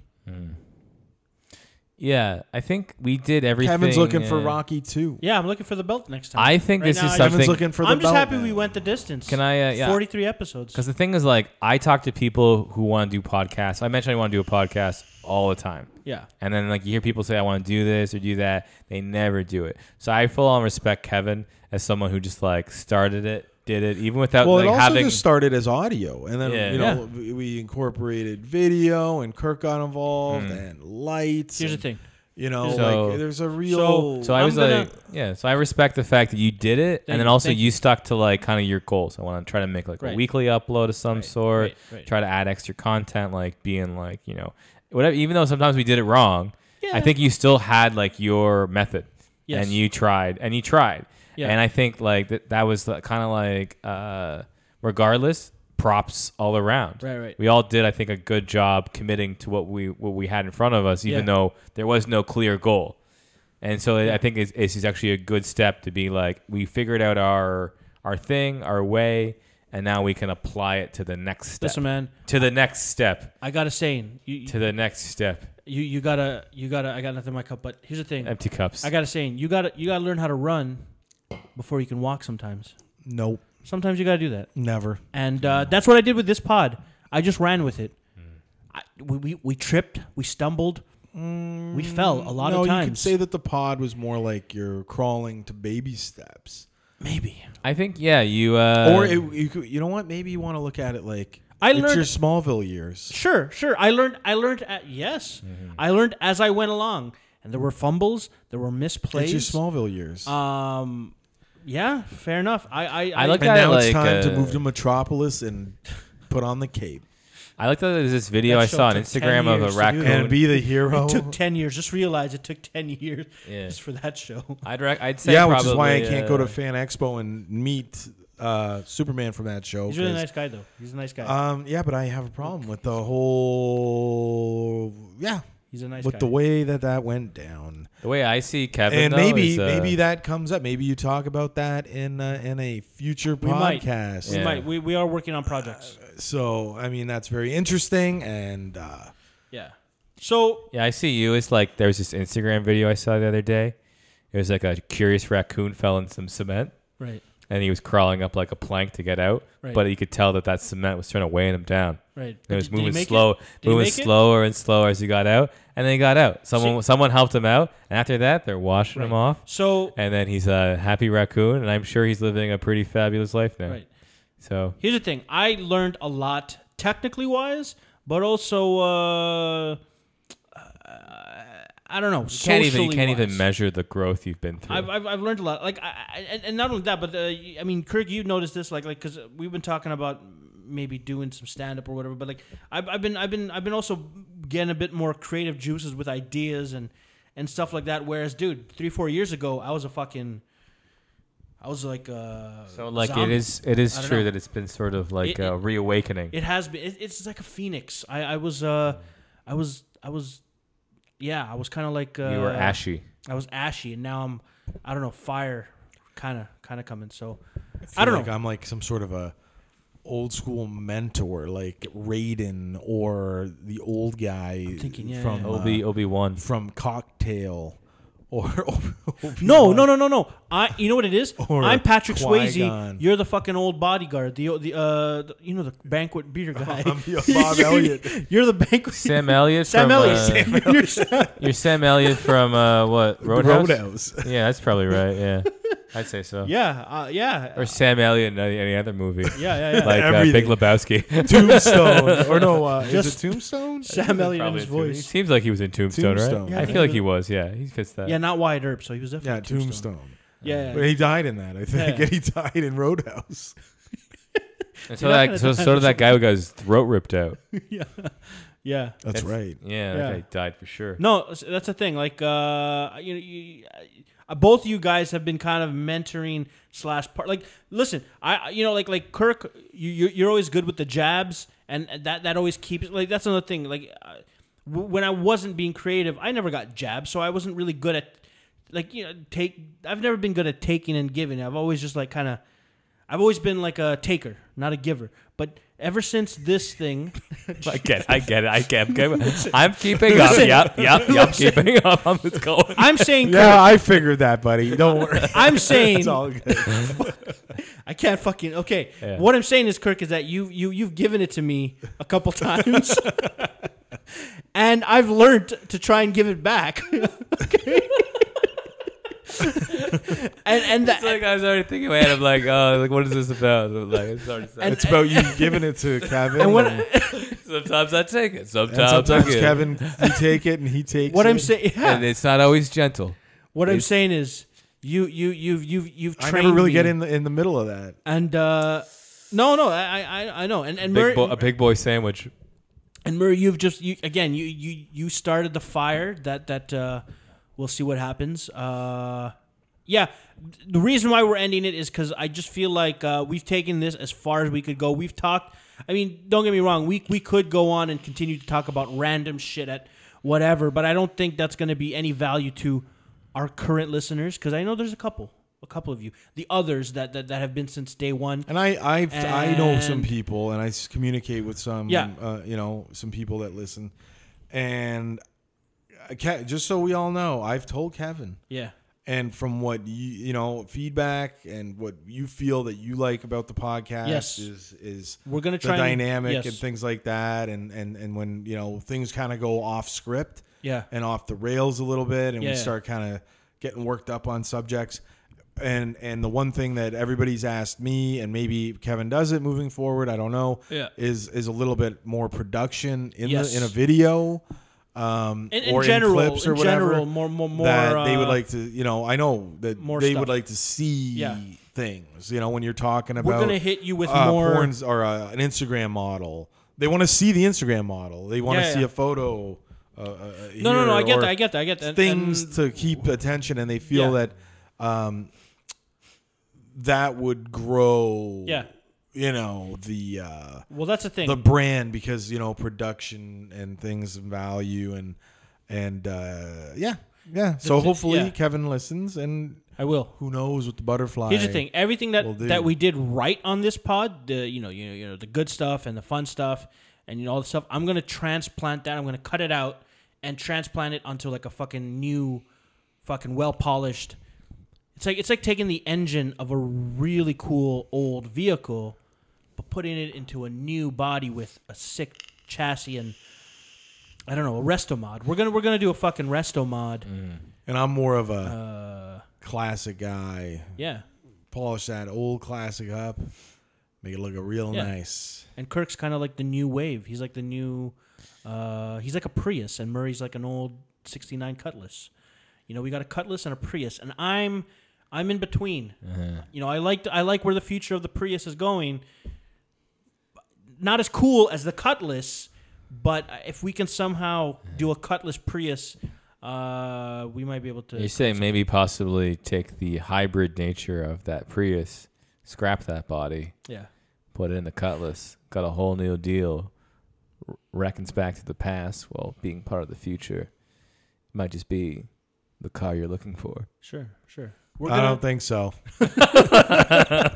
Speaker 3: Yeah, I think we did everything.
Speaker 4: Kevin's looking for
Speaker 3: uh,
Speaker 4: Rocky too.
Speaker 2: Yeah, I'm looking for the belt next time.
Speaker 3: I think
Speaker 2: Right
Speaker 3: this
Speaker 2: now, I
Speaker 3: is
Speaker 2: just-
Speaker 3: something.
Speaker 4: Kevin's looking for the
Speaker 2: I'm just
Speaker 4: belt,
Speaker 2: happy we
Speaker 4: man.
Speaker 2: went the distance.
Speaker 3: Can I? Uh, yeah.
Speaker 2: 43 episodes.
Speaker 3: Because the thing is, like, I talk to people who want to do podcasts. I mentioned I want to do a podcast all the time.
Speaker 2: Yeah.
Speaker 3: And then, like, you hear people say, I want to do this or do that. They never do it. So I full on respect Kevin as someone who just, like, started it, did it, even without,
Speaker 4: Well,
Speaker 3: like,
Speaker 4: it also
Speaker 3: having.
Speaker 4: just started as audio, and then
Speaker 3: Yeah.
Speaker 4: you know we- we incorporated video, and Kirk got involved,
Speaker 3: Mm.
Speaker 4: and lights.
Speaker 2: Here's the
Speaker 4: and,
Speaker 2: thing.
Speaker 4: you know,
Speaker 3: So-
Speaker 4: like there's a real.
Speaker 2: So,
Speaker 3: so I
Speaker 2: I'm
Speaker 3: was
Speaker 2: gonna-
Speaker 3: like, yeah. So I respect the fact that you did it,
Speaker 2: Thank-
Speaker 3: and then also
Speaker 2: thank
Speaker 3: you stuck to like kind of your goals. I want to try to make like a
Speaker 2: Right.
Speaker 3: weekly upload of some
Speaker 2: Right,
Speaker 3: sort.
Speaker 2: right, right.
Speaker 3: Try to add extra content, like being like you know whatever. Even though sometimes we did it wrong, I
Speaker 2: Yeah.
Speaker 3: think you still had like your method,
Speaker 2: Yes.
Speaker 3: and you tried and you tried.
Speaker 2: Yeah.
Speaker 3: And I think like that that was kind of like uh, regardless, props all around.
Speaker 2: Right, right.
Speaker 3: We all did, I think, a good job committing to what we what we had in front of us, even
Speaker 2: Yeah.
Speaker 3: though there was no clear goal. And so I think it's, it's actually a good step to be like, we figured out our our thing, our way, and now we can apply it to the next step.
Speaker 2: Listen, man,
Speaker 3: to the next step.
Speaker 2: I got a saying. You, you,
Speaker 3: To the next step.
Speaker 2: you, you gotta, you gotta, I got nothing in my cup, but here's the thing.
Speaker 3: Empty cups.
Speaker 2: I got a saying. You gotta, you gotta learn how to run before you can walk sometimes.
Speaker 4: Nope,
Speaker 2: Sometimes you gotta do that.
Speaker 4: never.
Speaker 2: And uh, that's what I did with this pod. I just ran with it. I, we, we, we tripped, we stumbled, Mm, we fell a lot
Speaker 4: no,
Speaker 2: of
Speaker 4: you
Speaker 2: times.
Speaker 4: could say that the pod was more like you're crawling to baby steps,
Speaker 2: Maybe.
Speaker 3: I think yeah, you uh,
Speaker 4: or it, you could, you know what? Maybe you want to look at it like
Speaker 2: I
Speaker 4: it's
Speaker 2: learned-
Speaker 4: your Smallville years.
Speaker 2: Sure, sure. I learned. I learned. At, yes, I learned as I went along, and there were fumbles, there were misplays.
Speaker 4: It's your Smallville years.
Speaker 2: um, yeah, fair enough. I, I,
Speaker 3: I like
Speaker 4: and
Speaker 3: that
Speaker 4: now
Speaker 3: like,
Speaker 4: it's time
Speaker 3: uh,
Speaker 4: to move to Metropolis and put on
Speaker 2: *laughs*
Speaker 4: the cape
Speaker 3: I like that there's this video
Speaker 2: That
Speaker 3: I
Speaker 2: show
Speaker 3: saw on
Speaker 2: took 10
Speaker 3: Instagram of
Speaker 2: years
Speaker 3: a
Speaker 2: to do.
Speaker 3: raccoon.
Speaker 4: and be the hero.
Speaker 2: It took ten years. Just realize it took ten years
Speaker 3: Yeah.
Speaker 2: just for that show.
Speaker 3: I'd rec- I'd say
Speaker 4: yeah, which is why I
Speaker 3: probably,
Speaker 4: can't go
Speaker 3: uh,
Speaker 4: to Fan Expo and meet uh, Superman from that show.
Speaker 2: He's a really
Speaker 4: 'cause-
Speaker 2: nice guy, though. He's a nice guy.
Speaker 4: Um, yeah, but I have a problem with the whole yeah
Speaker 2: He's a nice
Speaker 4: with
Speaker 2: guy.
Speaker 4: the way that that went down.
Speaker 3: The way I see Kevin,
Speaker 4: and
Speaker 3: though,
Speaker 4: maybe
Speaker 3: is, uh,
Speaker 4: maybe that comes up. Maybe you talk about that in uh, in a future
Speaker 2: we might.
Speaker 4: podcast.
Speaker 2: We
Speaker 3: Yeah.
Speaker 2: might. We, we are working on projects.
Speaker 4: Uh, So I mean that's very interesting and uh,
Speaker 2: Yeah. So
Speaker 3: yeah, I see you. It's like there was this Instagram video I saw the other day. It was like a curious raccoon fell in some cement,
Speaker 2: right,
Speaker 3: and he was crawling up like a plank to get out.
Speaker 2: Right.
Speaker 3: But you could tell that that cement was trying to weigh him down.
Speaker 2: right.
Speaker 3: It was
Speaker 2: Did- did he
Speaker 3: moving
Speaker 2: make
Speaker 3: slow,
Speaker 2: Did he
Speaker 3: moving
Speaker 2: make it?
Speaker 3: slower and slower as he got out, and then he got out. Someone someone helped him out, and after that, they're washing him
Speaker 2: Right.
Speaker 3: off.
Speaker 2: So
Speaker 3: And then he's a happy raccoon, and I'm sure he's living a pretty fabulous life now.
Speaker 2: right.
Speaker 3: So
Speaker 2: Here's the thing. I learned a lot technically wise, but also uh, I don't know.
Speaker 3: you can't even you
Speaker 2: socially
Speaker 3: can't even
Speaker 2: wise.
Speaker 3: measure the growth you've been through.
Speaker 2: I've, I've, I've learned a lot. Like, I, I, and- and not only that, but uh, I mean, Kirk, you noticed this, like, like, cause we've been talking about maybe doing some stand up or whatever. But like, I've, I've been, I've been, I've been also getting a bit more creative juices with ideas and and stuff like that. Whereas, dude, three four years ago, I was a fucking, I was like, uh,
Speaker 3: so like
Speaker 2: zombie.
Speaker 3: it is it is
Speaker 2: I don't
Speaker 3: true
Speaker 2: know.
Speaker 3: that it's been sort of like
Speaker 2: It-
Speaker 3: uh,
Speaker 2: it-
Speaker 3: reawakening.
Speaker 2: It has been. It, it's like a phoenix. I, I was, uh, I was, I was, yeah, I was kind of like uh,
Speaker 3: you were ashy.
Speaker 2: I was ashy, and now I'm, I don't know, fire, kind of, kind of coming. So,
Speaker 4: feel
Speaker 2: I don't
Speaker 4: like
Speaker 2: know.
Speaker 4: I'm like some sort of a old school mentor like Raiden or the old guy
Speaker 2: thinking, yeah,
Speaker 4: from
Speaker 2: yeah. E.
Speaker 4: uh,
Speaker 3: Obi Obi One.
Speaker 4: from Cocktail or *laughs*
Speaker 2: No, no, no, no, no. I, you know what it is?
Speaker 4: Or
Speaker 2: I'm Patrick
Speaker 4: Qui-Gon.
Speaker 2: Swayze. You're the fucking old bodyguard. The the uh, the, you know the banquet
Speaker 4: *laughs*
Speaker 2: beater guy. *laughs*
Speaker 4: Bob Elliott.
Speaker 2: You're the banquet.
Speaker 3: Sam
Speaker 2: *laughs*
Speaker 3: Elliott.
Speaker 2: Sam
Speaker 3: from,
Speaker 2: Elliott.
Speaker 3: uh,
Speaker 4: *laughs*
Speaker 2: You're Sam-
Speaker 3: you're Sam Elliott from uh, what Roadhouse?
Speaker 4: Roadhouse.
Speaker 3: Yeah, that's probably right.
Speaker 2: *laughs*
Speaker 3: Yeah, I'd say so.
Speaker 2: yeah, uh, yeah,
Speaker 3: Or Sam Elliott in any, any
Speaker 2: *laughs*
Speaker 3: other movie,
Speaker 2: yeah, yeah, yeah.
Speaker 3: like uh, Big
Speaker 4: Everything.
Speaker 3: Lebowski.
Speaker 4: Tombstone. *laughs* or no, uh, is
Speaker 2: Just-
Speaker 4: it Tombstone?
Speaker 2: Sam Elliott in
Speaker 3: *laughs* Probably
Speaker 2: his
Speaker 3: a Tombstone. He
Speaker 2: voice.
Speaker 3: seems like he was in Tombstone, right?
Speaker 4: Tombstone. Yeah,
Speaker 3: I
Speaker 4: I
Speaker 3: feel
Speaker 2: think
Speaker 3: like
Speaker 2: he
Speaker 3: he was. Yeah, he fits that.
Speaker 2: Yeah, not Wyatt Earp. So he was definitely
Speaker 4: Yeah,
Speaker 2: Tombstone.
Speaker 4: Tombstone.
Speaker 2: Yeah,
Speaker 4: But
Speaker 2: yeah.
Speaker 4: he died in that, I think.
Speaker 2: Yeah.
Speaker 4: *laughs* And he died in Roadhouse.
Speaker 3: And so
Speaker 2: You're not
Speaker 3: that
Speaker 2: gonna
Speaker 3: so,
Speaker 2: die.
Speaker 3: so did that guy who got his throat ripped out.
Speaker 2: yeah, yeah.
Speaker 4: That's,
Speaker 3: That's-
Speaker 4: right.
Speaker 3: Yeah, that
Speaker 2: *laughs* Yeah.
Speaker 3: guy died
Speaker 2: *laughs*
Speaker 3: for sure.
Speaker 2: No, s- that's the thing. Like, uh, you know, you, uh, both you guys have been kind of mentoring slash part. Like, listen, I, I- you know, like, like Kirk, you, you, you're always good with the jabs, and that, that always keeps. Like, that's another thing. Like, uh, w- when I wasn't being creative, I never got jabs, so I wasn't really good at, like, you know, take. I've never been good at taking and giving. I've always just like kind of. I've always been like a taker, not a giver. But ever since this thing,
Speaker 3: I get, it, I get it, I get it. I'm keeping up. Yep, yep, yep. Keeping up. I'm just going.
Speaker 2: I'm saying,
Speaker 4: *laughs* Yeah, I figured that, buddy.
Speaker 2: *laughs*
Speaker 4: Don't worry.
Speaker 2: I'm saying,
Speaker 4: It's all good.
Speaker 2: I can't fucking okay.
Speaker 3: Yeah.
Speaker 2: What I'm saying is, Kirk, is that you you you've given it to me a
Speaker 3: *laughs*
Speaker 2: couple times, and I've learned to try and give it back. *laughs* Okay? and and that,
Speaker 3: It's like I was already thinking in my head. I'm like, oh, like what is this about? I'm like, it's already
Speaker 2: and,
Speaker 4: It's about you giving
Speaker 2: *laughs*
Speaker 4: it to Kevin. And,
Speaker 2: and what
Speaker 3: sometimes I take it, sometimes,
Speaker 4: and
Speaker 3: I
Speaker 4: sometimes
Speaker 3: give it.
Speaker 4: Kevin, you take it and he takes
Speaker 2: what
Speaker 4: it.
Speaker 2: I'm saying,
Speaker 3: and
Speaker 2: yeah,
Speaker 3: it's not always gentle.
Speaker 2: what I'm saying is, you you you've you've you've
Speaker 4: I
Speaker 2: trained
Speaker 4: never really
Speaker 2: me,
Speaker 4: get in the, in the middle of that.
Speaker 2: and uh, no no I I I know and and Murray,
Speaker 3: Big bo- a big boy sandwich.
Speaker 2: And Murray, you've just you again you you you started the fire that that uh, we'll see what happens. Uh, yeah, the reason why we're ending it is because I just feel like uh, we've taken this as far as we could go. We've talked. I mean, don't get me wrong. We we could go on and continue to talk about random shit at whatever, but I don't think that's going to be any value to our current listeners because I know there's a couple, a couple of you, the others that that, that have been since day one.
Speaker 4: And I I've, I know some
Speaker 2: And-
Speaker 4: people, and I s- communicate with some,
Speaker 2: Yeah.
Speaker 4: uh, you know, some people that listen. And I ca- just so we all know, I've told Kevin,
Speaker 2: Yeah,
Speaker 4: and from what you you know feedback and what you feel that you like about the podcast
Speaker 2: Yes.
Speaker 4: is is
Speaker 2: we're gonna
Speaker 4: the
Speaker 2: try and-
Speaker 4: dynamic
Speaker 2: yes.
Speaker 4: and things like that, and and and when you know things kind of go off script,
Speaker 2: Yeah.
Speaker 4: and off the rails a little bit, and
Speaker 2: Yeah.
Speaker 4: we start kind of getting worked up on subjects. And and the one thing that everybody's asked me, and maybe Kevin does it moving forward, I don't know,
Speaker 2: Yeah.
Speaker 4: is is a little bit more production in
Speaker 2: Yes.
Speaker 4: the in a video. Um,
Speaker 2: In- in
Speaker 4: or
Speaker 2: general-
Speaker 4: in clips or
Speaker 2: in
Speaker 4: whatever,
Speaker 2: general, more- more- more,
Speaker 4: that they would
Speaker 2: uh,
Speaker 4: like to, you know, I know that
Speaker 2: more
Speaker 4: they
Speaker 2: stuff.
Speaker 4: would like to see
Speaker 2: Yeah.
Speaker 4: things, you know, when you're talking about
Speaker 2: we're gonna hit you with
Speaker 4: uh,
Speaker 2: more.
Speaker 4: porns or uh, an Instagram model. They want to see the Instagram model. They want to
Speaker 2: Yeah,
Speaker 4: see
Speaker 2: yeah.
Speaker 4: a photo. Uh, uh,
Speaker 2: No, no, no. I
Speaker 4: here,
Speaker 2: get
Speaker 4: or
Speaker 2: that. I get that. I get that. And-
Speaker 4: Things
Speaker 2: and-
Speaker 4: to keep attention, and they feel
Speaker 2: Yeah.
Speaker 4: that um, that would grow.
Speaker 2: Yeah.
Speaker 4: You know the uh,
Speaker 2: Well, that's the thing.
Speaker 4: the brand because you know production and things and value and and uh, yeah yeah. So
Speaker 2: The- the-
Speaker 4: hopefully
Speaker 2: yeah.
Speaker 4: Kevin listens, and
Speaker 2: I will.
Speaker 4: who knows what the butterfly.
Speaker 2: Here's the thing. Everything that
Speaker 4: will do.
Speaker 2: that we did right on this pod, the you know, you know, you know, the good stuff and the fun stuff and you know, all the stuff. I'm gonna transplant that. I'm gonna cut it out and transplant it onto like a fucking new, fucking well polished. It's like it's like taking the engine of a really cool old vehicle, but putting it into a new body with a sick chassis and. I don't know a resto mod. We're gonna we're gonna do a fucking resto mod.
Speaker 4: And I'm more of a
Speaker 2: Uh,
Speaker 4: classic guy.
Speaker 2: yeah,
Speaker 4: polish that old classic up, make it look real
Speaker 2: Yeah.
Speaker 4: nice.
Speaker 2: And Kirk's kind of like the new wave. He's like the new, uh, he's like a Prius, and Murray's like an old '69 Cutlass. You know, we got a Cutlass and a Prius, and I'm, I'm in between.
Speaker 3: Uh-huh.
Speaker 2: You know, I like I like where the future of the Prius is going. Not as cool as the Cutlass, but if we can somehow
Speaker 3: Uh-huh.
Speaker 2: do a Cutlass Prius, uh, we might be able to.
Speaker 3: You say maybe possibly take the hybrid nature of that Prius, scrap that body,
Speaker 2: yeah,
Speaker 3: put it in the Cutlass, got a whole new deal, r- reckons back to the past while being part of the future. Might just be the car you're looking for.
Speaker 2: sure, sure. We're
Speaker 4: I
Speaker 2: gonna-
Speaker 4: don't think so. *laughs* I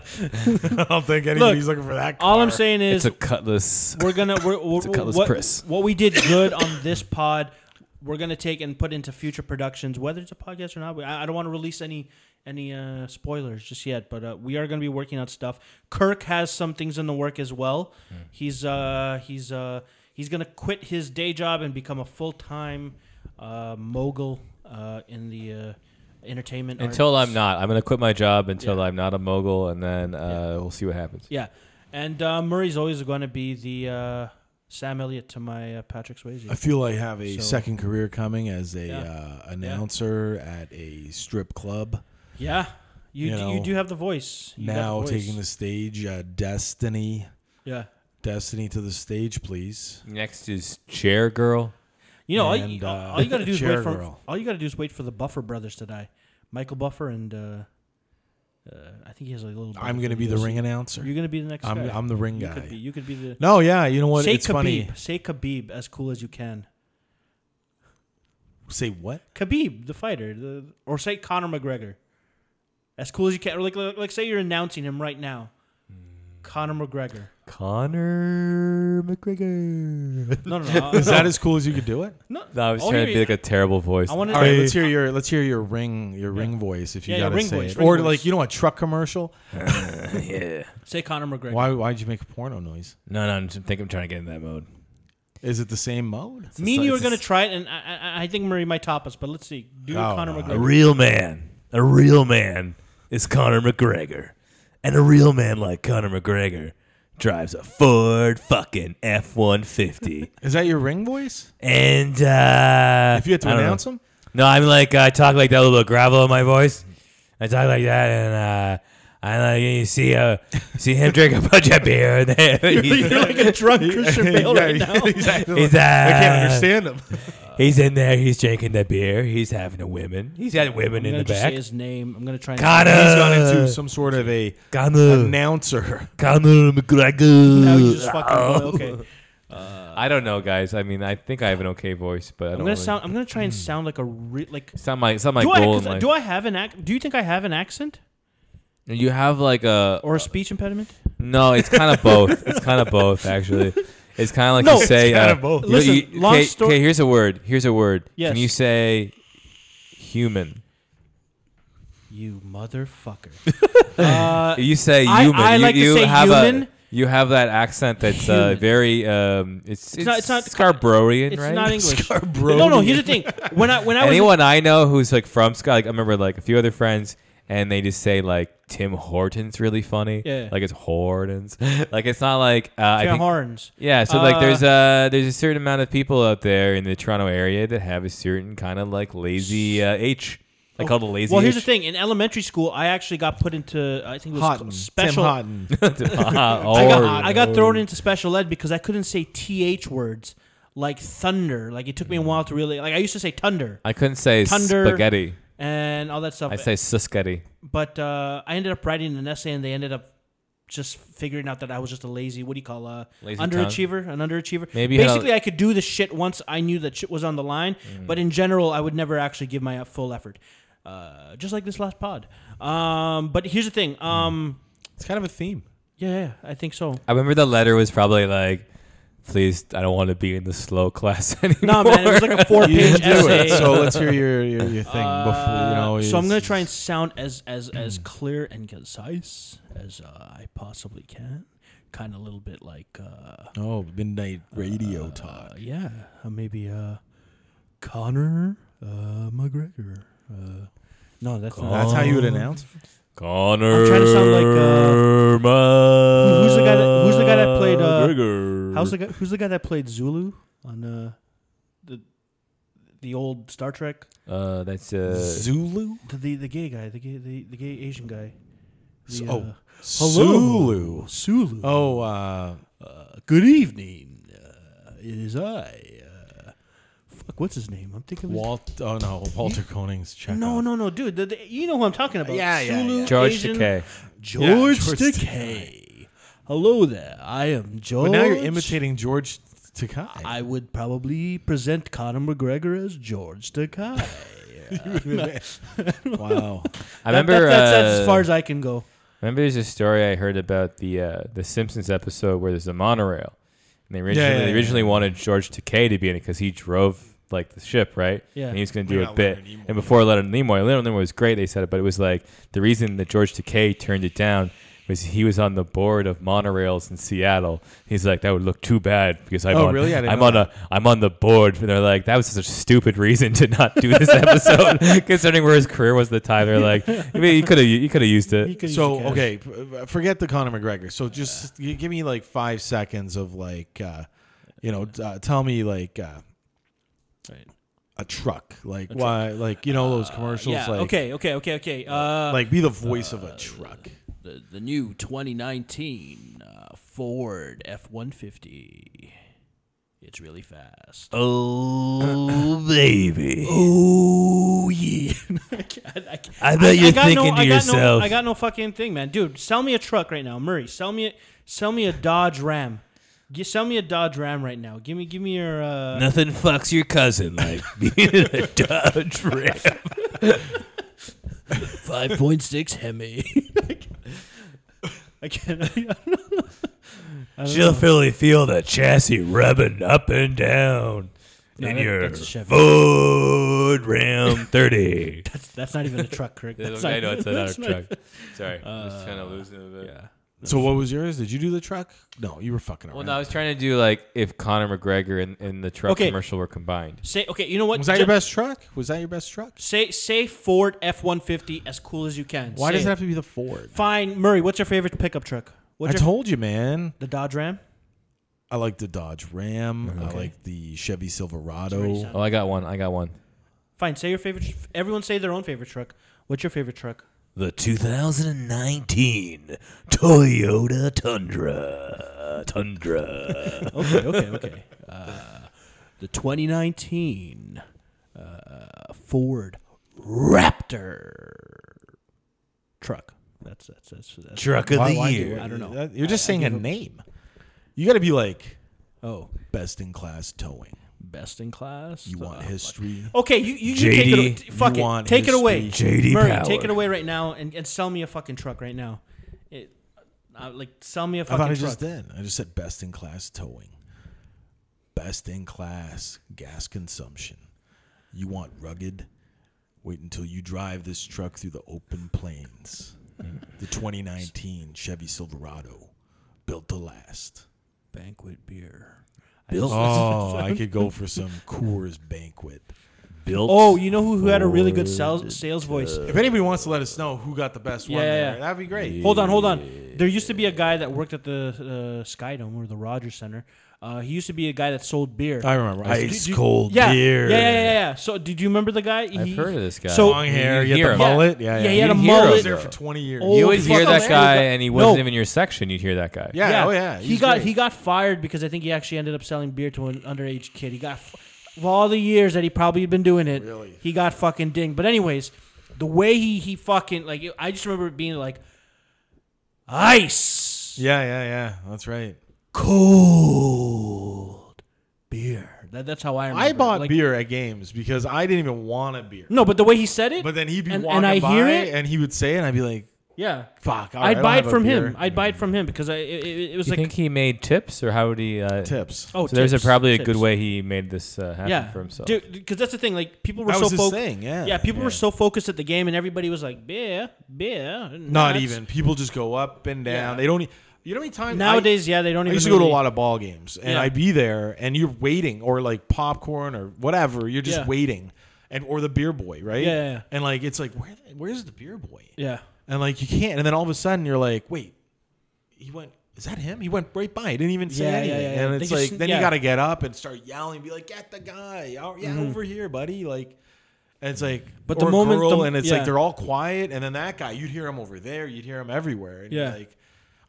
Speaker 4: don't think anybody's looking for that.
Speaker 2: *laughs* all
Speaker 4: car.
Speaker 2: I'm
Speaker 3: *laughs*
Speaker 2: saying is
Speaker 3: It's a Cutlass.
Speaker 2: we're gonna we're, we're,
Speaker 3: *laughs* It's a cutlass
Speaker 2: what,
Speaker 3: press.
Speaker 2: what we did good on this pod we're gonna take and put into future productions whether it's a podcast or not we- i, I don't want to release any any uh, spoilers just yet but uh, we are gonna be working on stuff kirk has some things in the work as well
Speaker 3: Hmm.
Speaker 2: he's uh he's uh he's gonna quit his day job and become a full-time uh, mogul uh, in the uh, entertainment
Speaker 3: Until
Speaker 2: arts.
Speaker 3: I'm not, I'm gonna quit my job until
Speaker 2: Yeah.
Speaker 3: I'm not a mogul, and then uh, we'll see what happens.
Speaker 2: yeah and uh, murray's always going to be the uh, sam elliott to my uh, patrick swayze
Speaker 4: I feel I have a
Speaker 2: So-
Speaker 4: second career coming as a
Speaker 2: Yeah.
Speaker 4: uh, announcer at a strip club.
Speaker 2: Yeah, you
Speaker 4: You
Speaker 2: do, you
Speaker 4: know,
Speaker 2: do have the voice. You got
Speaker 4: now
Speaker 2: voice.
Speaker 4: taking the stage, uh, Destiny,
Speaker 2: yeah.
Speaker 4: Destiny to the stage, please.
Speaker 3: Next is Chair Girl.
Speaker 2: You know, all
Speaker 4: And,
Speaker 2: you,
Speaker 4: uh,
Speaker 2: all you got to do
Speaker 4: *laughs*
Speaker 2: is wait
Speaker 4: Chair
Speaker 2: for
Speaker 4: Girl.
Speaker 2: all you got to do is wait for the Buffer brothers to die, Michael Buffer and uh, uh, I think he has a little. brother
Speaker 4: I'm going to
Speaker 2: that
Speaker 4: be
Speaker 2: he
Speaker 4: the
Speaker 2: does.
Speaker 4: ring announcer.
Speaker 2: You're gonna be the next
Speaker 4: I'm,
Speaker 2: guy.
Speaker 4: I'm the ring
Speaker 2: you
Speaker 4: guy.
Speaker 2: Could be, you could be the.
Speaker 4: No, yeah, you know what?
Speaker 2: say
Speaker 4: it's
Speaker 2: Khabib.
Speaker 4: funny.
Speaker 2: Say Khabib as cool as you can.
Speaker 4: Say what?
Speaker 2: Khabib, the fighter, the, or say Conor McGregor, as cool as you can. Or like, like like say you're announcing him right now.
Speaker 4: Hmm.
Speaker 2: Conor McGregor.
Speaker 3: Connor McGregor. *laughs*
Speaker 2: No, no, no.
Speaker 4: *laughs* Is that as cool as you could do it?
Speaker 2: no,
Speaker 3: No, I was
Speaker 2: Oh,
Speaker 3: trying to
Speaker 2: yeah,
Speaker 3: be like a terrible voice.
Speaker 2: I wanted
Speaker 4: *laughs* All right,
Speaker 2: to.
Speaker 4: let's hear your let's hear your ring your ring voice if you
Speaker 2: Yeah, yeah,
Speaker 4: gotta
Speaker 2: ring
Speaker 4: say
Speaker 2: voice,
Speaker 4: it.
Speaker 2: ring
Speaker 4: or
Speaker 2: voice.
Speaker 4: like you know a truck commercial.
Speaker 3: *laughs*
Speaker 2: Say Conor McGregor.
Speaker 4: Why why'd you make a porno noise?
Speaker 3: no, no, I'm just- I think I'm trying to get in that mode.
Speaker 4: Is it the same mode?
Speaker 2: Me and
Speaker 3: It's
Speaker 2: you
Speaker 3: a-
Speaker 2: are going to try it, and I, I, I think Murray might top us, but let's see. Do
Speaker 4: Oh,
Speaker 2: Conor
Speaker 4: no.
Speaker 2: McGregor.
Speaker 3: A real man, a real man is Conor McGregor. And a real man like Conor McGregor drives a Ford fucking F 150.
Speaker 4: Is that your ring voice?
Speaker 3: *laughs* and, uh.
Speaker 4: If you had to
Speaker 3: I don't
Speaker 4: announce
Speaker 3: know.
Speaker 4: them?
Speaker 3: No, I'm like, I talk like that with a little gravel in my voice. I talk like that, and, uh. I like you see uh, see him drink a bunch of beer. And then *laughs* he's,
Speaker 2: You're *laughs* like a
Speaker 3: *laughs*
Speaker 2: drunk Christian Bale right now.
Speaker 4: exactly.
Speaker 3: he's, uh,
Speaker 4: I can't understand him.
Speaker 3: *laughs* He's in there. He's drinking the beer. He's having the women. He's got women
Speaker 2: I'm
Speaker 3: in
Speaker 2: gonna
Speaker 3: the
Speaker 2: just say
Speaker 3: back.
Speaker 2: his name. I'm going to try. and-
Speaker 3: Connor.
Speaker 4: He's gone into some sort of a
Speaker 3: Connor.
Speaker 4: announcer. *laughs*
Speaker 3: Conor McGregor.
Speaker 2: Now you just fucking
Speaker 3: Oh.
Speaker 2: okay.
Speaker 3: I don't know, guys. I mean, I think I have an okay voice, but I don't.
Speaker 2: I'm gonna
Speaker 3: really-
Speaker 2: sound. I'm gonna try and sound like a re- like.
Speaker 3: It's not my. It's not my
Speaker 2: Do I,
Speaker 3: goal. in
Speaker 2: 'cause
Speaker 3: life.
Speaker 2: do I have an ac- Do you think I have an accent
Speaker 3: you have like a
Speaker 2: or a speech impediment?
Speaker 3: no?
Speaker 2: *laughs*
Speaker 3: It's kind of both. It's kind of both, actually. It's kind of like
Speaker 2: No,
Speaker 3: you say.
Speaker 4: it's kinda
Speaker 3: uh,
Speaker 4: both.
Speaker 3: you-
Speaker 2: Listen,
Speaker 3: you-
Speaker 2: long
Speaker 3: okay,
Speaker 2: story-
Speaker 3: okay, here's a word. Here's a word.
Speaker 2: Yes.
Speaker 3: Can you say human?
Speaker 2: You
Speaker 3: *laughs*
Speaker 2: motherfucker. uh,
Speaker 3: You say
Speaker 2: I-
Speaker 3: human.
Speaker 2: I
Speaker 3: you,
Speaker 2: like to
Speaker 3: you
Speaker 2: say
Speaker 3: have
Speaker 2: human.
Speaker 3: A, you have that accent that's uh,
Speaker 2: Human.
Speaker 3: very. Um, it's, it's,
Speaker 2: not- it's not-
Speaker 3: Scarboroughian,
Speaker 2: it's
Speaker 3: right?
Speaker 2: not English. No, no. Here's the thing. When I
Speaker 3: *laughs*
Speaker 2: when I was e-,
Speaker 3: anyone I know who's like from Scott, like I remember like a few other friends, and they just say like Tim Hortons really funny.
Speaker 2: Yeah.
Speaker 3: like it's Hortons. *laughs* like it's not like uh, I
Speaker 2: Tim
Speaker 3: think.
Speaker 2: Horns.
Speaker 3: Yeah, so like
Speaker 2: Uh,
Speaker 3: there's a there's a certain amount of people out there in the Toronto area that have a certain kind of like lazy uh, H. I call it a lazy.
Speaker 2: Well, here's the
Speaker 3: H.
Speaker 2: thing. In elementary school, I actually got put into I think it was
Speaker 4: Hotton.
Speaker 2: called
Speaker 4: Tim
Speaker 2: special.
Speaker 4: Hotton.
Speaker 3: *laughs* Ah,
Speaker 2: *laughs* I got,
Speaker 3: or-
Speaker 2: I got thrown into special ed because I couldn't say th words like thunder. Like it took me a while to really like. I used to say thunder
Speaker 3: I couldn't say
Speaker 2: Thunder.
Speaker 3: spaghetti.
Speaker 2: and all that stuff.
Speaker 3: I say susketti.
Speaker 2: but uh, I ended up writing an essay, and they ended up just figuring out that I was just a lazy. What do you call a
Speaker 3: Lazy
Speaker 2: underachiever? An underachiever.
Speaker 3: Maybe you had a- Mm.
Speaker 2: basically, I could do the shit once I knew that shit was on the line. But in general, I would never actually give my full effort. Uh, just like this last pod. Um, but here's the thing. Um,
Speaker 4: *laughs* It's kind of a theme.
Speaker 2: yeah, yeah, I think so.
Speaker 3: I remember the letter was probably like, "Please, I don't want to be in the slow class *laughs*
Speaker 2: No,
Speaker 3: anymore."
Speaker 2: man, it was
Speaker 3: *laughs*
Speaker 2: like a four-page
Speaker 4: Do
Speaker 2: essay.
Speaker 4: it. So let's hear your your, your thing before you know.
Speaker 2: Uh, so I'm
Speaker 4: it's-
Speaker 2: gonna try and sound as
Speaker 4: *clears throat*
Speaker 2: as as clear and concise as uh, I possibly can. Kind of a little bit like. Uh,
Speaker 4: Oh, midnight radio talk.
Speaker 2: Uh, yeah, uh, maybe uh, Connor uh, McGregor. Uh, no, that's not.
Speaker 4: That's how you would announce.
Speaker 3: Connor.
Speaker 2: I'm trying to sound like, uh,
Speaker 3: Ma-
Speaker 2: who's the guy that- who's the guy that played, uh,
Speaker 3: Gregor.
Speaker 2: How's the guy? Who's the guy that played Zulu on uh, the the old Star Trek?
Speaker 3: Uh, that's uh,
Speaker 4: Zulu.
Speaker 2: The the, the gay guy, the gay the, the gay Asian guy. The,
Speaker 4: oh,
Speaker 2: uh,
Speaker 4: Zulu.
Speaker 2: Zulu.
Speaker 4: Oh, uh,
Speaker 2: Uh, good evening. Uh, it is I. Uh, fuck, what's his name? I'm thinking. of his-
Speaker 4: Walt. Oh no, Walter Koning's check.
Speaker 2: no, no, no, dude. The, the, you know who I'm talking about.
Speaker 4: Yeah, yeah,
Speaker 2: Zulu,
Speaker 4: yeah.
Speaker 3: George
Speaker 2: Asian,
Speaker 3: Takei.
Speaker 2: George,
Speaker 4: George
Speaker 2: Takei. Hello there. I am George.
Speaker 4: But now you're imitating George Takai.
Speaker 2: *laughs* I would probably present Conor McGregor as George Takei. *laughs*
Speaker 4: *laughs* wow.
Speaker 3: I remember.
Speaker 2: That- that's, that's
Speaker 3: uh,
Speaker 2: as far as I can go.
Speaker 3: remember, there's a story I heard about the uh, the Simpsons episode where there's a monorail, and they originally
Speaker 4: yeah,
Speaker 3: they
Speaker 4: yeah.
Speaker 3: originally wanted George Takei to be in it because he drove like the ship, right?
Speaker 2: Yeah.
Speaker 3: And he was going to
Speaker 4: We're
Speaker 3: do a
Speaker 4: not
Speaker 3: bit.
Speaker 4: Leonard Nimoy.
Speaker 3: And before Leonard Nimoy, Leonard Nimoy was great. They said it, but it was like the reason that George Takei turned it down. Was he was on the board of monorails in Seattle? He's like, that would look too bad because I'm
Speaker 4: Oh,
Speaker 3: on,
Speaker 4: really? I didn't
Speaker 3: I'm
Speaker 4: know
Speaker 3: on
Speaker 4: that.
Speaker 3: a, I'm on the board, and they're like, that was such a stupid reason to not do this episode, *laughs* considering where his career was at the time. They're like, I mean, you could have, you could have used it.
Speaker 2: He could use
Speaker 4: So
Speaker 2: the cash.
Speaker 4: okay, f- forget the Conor McGregor. So just g- give me like five seconds of like, uh, you know, uh, tell me like uh,
Speaker 2: Right. Uh,
Speaker 4: a truck, like why, like you know those commercials,
Speaker 2: Yeah.
Speaker 4: like
Speaker 2: okay. Okay. Okay. Okay. Uh,
Speaker 4: like be the voice of a truck.
Speaker 2: the, the new 2019 uh, Ford F150. It's really fast.
Speaker 5: Oh, baby.
Speaker 2: Oh yeah. *laughs* I, can't- I, can't-
Speaker 5: I bet you're
Speaker 2: got
Speaker 5: thinking to
Speaker 2: I got
Speaker 5: yourself.
Speaker 2: No, I got no fucking thing, man. Dude, sell me a truck right now, Murray. Sell me, a, sell me a Dodge Ram. Gi- sell me a Dodge Ram right now. Give me, give me your. Uh, *laughs*
Speaker 5: Nothing fucks your cousin like being in a Dodge Ram.
Speaker 2: 5.6 Hemi. I can't. *laughs* I, can't- I don't
Speaker 5: She'll
Speaker 2: know.
Speaker 5: really feel the chassis rubbing up and down
Speaker 2: No,
Speaker 5: in
Speaker 2: that-
Speaker 5: your
Speaker 2: that's a Chevy. *laughs*
Speaker 5: Ford Ram 30.
Speaker 2: That's that's not even a truck,
Speaker 3: *laughs*
Speaker 2: Kirk. That's
Speaker 3: okay,
Speaker 2: not, *laughs*
Speaker 3: no, it's another
Speaker 2: that's not-
Speaker 3: truck.
Speaker 2: *laughs*
Speaker 3: Sorry, I'm just kind of losing a bit.
Speaker 2: Yeah.
Speaker 4: So what was yours? Did you do the truck? No, you were fucking around.
Speaker 3: Well, no, I was trying to do like if Conor McGregor and, and the truck
Speaker 2: Okay.
Speaker 3: commercial were combined.
Speaker 2: Say okay, you know what?
Speaker 4: was that
Speaker 2: Ju-
Speaker 4: your best truck? Was that your best truck?
Speaker 2: Say say Ford F one fifty as cool as you can.
Speaker 4: Why
Speaker 2: Say
Speaker 4: does
Speaker 2: it.
Speaker 4: it have to be the Ford?
Speaker 2: Fine, Murray. What's your favorite pickup truck? What's
Speaker 4: I
Speaker 2: your,
Speaker 4: told you, man.
Speaker 2: the Dodge Ram.
Speaker 4: I like the Dodge Ram. I like the Chevy
Speaker 2: already
Speaker 4: Silverado.
Speaker 2: sound-
Speaker 3: Oh, I got one. I got one.
Speaker 2: Fine. Say your favorite. Everyone say their own favorite truck. What's your favorite truck?
Speaker 5: The 2019 Toyota Tundra. Tundra.
Speaker 2: Okay, okay, okay. Uh, the 2019 uh, Ford Raptor truck. That's that's that's. that's
Speaker 5: Truck of the
Speaker 4: Why do
Speaker 5: year.
Speaker 4: it?
Speaker 2: I don't know.
Speaker 4: That- You're just saying a name. You got to be like
Speaker 2: oh,
Speaker 4: best in class towing.
Speaker 2: best in class.
Speaker 4: You want
Speaker 2: Uh,
Speaker 4: history?
Speaker 2: Okay, you you, you
Speaker 5: JD,
Speaker 2: take it. Fuck
Speaker 4: you
Speaker 2: it.
Speaker 4: want
Speaker 2: Take it away.
Speaker 5: history. JD
Speaker 2: Murray,
Speaker 5: Power.
Speaker 2: take it away right now and, and sell me a fucking truck right now. It, uh, like sell me a
Speaker 4: I
Speaker 2: fucking
Speaker 4: thought I
Speaker 2: truck.
Speaker 4: just did. I just said best in class towing. Best in class gas consumption. You want rugged? Wait until you drive this truck through the open plains. the 2019 Chevy Silverado, built to last.
Speaker 2: Banquet beer.
Speaker 5: Built,
Speaker 4: Oh, I could go for *laughs* some Coors Banquet.
Speaker 5: built.
Speaker 2: Oh, you know who, who had a really good sales sales voice?
Speaker 4: If anybody wants to let us know who got the best
Speaker 2: Yeah,
Speaker 4: one,
Speaker 2: yeah,
Speaker 4: there,
Speaker 2: yeah.
Speaker 4: that'd be great.
Speaker 2: Hold on, hold on. There used to be a guy that worked at the uh, Skydome or the Rogers Center. Uh, he used to be a guy that sold beer.
Speaker 4: I remember ice
Speaker 2: Do- do-
Speaker 4: cold
Speaker 2: yeah,
Speaker 4: beer.
Speaker 2: Yeah, yeah, yeah, yeah. So, did you remember the guy?
Speaker 3: I've
Speaker 2: He-
Speaker 3: heard of this guy.
Speaker 2: So-
Speaker 4: Long hair,
Speaker 3: You
Speaker 4: you
Speaker 3: hear
Speaker 4: had the
Speaker 3: him.
Speaker 4: mullet. Yeah, yeah.
Speaker 2: Yeah, he had a
Speaker 3: You'd hear him,
Speaker 4: He
Speaker 2: mullet.
Speaker 4: was there for 20 years.
Speaker 2: Oh,
Speaker 3: you always
Speaker 2: fuck
Speaker 3: hear
Speaker 2: man.
Speaker 3: that guy, and he wasn't
Speaker 2: No.
Speaker 3: even in your section. You'd hear that guy.
Speaker 4: Yeah, oh yeah.
Speaker 2: He
Speaker 4: he's
Speaker 2: got
Speaker 4: great.
Speaker 2: he got fired because I think he actually ended up selling beer to an underage kid. He got f- of all the years that he probably had been doing it.
Speaker 4: Really?
Speaker 2: He got fucking dinged. But anyways, the way he he fucking like I just remember it being like ice
Speaker 4: Yeah, yeah, yeah. That's right.
Speaker 2: cold beer. That, that's how I remember.
Speaker 4: I
Speaker 2: it.
Speaker 4: bought
Speaker 2: Like-
Speaker 4: beer at games because I didn't even want a beer.
Speaker 2: No, but the way he said it.
Speaker 4: But then he'd be
Speaker 2: and,
Speaker 4: walking
Speaker 2: and I
Speaker 4: by
Speaker 2: hear it.
Speaker 4: and he would say it and I'd be like,
Speaker 2: yeah.
Speaker 4: fuck. all right, I
Speaker 2: I'd
Speaker 4: don't
Speaker 2: buy it
Speaker 4: have a
Speaker 2: from
Speaker 4: beer.
Speaker 2: him. I'd buy it from him because I it, it, it was
Speaker 3: Do you
Speaker 2: like
Speaker 3: think he made tips, or how would he? Uh,
Speaker 4: Tips.
Speaker 2: oh.
Speaker 3: so there's a,
Speaker 2: tips,
Speaker 3: probably a
Speaker 2: tips.
Speaker 3: good way he made this uh, happen
Speaker 2: Yeah,
Speaker 3: for himself.
Speaker 2: dude. Because that's the thing. Like people were
Speaker 4: That
Speaker 2: so
Speaker 4: was his
Speaker 2: focused.
Speaker 4: thing, yeah.
Speaker 2: yeah, people were
Speaker 4: Yeah.
Speaker 2: so focused at the game, and everybody was like, "Beer, beer."
Speaker 4: Not
Speaker 2: nuts."
Speaker 4: even. People just go up and down.
Speaker 2: Yeah.
Speaker 4: They don't. e- You know how many
Speaker 2: *laughs*
Speaker 4: times
Speaker 2: Nowadays,
Speaker 4: I,
Speaker 2: yeah, they don't
Speaker 4: I
Speaker 2: even
Speaker 4: used to go to a
Speaker 2: really-
Speaker 4: lot of ball games, and
Speaker 2: Yeah.
Speaker 4: I'd be there, and you're waiting, or like popcorn, or whatever. You're just
Speaker 2: Yeah.
Speaker 4: waiting, and or the beer boy, right?
Speaker 2: Yeah, yeah, yeah.
Speaker 4: And like, it's like, where, where's the beer boy?
Speaker 2: Yeah,
Speaker 4: And like, you can't. And then all of a sudden, you're like, wait, he went. Is that him? He went right by. He didn't even say
Speaker 2: Yeah, yeah,
Speaker 4: anything.
Speaker 2: yeah, yeah.
Speaker 4: And
Speaker 2: They
Speaker 4: it's
Speaker 2: just-
Speaker 4: like, then
Speaker 2: yeah.
Speaker 4: you got to get up and start yelling, be like, get the guy, oh, yeah, over here, buddy, like. And it's like,
Speaker 2: But
Speaker 4: or
Speaker 2: the
Speaker 4: a
Speaker 2: moment-
Speaker 4: girl,
Speaker 2: the-
Speaker 4: and it's
Speaker 2: yeah.
Speaker 4: like they're all quiet, and then that guy, you'd hear him over there, you'd hear him everywhere, and you're
Speaker 2: Yeah.
Speaker 4: like,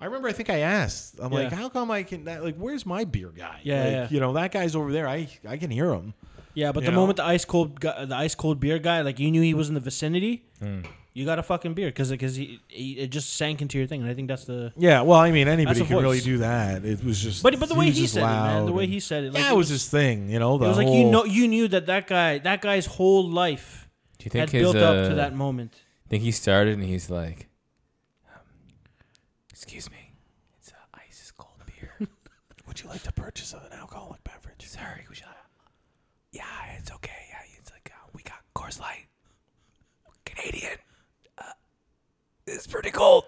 Speaker 4: I remember, I think I asked, I'm like,
Speaker 2: Yeah.
Speaker 4: how come I can, that, like, where's my beer guy?
Speaker 2: Yeah,
Speaker 4: like,
Speaker 2: yeah.
Speaker 4: you know, that guy's over there, I, I can hear him.
Speaker 2: yeah. But
Speaker 4: You
Speaker 2: the
Speaker 4: know?
Speaker 2: moment the ice cold, gu- the ice cold beer guy, like you knew he was in the vicinity, you got a fucking beer because because he, he it just sank into your thing, and I think that's the.
Speaker 4: Yeah, well, I mean, anybody
Speaker 2: That's a
Speaker 4: can really
Speaker 2: voice.
Speaker 4: do that. It was just,
Speaker 2: But but the way
Speaker 4: was
Speaker 2: he
Speaker 4: just
Speaker 2: said it, man,
Speaker 4: loud
Speaker 2: the way
Speaker 4: and-
Speaker 2: he said it, like,
Speaker 4: yeah, it was his thing, you know. The
Speaker 2: It was like you
Speaker 4: whole-
Speaker 2: know you knew that that guy that guy's whole life
Speaker 3: Do you think
Speaker 2: had
Speaker 3: his,
Speaker 2: built up
Speaker 3: uh,
Speaker 2: to that moment.
Speaker 3: think he started and he's like, um, "Excuse me, it's uh, ice cold
Speaker 2: *laughs*
Speaker 3: beer.
Speaker 4: Would you like the purchase of an alcoholic beverage?
Speaker 3: Sorry, we should. Yeah, it's okay. Yeah, it's like uh, we got Coors Light, Canadian. Uh, it's pretty cold."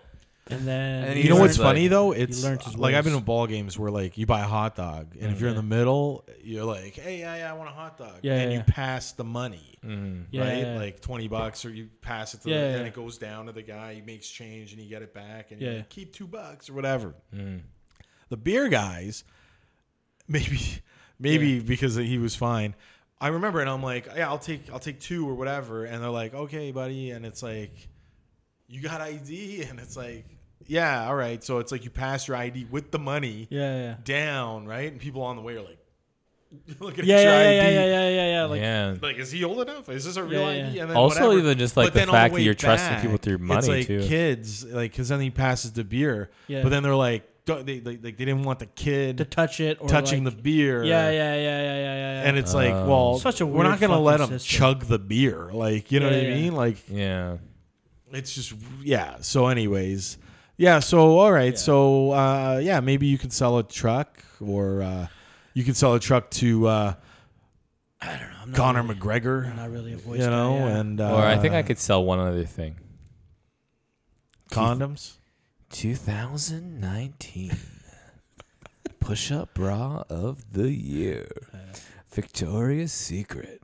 Speaker 2: And then
Speaker 3: And
Speaker 4: You
Speaker 3: He
Speaker 4: know what's
Speaker 3: learned, like-
Speaker 4: funny though? It's
Speaker 2: learned his
Speaker 4: like I've been
Speaker 2: ways.
Speaker 4: in ball games where like you buy a hot dog, and if you're in the middle, you're like, "Hey, yeah, yeah, I want a hot dog,"
Speaker 2: Yeah,
Speaker 4: and
Speaker 2: yeah,
Speaker 4: you
Speaker 2: yeah.
Speaker 4: pass the money,
Speaker 3: mm,
Speaker 2: Yeah,
Speaker 4: right?
Speaker 2: yeah, yeah.
Speaker 4: Like twenty bucks, or you pass it to,
Speaker 2: Yeah,
Speaker 4: the,
Speaker 2: yeah,
Speaker 4: and
Speaker 2: yeah.
Speaker 4: it goes down to the guy. He makes change, and you get it back, and you
Speaker 2: Yeah.
Speaker 4: keep two bucks or whatever.
Speaker 2: mm.
Speaker 4: The beer guys, maybe, *laughs* maybe because he was fine. I remember, and I'm like, "Yeah, I'll take, I'll take two or whatever," and they're like, "Okay, buddy," and it's like you got ID, *laughs* and it's like, yeah, all right. So it's like you pass your ID with the money
Speaker 2: yeah yeah.
Speaker 4: down, right? And people on the way are like, *laughs* looking
Speaker 2: yeah,
Speaker 4: at your
Speaker 2: yeah,
Speaker 4: ID.
Speaker 2: yeah, yeah, yeah, yeah, yeah. Like,
Speaker 3: mm, yeah.
Speaker 4: Like, is he old enough? Is this a real
Speaker 2: Yeah,
Speaker 4: ID?
Speaker 2: yeah.
Speaker 4: And then
Speaker 3: Also,
Speaker 4: whatever.
Speaker 3: even just, like,
Speaker 4: But
Speaker 3: the
Speaker 4: then on
Speaker 3: fact that
Speaker 4: way
Speaker 3: you're trusting
Speaker 4: back,
Speaker 3: people through money,
Speaker 4: it's like
Speaker 3: too.
Speaker 4: Kids, like, because then he passes the beer,
Speaker 2: Yeah.
Speaker 4: but then they're like, don't, they, like, like they didn't want the kid
Speaker 2: to touch it or
Speaker 4: touching
Speaker 2: like,
Speaker 4: the beer.
Speaker 2: Yeah, yeah, yeah, yeah, yeah, yeah. yeah.
Speaker 4: And it's like,
Speaker 3: Oh.
Speaker 4: well,
Speaker 2: Such a
Speaker 4: we're
Speaker 2: weird
Speaker 4: not gonna let
Speaker 2: fucking
Speaker 4: him
Speaker 2: system.
Speaker 4: chug the beer, like you know
Speaker 2: Yeah,
Speaker 4: what I
Speaker 2: yeah.
Speaker 4: mean? Like
Speaker 3: Yeah.
Speaker 4: it's just yeah so anyways Yeah. So all right. So uh, yeah, maybe you can sell a truck, or uh, you can sell a truck to uh,
Speaker 2: I don't know. I'm not
Speaker 4: Conor
Speaker 2: really-
Speaker 4: McGregor.
Speaker 2: I'm not really a voice
Speaker 4: you know,
Speaker 2: guy, yeah.
Speaker 4: and uh,
Speaker 3: Or I think I could sell one other thing.
Speaker 4: condoms.
Speaker 5: *laughs* 2019 push up bra of the year. Victoria's Secret.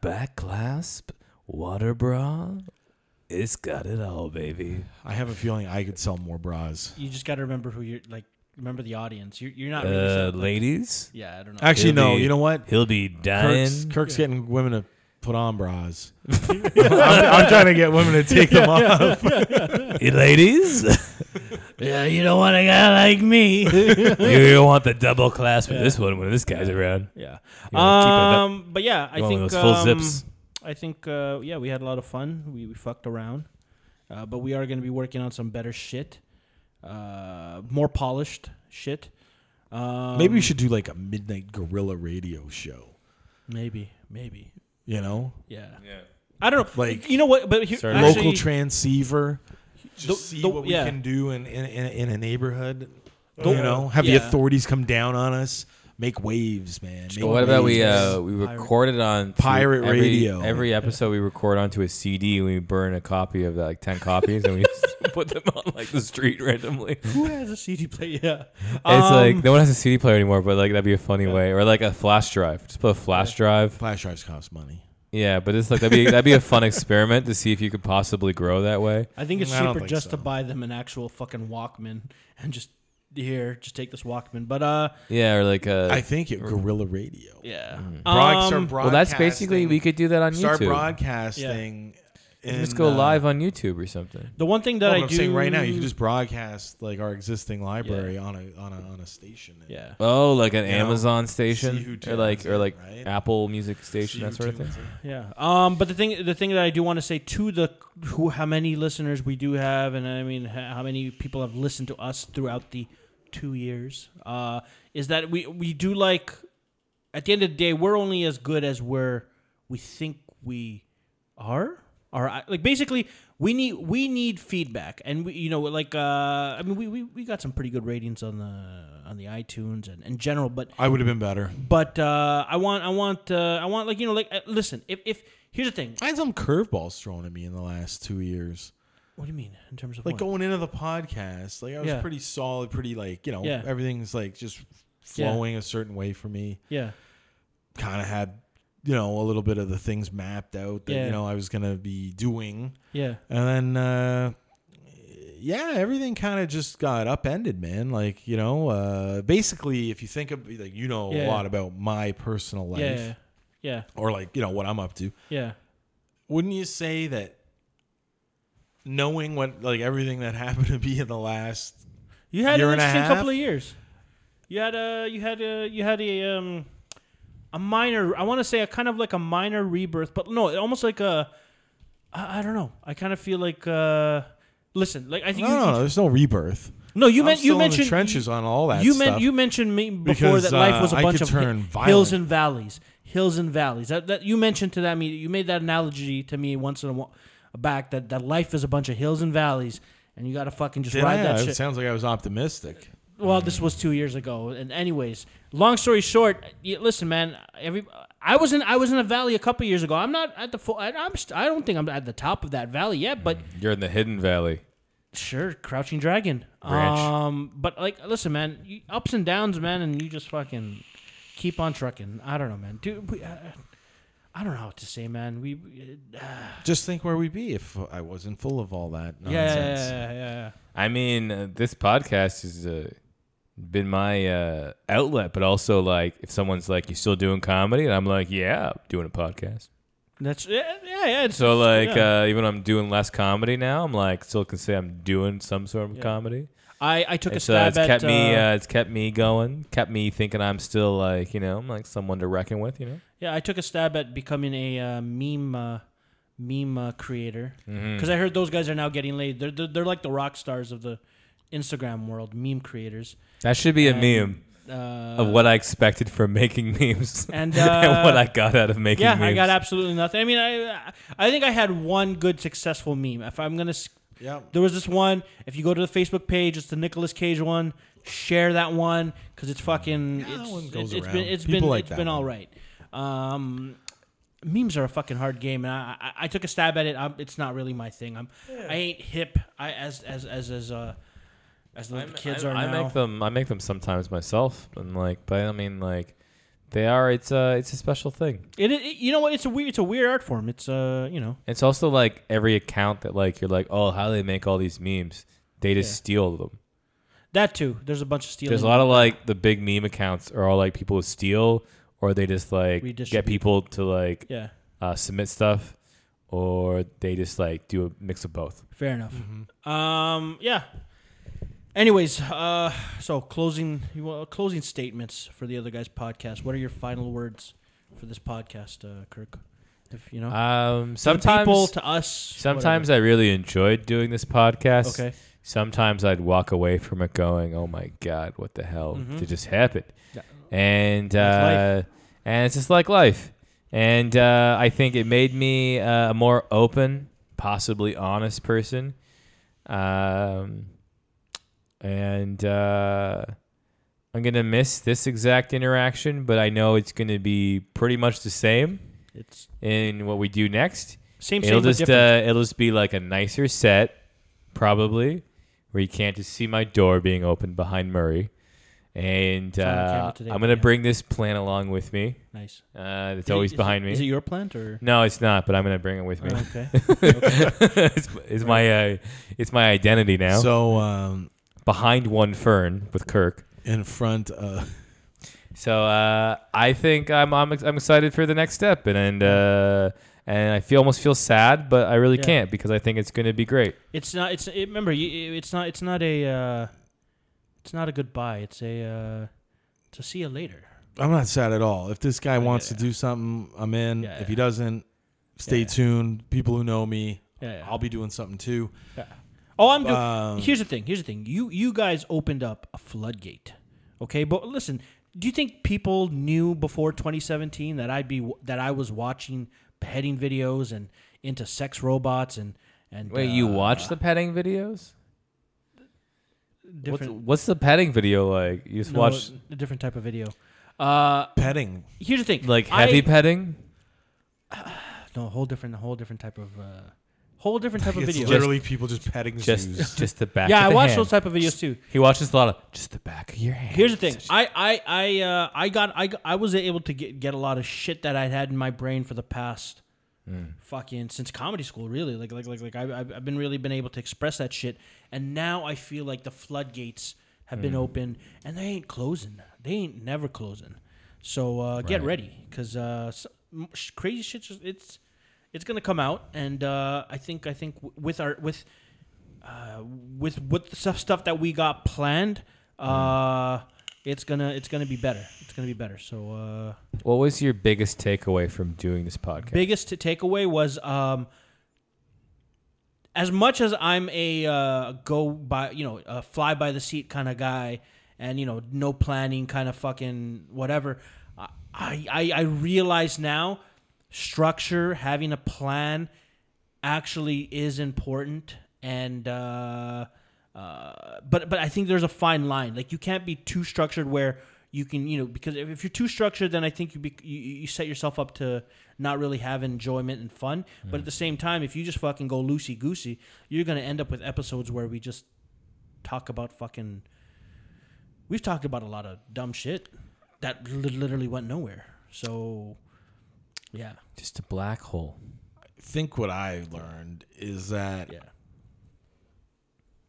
Speaker 5: Back clasp, water bra. It's got it all, baby.
Speaker 4: I have a feeling I could sell more bras.
Speaker 2: you just got to remember who you're like. Remember the audience. You're, you're not really.
Speaker 5: Uh,
Speaker 2: so- like-
Speaker 5: ladies,
Speaker 2: yeah, I don't know.
Speaker 4: Actually, no.
Speaker 5: be-
Speaker 4: You know what?
Speaker 5: he'll be dying.
Speaker 4: Kirk's, Kirk's getting women to put on *laughs* bras. I'm, I'm trying to get women to take them off.
Speaker 5: Hey, Eh, ladies,
Speaker 2: yeah, you don't want a guy like me.
Speaker 5: you want the double clasp of this one when this guy's around.
Speaker 2: yeah.
Speaker 5: You wanna keep it up.
Speaker 2: Um, but yeah, I
Speaker 5: You want
Speaker 2: think
Speaker 5: one of those full
Speaker 2: um,
Speaker 5: zips.
Speaker 2: I think uh, yeah, we had a lot of fun. We, we fucked around, uh, but we are going to be working on some better shit, uh, more polished shit. Um,
Speaker 4: Maybe we should do like a midnight gorilla radio show.
Speaker 2: maybe, maybe,
Speaker 4: You know,
Speaker 2: yeah.
Speaker 3: Yeah.
Speaker 2: I don't know.
Speaker 4: Like,
Speaker 2: Like you know what? But here,
Speaker 3: Sorry.
Speaker 2: actually,
Speaker 4: local transceiver. Just
Speaker 2: The-
Speaker 4: see
Speaker 2: the-
Speaker 4: what we
Speaker 2: yeah.
Speaker 4: can do in in, in, in a neighborhood.
Speaker 2: The-
Speaker 4: you know, have the
Speaker 2: yeah.
Speaker 4: authorities come down on us, make waves, man. Make
Speaker 3: Well, what about we
Speaker 4: waves.
Speaker 3: uh, we
Speaker 2: Pirate.
Speaker 3: recorded on to
Speaker 4: Pirate
Speaker 3: every,
Speaker 4: radio.
Speaker 3: Every episode we record onto a CD and we burn a copy of that, like ten copies and we just
Speaker 4: *laughs*
Speaker 3: put them on like the street randomly. It's
Speaker 2: Who has a CD player? *laughs* Yeah,
Speaker 4: Um,
Speaker 3: like no one has a CD player anymore, but like that'd be a funny way, or like a flash drive. Just put a flash drive.
Speaker 4: flash drives cost money.
Speaker 3: Yeah, but it's like that'd be that'd be a fun experiment to see if you could possibly grow that way.
Speaker 2: I think it's
Speaker 4: I don't
Speaker 2: cheaper
Speaker 4: think
Speaker 2: just to
Speaker 4: so.
Speaker 2: buy them an actual fucking Walkman and just here, just take this Walkman. But uh,
Speaker 3: Yeah, or like a
Speaker 4: I think it gorilla radio.
Speaker 2: yeah.
Speaker 4: Broad- start
Speaker 2: Um,
Speaker 3: well, that's basically
Speaker 4: broadcasting-
Speaker 3: we could do that on
Speaker 4: start
Speaker 3: YouTube.
Speaker 4: broadcasting.
Speaker 3: You
Speaker 4: in,
Speaker 3: just go
Speaker 4: uh,
Speaker 3: live on YouTube or something.
Speaker 2: the one thing that
Speaker 4: no,
Speaker 2: I
Speaker 4: but I'm
Speaker 2: do
Speaker 4: saying right now you can just broadcast like our existing library on a on a on a station. and
Speaker 2: yeah.
Speaker 3: Oh, like an
Speaker 4: You know,
Speaker 3: Amazon
Speaker 4: see who
Speaker 3: station, or
Speaker 4: tunes
Speaker 3: like or
Speaker 4: in,
Speaker 3: like
Speaker 4: right?
Speaker 3: Apple Music station,
Speaker 4: see
Speaker 3: that
Speaker 4: who
Speaker 3: sort of thing.
Speaker 4: tunes in.
Speaker 2: Yeah. Um. But the thing, the thing that I do want to say to the who, how many listeners we do have, and I mean h- how many people have listened to us throughout the two years, uh, is that we we do like, at the end of the day, we're only as good as we're we think we are. Or I- like basically, we need we need feedback, and we you know like uh, I mean we, we, we got some pretty good ratings on the on the iTunes and in general, but
Speaker 4: I would have been better.
Speaker 2: but uh, I want, I want, uh, I want, like you know, like uh, listen. If, if here's the thing,
Speaker 4: I had some curveballs thrown at me in the last two years.
Speaker 2: what do you mean in terms of
Speaker 4: Like
Speaker 2: what?
Speaker 4: going into the podcast, like I was
Speaker 2: Yeah.
Speaker 4: pretty solid, pretty like you know
Speaker 2: Yeah.
Speaker 4: everything's like just flowing a certain way for me.
Speaker 2: yeah,
Speaker 4: Kind of had you know a little bit of the things mapped out that
Speaker 2: Yeah.
Speaker 4: you know I was gonna be doing,
Speaker 2: yeah,
Speaker 4: and then uh, yeah, everything kind of just got upended, man. Like you know, uh, basically if you think of like you know
Speaker 2: Yeah.
Speaker 4: a lot about my personal life
Speaker 2: yeah, yeah,
Speaker 4: or like you know what I'm up to,
Speaker 2: yeah,
Speaker 4: wouldn't you say that knowing what like everything that *laughs* happened to be in the last
Speaker 2: You had
Speaker 4: Year
Speaker 2: an
Speaker 4: and a
Speaker 2: interesting
Speaker 4: half?
Speaker 2: couple of years. You had a, you had a, you had a, um, a minor. I want to say a kind of like a minor rebirth, but no, almost like a. I, I don't know. I kind of feel like. Uh, listen, like I
Speaker 4: no
Speaker 2: think you,
Speaker 4: no no
Speaker 2: you,
Speaker 4: there's no rebirth
Speaker 2: no, you
Speaker 4: I'm
Speaker 2: meant
Speaker 4: still
Speaker 2: you
Speaker 4: in
Speaker 2: mentioned
Speaker 4: the trenches on all that
Speaker 2: you
Speaker 4: stuff.
Speaker 2: meant you mentioned me before
Speaker 4: Because,
Speaker 2: that life
Speaker 4: uh,
Speaker 2: was a
Speaker 4: I
Speaker 2: bunch
Speaker 4: could
Speaker 2: of
Speaker 4: turn
Speaker 2: hi-
Speaker 4: violent.
Speaker 2: hills and valleys, hills and valleys. That, that you mentioned to that me, you made that analogy to me once in a while back that, that life is a bunch of hills and valleys, and you gotta fucking just
Speaker 4: Did
Speaker 2: ride
Speaker 4: I?
Speaker 2: that
Speaker 4: it
Speaker 2: shit.
Speaker 4: sounds like i was optimistic
Speaker 2: well, this was two years ago, and anyways, long story short, y listen, man, every I was in I was in a valley a couple years ago. I'm not at the full. I, I'm st- I don't think I'm at the top of that valley yet, but
Speaker 3: You're in the Hidden Valley.
Speaker 2: sure, Crouching Dragon.
Speaker 3: Ranch.
Speaker 2: Um, but like, listen, man, you, ups and downs, man, and you just fucking keep on trucking. I don't know, man. Dude, we, uh, I don't know what to say, man. We, uh,
Speaker 4: just think where we'd be if i wasn't full of all that
Speaker 2: yeah, yeah,
Speaker 4: nonsense
Speaker 2: yeah, yeah, yeah.
Speaker 3: I mean, uh, this podcast has uh, been my uh, outlet, but also like if someone's like, "You still doing comedy?" and I'm like, "Yeah, I'm doing a podcast."
Speaker 2: That's yeah, yeah. yeah it's,
Speaker 3: So like,
Speaker 2: yeah.
Speaker 3: uh, even though I'm doing less comedy now, I'm like still can say I'm doing some sort of comedy.
Speaker 2: I I took a
Speaker 3: It's, uh,
Speaker 2: stab
Speaker 3: it's
Speaker 2: at
Speaker 3: kept me,
Speaker 2: uh,
Speaker 3: uh, it's kept me going, kept me thinking I'm still like, you know, I'm like someone to reckon with, you know.
Speaker 2: yeah. I took a stab at becoming a uh, meme. Uh, meme uh, creator
Speaker 3: Mm-hmm.
Speaker 2: because i heard those guys are now getting laid they're, they're, they're like the rock stars of the instagram world meme creators
Speaker 3: That should be a
Speaker 2: And,
Speaker 3: meme
Speaker 2: uh,
Speaker 3: of what I expected from making *laughs* memes
Speaker 2: and,
Speaker 3: what
Speaker 2: uh,
Speaker 3: I got out of making
Speaker 2: yeah,
Speaker 3: memes.
Speaker 2: I got absolutely nothing. I mean, I I think I had one good successful meme. If I'm gonna s-
Speaker 4: Yep.
Speaker 2: There was this one. If you go to the Facebook page, it's the Nicolas Cage one. Share that one because it's fucking.
Speaker 4: that
Speaker 2: it's,
Speaker 4: one
Speaker 2: it's-
Speaker 4: goes
Speaker 2: it's
Speaker 4: around.
Speaker 2: been it's
Speaker 4: People
Speaker 2: been
Speaker 4: like
Speaker 2: it's
Speaker 4: that
Speaker 2: been all
Speaker 4: one.
Speaker 2: right. Um, memes are a fucking hard game, and I I, I took a stab at it. i it's not really my thing. I'm I ain't hip. I as as as as uh as the
Speaker 5: I'm-
Speaker 2: kids
Speaker 5: I,
Speaker 2: are
Speaker 5: I
Speaker 2: now.
Speaker 5: make them. I make them sometimes myself, and like, but I mean, like, they are. It's a. It's a special thing.
Speaker 2: It, it you know what? It's a weird it's a weird art form. It's uh you know
Speaker 5: It's also like every account that like you're like, oh, how do they make all these memes? They just
Speaker 2: Yeah.
Speaker 5: steal them.
Speaker 2: that too. There's a bunch of stealing.
Speaker 5: There's a lot of like the big meme accounts are all like people who steal, or they just like
Speaker 2: Redistribute.
Speaker 5: get people to like
Speaker 2: yeah.
Speaker 5: uh, submit stuff, or they just like do a mix of both.
Speaker 2: Fair enough. Um, yeah. Anyways, uh, so closing you want- closing statements for the other guys podcast. What are your final words for this podcast, uh, Kirk? If you know,
Speaker 5: Um,
Speaker 2: To the
Speaker 5: sometimes,
Speaker 2: people to us,
Speaker 5: sometimes I really enjoyed doing this podcast.
Speaker 2: whatever. okay,
Speaker 5: sometimes I'd walk away from it going, "Oh my god, what the hell
Speaker 2: Mhm.
Speaker 5: did just happen?"
Speaker 2: Yeah.
Speaker 5: And
Speaker 2: That's
Speaker 5: uh, and it's just like life. And uh, I think it made me uh, a more open, possibly honest person. Um, and uh, I'm gonna miss this exact interaction, but I know it's gonna be pretty much the same
Speaker 2: it's
Speaker 5: in what we do next
Speaker 2: same
Speaker 5: it'll
Speaker 2: same but
Speaker 5: just
Speaker 2: different.
Speaker 5: uh, it'll just be like a nicer set, probably, where you can't just see my door being open behind Murray. And
Speaker 2: on camera
Speaker 5: uh,
Speaker 2: today,
Speaker 5: I'm gonna
Speaker 2: yeah.
Speaker 5: bring this plant along with me.
Speaker 2: nice.
Speaker 5: Uh, it's
Speaker 2: Did it-
Speaker 5: always
Speaker 2: is it-
Speaker 5: behind me.
Speaker 2: Is it your plant
Speaker 5: *laughs*
Speaker 2: or?
Speaker 5: no, it's not. But I'm gonna bring it with me.
Speaker 2: Oh, okay.
Speaker 5: *laughs* it's, it's my uh, it's my identity now.
Speaker 4: So um,
Speaker 5: behind one fern with Kirk.
Speaker 4: in front of
Speaker 5: So uh, I think I'm, I'm I'm excited for the next step, and and uh, and I feel almost feel sad, but I really
Speaker 2: Yeah.
Speaker 5: can't because I think it's gonna be great.
Speaker 2: It's not. It's it, remember. You, it's not. It's not a. Uh, it's not a goodbye. It's a. Uh, to see you later.
Speaker 4: I'm not sad at all. If this guy wants
Speaker 2: yeah,
Speaker 4: to do something, I'm in.
Speaker 2: Yeah,
Speaker 4: if he
Speaker 2: yeah.
Speaker 4: doesn't, stay
Speaker 2: Yeah, yeah.
Speaker 4: tuned. People who know me,
Speaker 2: Yeah. yeah.
Speaker 4: I'll be doing something too.
Speaker 2: Oh, I'm doing.
Speaker 4: Um,
Speaker 2: here's the thing. Here's the thing. You you guys opened up a floodgate. Okay, but listen. Do you think people knew before 2017 that I'd be that I was watching petting videos and into sex robots and and
Speaker 5: Wait, you
Speaker 2: uh,
Speaker 5: watch the petting videos? What's,
Speaker 2: different
Speaker 5: what's the petting video like? You just
Speaker 2: no,
Speaker 5: watch
Speaker 2: a different type of video? Uh,
Speaker 4: petting.
Speaker 2: here's the thing.
Speaker 5: like heavy
Speaker 2: I,
Speaker 5: petting?
Speaker 2: no whole different whole different type of uh, whole
Speaker 5: *laughs*
Speaker 2: different type of
Speaker 4: It's
Speaker 2: video.
Speaker 4: literally people just petting zoos.
Speaker 2: *laughs*
Speaker 5: Just *laughs* just the back.
Speaker 2: yeah,
Speaker 5: of
Speaker 2: I
Speaker 5: the
Speaker 2: watch
Speaker 5: hand.
Speaker 2: those type of videos too.
Speaker 5: He watches a lot of just the back of your hand.
Speaker 2: Here's the thing. I I I uh, I got I got- I was able to get get a lot of shit that I had in my brain for the past fucking since comedy school. Really, like like like like I I've I've been really been able to express that shit, and now I feel like the floodgates have been open and they ain't closing. They ain't never closing. So uh, get ready because uh, s- m- sh- crazy shit. Just, it's it's gonna come out, and uh, I think I think w- with our with uh, with with the stuff stuff that we got planned, uh, it's gonna it's gonna be better. It's gonna be better. So uh,
Speaker 5: What was your biggest takeaway from doing this podcast?
Speaker 2: biggest t- takeaway was um, as much as I'm a uh, go by you know a fly by the seat kind of guy, and you know no planning kind of fucking whatever. I I, I realize now structure having a plan actually is important and uh, uh, but but I think there's a fine line like you can't be too structured where you can you know because if, if you're too structured then I think you, be, you you set yourself up to not really have enjoyment and fun but at the same time if you just fucking go loosey goosey you're gonna end up with episodes where we just talk about fucking we've talked about a lot of dumb shit that li- literally went nowhere so yeah
Speaker 5: Just a black hole.
Speaker 4: I think what I learned is that
Speaker 2: yeah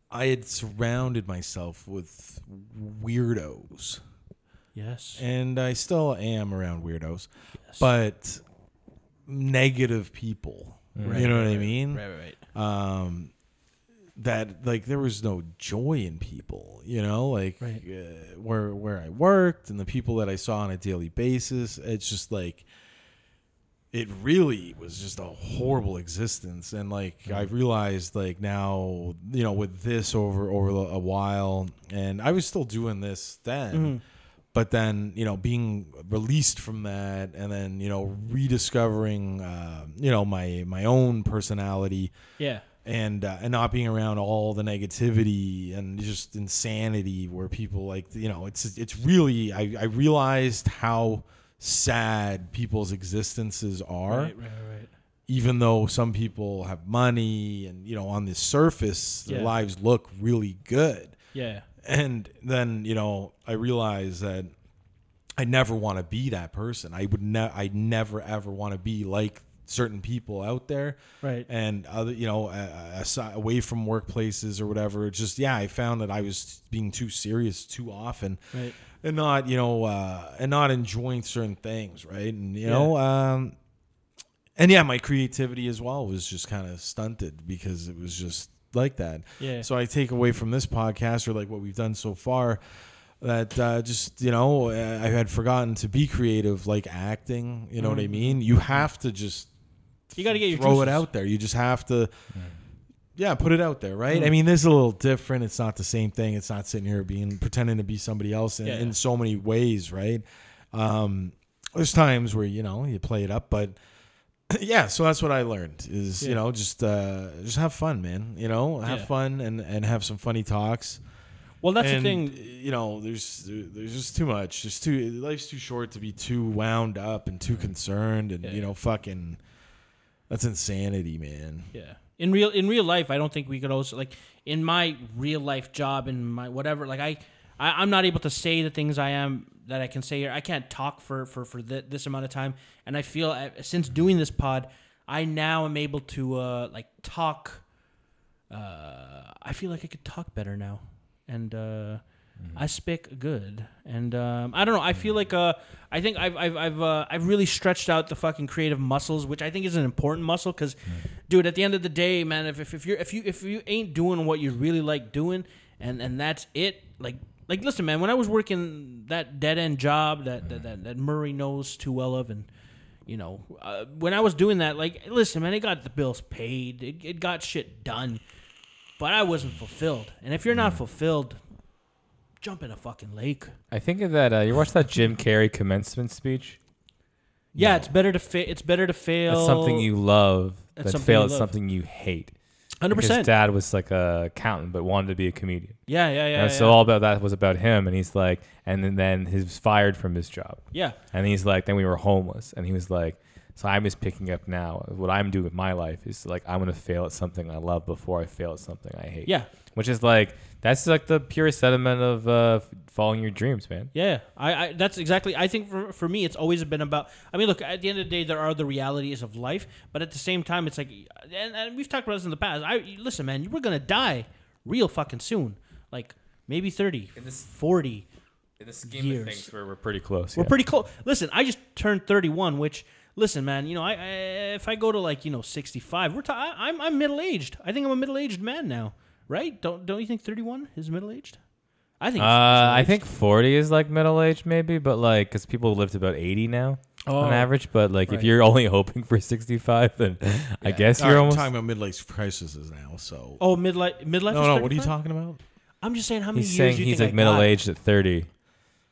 Speaker 4: I had surrounded myself with weirdos.
Speaker 2: yes
Speaker 4: and I still am around weirdos, but negative people. you know what I mean?
Speaker 2: right right right
Speaker 4: Um, that like there was no joy in people. You know, like
Speaker 2: Right.
Speaker 4: uh, where where I worked and the people that I saw on a daily basis. It's just like it really was just a horrible existence and like i've realized like now you know with this over over a while and i was still doing this then but then you know being released from that and then you know rediscovering uh, you know my my own personality
Speaker 2: yeah
Speaker 4: and uh, and not being around all the negativity and just insanity where people like you know it's it's really I, I realized how sad people's existences are
Speaker 2: Right, right, right.
Speaker 4: even though some people have money and you know on the surface their
Speaker 2: Yeah.
Speaker 4: lives look really good
Speaker 2: Yeah.
Speaker 4: and then you know i realized that i never want to be that person i would ne- i never ever want to be like certain people out there
Speaker 2: Right.
Speaker 4: and other you know uh, aside, away from workplaces or whatever it's just yeah i found that i was being too serious too often
Speaker 2: Right.
Speaker 4: and not you know uh, and not enjoying certain things right and you know um and yeah my creativity as well was just kind of stunted because it was just like that
Speaker 2: Yeah.
Speaker 4: so i take away from this podcast or like what we've done so far that uh, just you know uh, i had forgotten to be creative like acting you know what i mean you have to just
Speaker 2: Mm-hmm. You got to get your
Speaker 4: throw it
Speaker 2: juices.
Speaker 4: out there you just have to yeah, put it out there, right? I
Speaker 2: Hmm.
Speaker 4: mean, this is a little different. It's not the same thing. It's not sitting here being pretending to be somebody else in,
Speaker 2: Yeah.
Speaker 4: in so many ways, right? Um, there's times where you know you play it up, but *clears throat* yeah. So that's what I learned is you
Speaker 2: Yeah.
Speaker 4: know just uh, just have fun, man. You know, have
Speaker 2: Yeah.
Speaker 4: fun and and have some funny talks.
Speaker 2: Well, that's
Speaker 4: And,
Speaker 2: the thing.
Speaker 4: You know, there's there's just too much. There's too life's too short to be too wound up and too concerned and
Speaker 2: Yeah.
Speaker 4: you know fucking. That's insanity, man.
Speaker 2: Yeah. In real in real life, I don't think we could also like in my real life job in my whatever like I, I I'm not able to say the things I am that I can say here. I can't talk for for for th- this amount of time, and I feel uh, since doing this pod, I now am able to uh like talk. Uh, I feel like I could talk better now, and uh, I speak good. And um, I don't know. I feel like uh, I think I've I've I've uh, I've really stretched out the fucking creative muscles, which I think is an important muscle. Because, dude, at the end of the day, man, if, if if you're if you if you ain't doing what you really like doing, and and that's it, like. Like listen, man. When I was working that dead end job that, that, that, that Murray knows too well of, and you know, uh, when I was doing that, like, listen, man, it got the bills paid, it, it got shit done, but I wasn't fulfilled. And if you're
Speaker 5: Mm.
Speaker 2: not fulfilled, jump in a fucking lake.
Speaker 5: I think of that. Uh, you watched that Jim Carrey commencement speech.
Speaker 2: Yeah, it's better to fa- it's better to fail.
Speaker 5: That's something you love.
Speaker 2: That's
Speaker 5: That
Speaker 2: something
Speaker 5: fail
Speaker 2: you
Speaker 5: is
Speaker 2: love.
Speaker 5: something you hate.
Speaker 2: hundred
Speaker 5: Like, His
Speaker 2: percent.
Speaker 5: dad was like a accountant, but wanted to be a comedian.
Speaker 2: Yeah, yeah, yeah.
Speaker 5: and
Speaker 2: yeah.
Speaker 5: so all about that was about him. And he's like, and then, then he was fired from his job.
Speaker 2: yeah,
Speaker 5: And he's like, then we were homeless. And he was like, so I'm just picking up now. What I'm doing with my life is like, I'm going to fail at something I love before I fail at something I hate.
Speaker 2: yeah,
Speaker 5: Which is like, that's like the pure sentiment of uh, following your dreams, man.
Speaker 2: yeah. I, I that's exactly. I think for for me, it's always been about. I mean, look, at the end of the day, there are the realities of life, but at the same time, it's like, and, and we've talked about this in the past. I listen, man, you were gonna die real fucking soon, like maybe 30, 40.
Speaker 5: In the scheme
Speaker 2: Years.
Speaker 5: of things, we're, we're pretty close.
Speaker 2: We're
Speaker 5: yeah.
Speaker 2: pretty close. Listen, I just turned 31, which listen, man, you know, I, I if I go to like you know 65, we're ta- I, I'm I'm middle aged. I think I'm a middle aged man now, right? Don't don't you think 31 is middle aged? I think. it's
Speaker 5: Uh, I
Speaker 2: middle-aged.
Speaker 5: think 40 is like middle age, maybe, but like, because people live to about 80 now on
Speaker 2: Oh,
Speaker 5: average. But like, if
Speaker 2: right.
Speaker 5: you're only *laughs* hoping for 65, then I guess
Speaker 4: All
Speaker 5: you're
Speaker 4: right,
Speaker 5: almost.
Speaker 4: I'm talking about midlife crises now. So
Speaker 2: Oh, midlife midlife.
Speaker 4: no,
Speaker 2: is
Speaker 4: no. What are you
Speaker 2: 35?
Speaker 4: talking about?
Speaker 2: I'm just saying how many
Speaker 5: He's
Speaker 2: years
Speaker 5: saying
Speaker 2: you
Speaker 5: he's
Speaker 2: think
Speaker 5: like
Speaker 2: I
Speaker 5: middle
Speaker 2: got.
Speaker 5: aged at 30,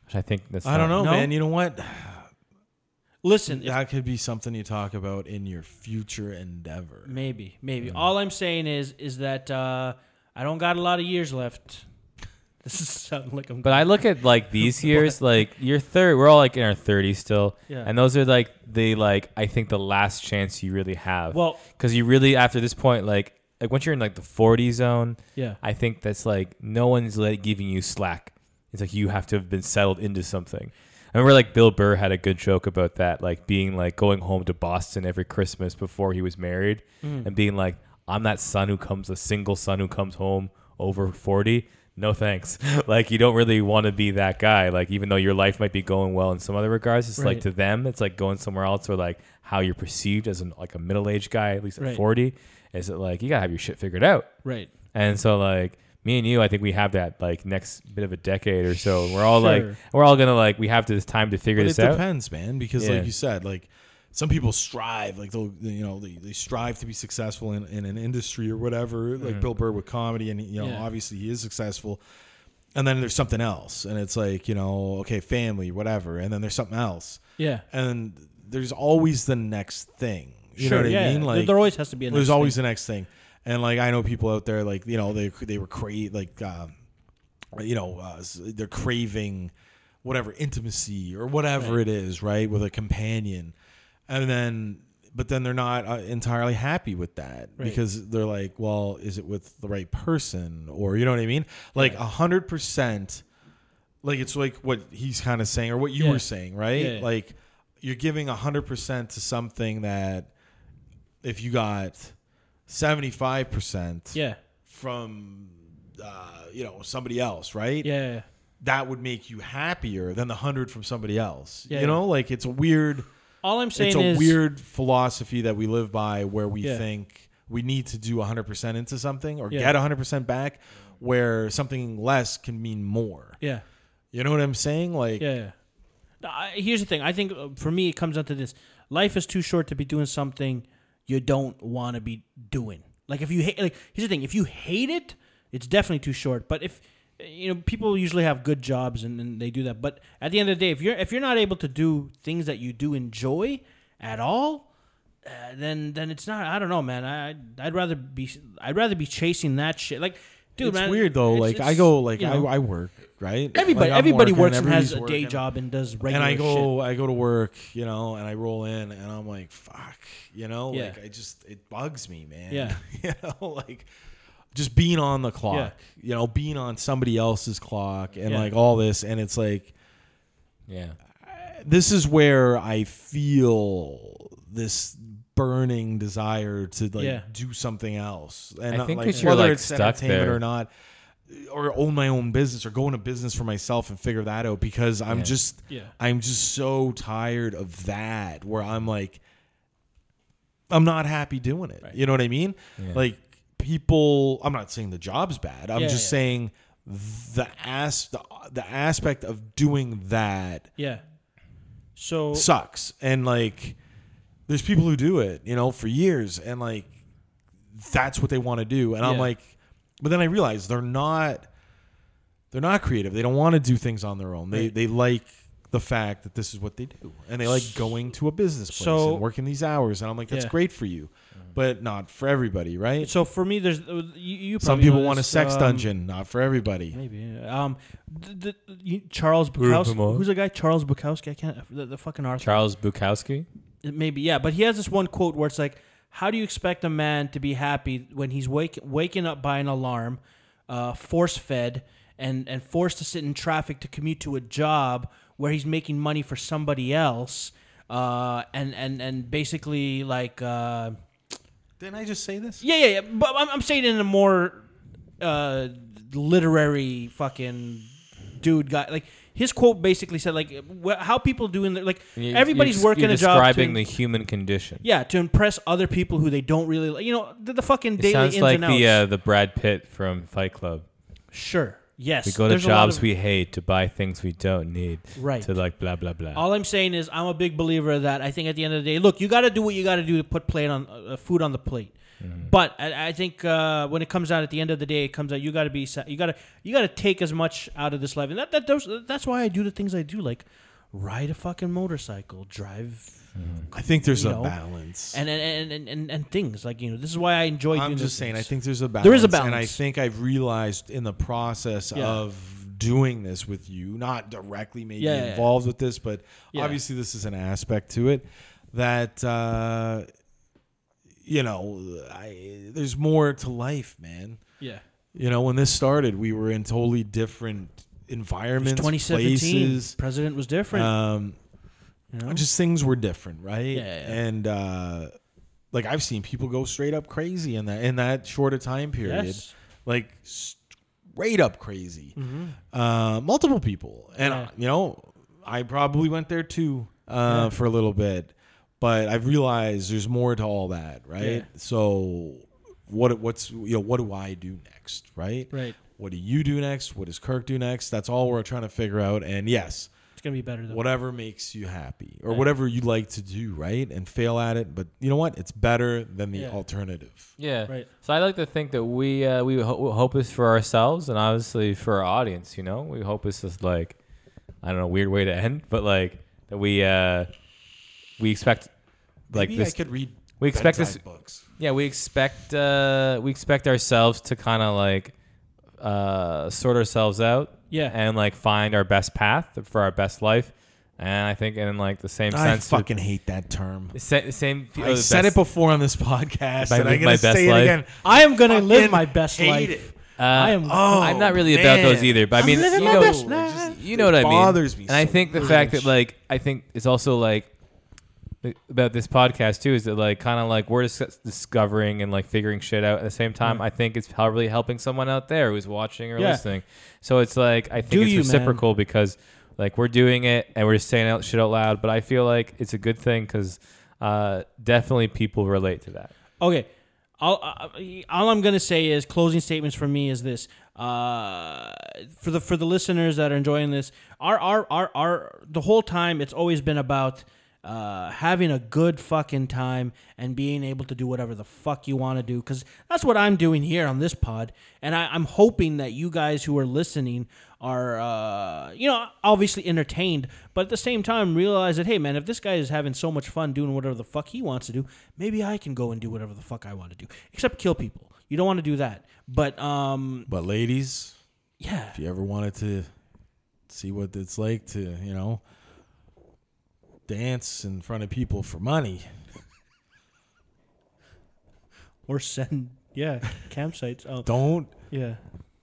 Speaker 5: which I think that's.
Speaker 4: I don't know,
Speaker 2: No?
Speaker 4: man. You know what?
Speaker 2: Listen, if-
Speaker 4: That could be something you talk about in your future endeavor.
Speaker 2: maybe maybe.
Speaker 4: Mm.
Speaker 2: All I'm saying is is that uh, I don't got a lot of years left. *laughs* This is sounding like I'm.
Speaker 5: But I look at like these years, like you're third. We're all like in our 30s still,
Speaker 2: Yeah.
Speaker 5: and those are like the like I think the last chance you really have.
Speaker 2: Well-
Speaker 5: because you really after this point, like like once you're in like the 40 zone,
Speaker 2: yeah.
Speaker 5: I think that's like no one's like giving you slack. It's like you have to have been settled into something. I remember like Bill Burr had a good joke about that, like being like going home to Boston every Christmas before he was married
Speaker 3: Hmm.
Speaker 4: Mm.
Speaker 2: Hmm.
Speaker 5: and being like, I'm that son who comes, a single son who comes home over 40. No thanks. *laughs* like you don't really want to be that guy. Like even though your life might be going well in some other regards, it's like
Speaker 2: Right.
Speaker 5: to them, it's like going somewhere else or like how you're perceived as an, like a middle aged guy, at least at
Speaker 2: Right.
Speaker 5: 40. Is it like you gotta have your shit figured out?
Speaker 2: Right.
Speaker 5: And so like me and you, I think we have that like next bit of a decade or so. We're all
Speaker 2: Sure.
Speaker 5: like we're all gonna like we have this time to figure
Speaker 4: But it
Speaker 5: this out.
Speaker 4: depends, man, because
Speaker 5: Yeah.
Speaker 4: like you said, like some people strive, like they'll you know they, they strive to be successful in, in an industry or whatever. Like Bill Burr with comedy, and you know
Speaker 2: Yeah.
Speaker 4: obviously he is successful. And then there's something else, and it's like you know okay, family, whatever. And then there's something else,
Speaker 2: Yeah.
Speaker 4: and there's always the next thing. You know what I mean?
Speaker 2: There- there always has to be. A
Speaker 4: there's
Speaker 2: next
Speaker 4: always
Speaker 2: thing.
Speaker 4: the next thing And like I know people out there, like you know, they they were cra- like um, you know, uh, s- they're craving whatever intimacy or whatever it is, right, with a companion, and then but then they're not uh, entirely happy with that
Speaker 2: Right.
Speaker 4: because they're like, well, is it with the right person, or you know what I mean? Like a hundred percent, like it's like what he's kind of saying or what you
Speaker 2: Yeah.
Speaker 4: were saying, right?
Speaker 2: Yeah.
Speaker 4: Like you're giving a hundred percent to something that if you got seventy five percent,
Speaker 2: Yeah.
Speaker 4: from uh, you know somebody else, right?
Speaker 2: Yeah. yeah.
Speaker 4: That would make you happier than the hundred from somebody else.
Speaker 2: Yeah,
Speaker 4: you know, like it's a weird,
Speaker 2: All I'm saying
Speaker 4: it's a
Speaker 2: is
Speaker 4: weird philosophy that we live by, where we
Speaker 2: Yeah.
Speaker 4: think we need to do hundred percent into something or
Speaker 2: Yeah.
Speaker 4: get hundred percent back, where something less can mean more.
Speaker 2: Yeah.
Speaker 4: You know what I'm saying? Like,
Speaker 2: Yeah. yeah. No, I, here's the thing. I think uh, for me, it comes down to this: life is too short to be doing something you don't want to be doing. Like if you hate, like here's the thing: if you hate it, it's definitely too short. But if uh, you know, people usually have good jobs and, and they do that. But at the end of the day, if you're if you're not able to do things that you do enjoy at all, uh, then then it's not. I don't know, man. I I'd rather be I'd rather be chasing that shit. Like, dude,
Speaker 4: it's
Speaker 2: man,
Speaker 4: weird though.
Speaker 2: it's-
Speaker 4: like, I
Speaker 2: it's,
Speaker 4: go like
Speaker 2: you know.
Speaker 4: I, I work right.
Speaker 2: Everybody,
Speaker 4: Like, I'm
Speaker 2: everybody
Speaker 4: working,
Speaker 2: works and has
Speaker 4: everybody's
Speaker 2: a day
Speaker 4: working.
Speaker 2: job and does
Speaker 4: and
Speaker 2: regular
Speaker 4: I
Speaker 2: shit.
Speaker 4: go I go to work, you know, and I roll in and I'm like, fuck, you know,
Speaker 2: Yeah.
Speaker 4: like I just it bugs me, man.
Speaker 2: Yeah.
Speaker 4: *laughs* you know, like just being on the clock,
Speaker 2: Yeah.
Speaker 4: you know, being on somebody else's clock and
Speaker 2: Yeah.
Speaker 4: like all this and it's like
Speaker 3: Yeah.
Speaker 4: this is where I feel this burning desire to like
Speaker 2: Yeah.
Speaker 4: do something else. And
Speaker 3: I think
Speaker 4: like,
Speaker 3: 'cause you're,
Speaker 4: whether
Speaker 3: like,
Speaker 4: it's
Speaker 3: stuck
Speaker 4: entertainment
Speaker 3: there.
Speaker 4: or not or own my own business or go into business for myself and figure that out because I'm
Speaker 3: Yeah.
Speaker 4: just
Speaker 2: Yeah.
Speaker 4: I'm just so tired of that where I'm like I'm not happy doing it. You know what I mean? Like people I'm not saying the job's bad. I'm
Speaker 2: Yeah,
Speaker 4: just
Speaker 2: yeah.
Speaker 4: saying the as the, the aspect of doing that
Speaker 2: Yeah. So
Speaker 4: sucks and like there's people who do it you know for years and like that's what they want to do and i'm
Speaker 2: Yeah.
Speaker 4: like but then i realize they're not they're not creative they don't want to do things on their own they
Speaker 2: Right.
Speaker 4: they like the fact that this is what they do and they like going to a business place
Speaker 2: So-
Speaker 4: and working these hours and i'm like that's
Speaker 2: Yeah. Mm-hmm.
Speaker 4: great for you but not for everybody right
Speaker 2: so for me, there's uh, you. you
Speaker 4: some
Speaker 2: probably
Speaker 4: people
Speaker 2: know
Speaker 4: want a
Speaker 2: this,
Speaker 4: sex
Speaker 2: um,
Speaker 4: dungeon not for everybody
Speaker 2: Maybe. Um, the, the, you, Charles Bukowski.
Speaker 3: Moore.
Speaker 2: Who's the guy? Charles Bukowski. I can't. The, the fucking Arthur.
Speaker 3: Charles Bukowski.
Speaker 2: Maybe. Yeah. But he has this one quote where it's like, "How do you expect a man to be happy when he's wake, waking up by an alarm, uh, force fed, and and forced to sit in traffic to commute to a job where he's making money for somebody else, uh, and and and basically like." Uh,
Speaker 4: didn't i just say this
Speaker 2: Yeah, yeah, yeah. But I'm, I'm saying it in a more uh, literary fucking dude guy. Like his quote basically said, like wh- how people do in the, like
Speaker 3: You-
Speaker 2: everybody's
Speaker 3: you're,
Speaker 2: working
Speaker 3: you're
Speaker 2: a job. to-
Speaker 3: Describing the human condition.
Speaker 2: yeah, to impress other people who they don't really like. You know, the, the fucking
Speaker 3: It
Speaker 2: daily
Speaker 3: sounds
Speaker 2: ins
Speaker 3: like
Speaker 2: and
Speaker 3: the
Speaker 2: outs.
Speaker 3: uh, the Brad Pitt from Fight Club.
Speaker 2: sure. Yes.
Speaker 3: We go to
Speaker 2: There's a lot
Speaker 3: jobs
Speaker 2: of-
Speaker 3: we hate to buy things we don't need.
Speaker 2: Right.
Speaker 3: To like blah blah blah.
Speaker 2: All I'm saying is I'm a big believer of that I think at the end of the day, look, you got to do what you got to do to put plate on uh, food on the plate.
Speaker 3: Mm-hmm.
Speaker 2: But I, I think uh, when it comes out at the end of the day, it comes out you got to be sa- you got to you got to take as much out of this life, and that, that those, that's why I do the things I do, like ride a fucking motorcycle, drive,
Speaker 4: i think there's
Speaker 2: You
Speaker 4: a
Speaker 2: know,
Speaker 4: balance
Speaker 2: and and, and, and and things like you know this is why I enjoy.
Speaker 4: I'm
Speaker 2: doing
Speaker 4: just
Speaker 2: these
Speaker 4: saying. I
Speaker 2: things.
Speaker 4: think there's a balance.
Speaker 2: There is a
Speaker 4: and I
Speaker 2: balance.
Speaker 4: think I've realized in the process
Speaker 2: Yeah.
Speaker 4: of doing this with you, not directly maybe
Speaker 2: Yeah, yeah, yeah.
Speaker 4: involved with this, but
Speaker 2: Yeah.
Speaker 4: obviously this is an aspect to it that uh, you know, I, there's more to life, man.
Speaker 2: yeah,
Speaker 4: You know, when this started, we were in totally different
Speaker 2: It was
Speaker 4: environments,
Speaker 2: 2017
Speaker 4: places.
Speaker 2: president was different.
Speaker 4: Um,
Speaker 2: you know?
Speaker 4: just things were different, right?
Speaker 2: Yeah, yeah.
Speaker 4: And uh, like I've seen people go straight up crazy in that in that shorter time period,
Speaker 2: Yes.
Speaker 4: like straight up crazy. Uh, multiple people, and
Speaker 2: Mm-hmm.
Speaker 4: uh,
Speaker 2: Yeah.
Speaker 4: you know, I probably went there too uh, for a little bit, but I've realized there's more to all that, right?
Speaker 2: Yeah.
Speaker 4: So what what's you know what do I do next, right?
Speaker 2: Right.
Speaker 4: What do you do next? What does Kirk do next? That's all we're trying to figure out. And yes,
Speaker 2: it's gonna be better though.
Speaker 4: whatever makes you happy or whatever you like to do, right? And fail at it, but you know what? It's better than the
Speaker 2: Yeah.
Speaker 4: alternative.
Speaker 3: Yeah.
Speaker 2: Right.
Speaker 3: So I like to think that we uh, we ho- hope is for ourselves and obviously for our audience. You know, we hope it's just like I don't know, weird way to end, but like that we uh, we expect like
Speaker 4: Maybe
Speaker 3: this.
Speaker 4: I could read
Speaker 5: we expect this.
Speaker 4: Bedtime books.
Speaker 5: Yeah, we expect uh, we expect ourselves to kind of like uh, sort ourselves out.
Speaker 2: Yeah.
Speaker 5: and like find our best path for our best life. And I think in like the same
Speaker 4: I
Speaker 5: sense,
Speaker 4: fucking hate that term.
Speaker 5: the sa- the same.
Speaker 4: I
Speaker 5: oh, the
Speaker 4: said
Speaker 5: best-
Speaker 4: it before on this podcast,
Speaker 5: If I
Speaker 4: and
Speaker 5: live
Speaker 4: I'm gonna
Speaker 5: my best
Speaker 4: say
Speaker 5: life-
Speaker 4: it again.
Speaker 2: I am gonna live
Speaker 4: Fucking
Speaker 2: my best
Speaker 4: hate
Speaker 2: life.
Speaker 4: it.
Speaker 5: Uh,
Speaker 2: I am.
Speaker 4: Oh,
Speaker 5: I'm not really about those
Speaker 4: man.
Speaker 5: either, but I
Speaker 2: I'm
Speaker 5: mean,
Speaker 2: living
Speaker 5: you
Speaker 2: my
Speaker 5: know,
Speaker 2: best life.
Speaker 5: you know what I mean.
Speaker 4: bothers me
Speaker 5: and I
Speaker 4: so
Speaker 5: think the fact that
Speaker 4: much.
Speaker 5: like I think it's also like th- about this podcast too is that like kind of like we're dis- discovering and like figuring shit out at the same time. I think it's probably helping someone out there who's watching or
Speaker 2: Yeah.
Speaker 5: listening. So it's like I think
Speaker 2: Do
Speaker 5: it's
Speaker 2: you, man.
Speaker 5: reciprocal because like we're doing it and we're saying out shit out loud. But I feel like it's a good thing because uh, definitely people relate to that.
Speaker 4: oh.
Speaker 2: Okay. All, uh, all I'm gonna say is closing statements for me is this. Uh, for the for the listeners that are enjoying this, our our our, our the whole time it's always been about uh, having a good fucking time and being able to do whatever the fuck you want to do because that's what I'm doing here on this pod, and I, I'm hoping that you guys who are listening are uh, you know obviously entertained, but at the same time realize that hey man, if this guy is having so much fun doing whatever the fuck he wants to do, maybe I can go and do whatever the fuck I want to do, except kill people. You don't want to do that, but um,
Speaker 4: But ladies,
Speaker 2: yeah, *laughs*
Speaker 4: if you ever wanted to see what it's like to, you know, dance in front of people for money,
Speaker 2: or send yeah campsites. Oh
Speaker 4: don't
Speaker 2: *laughs* yeah,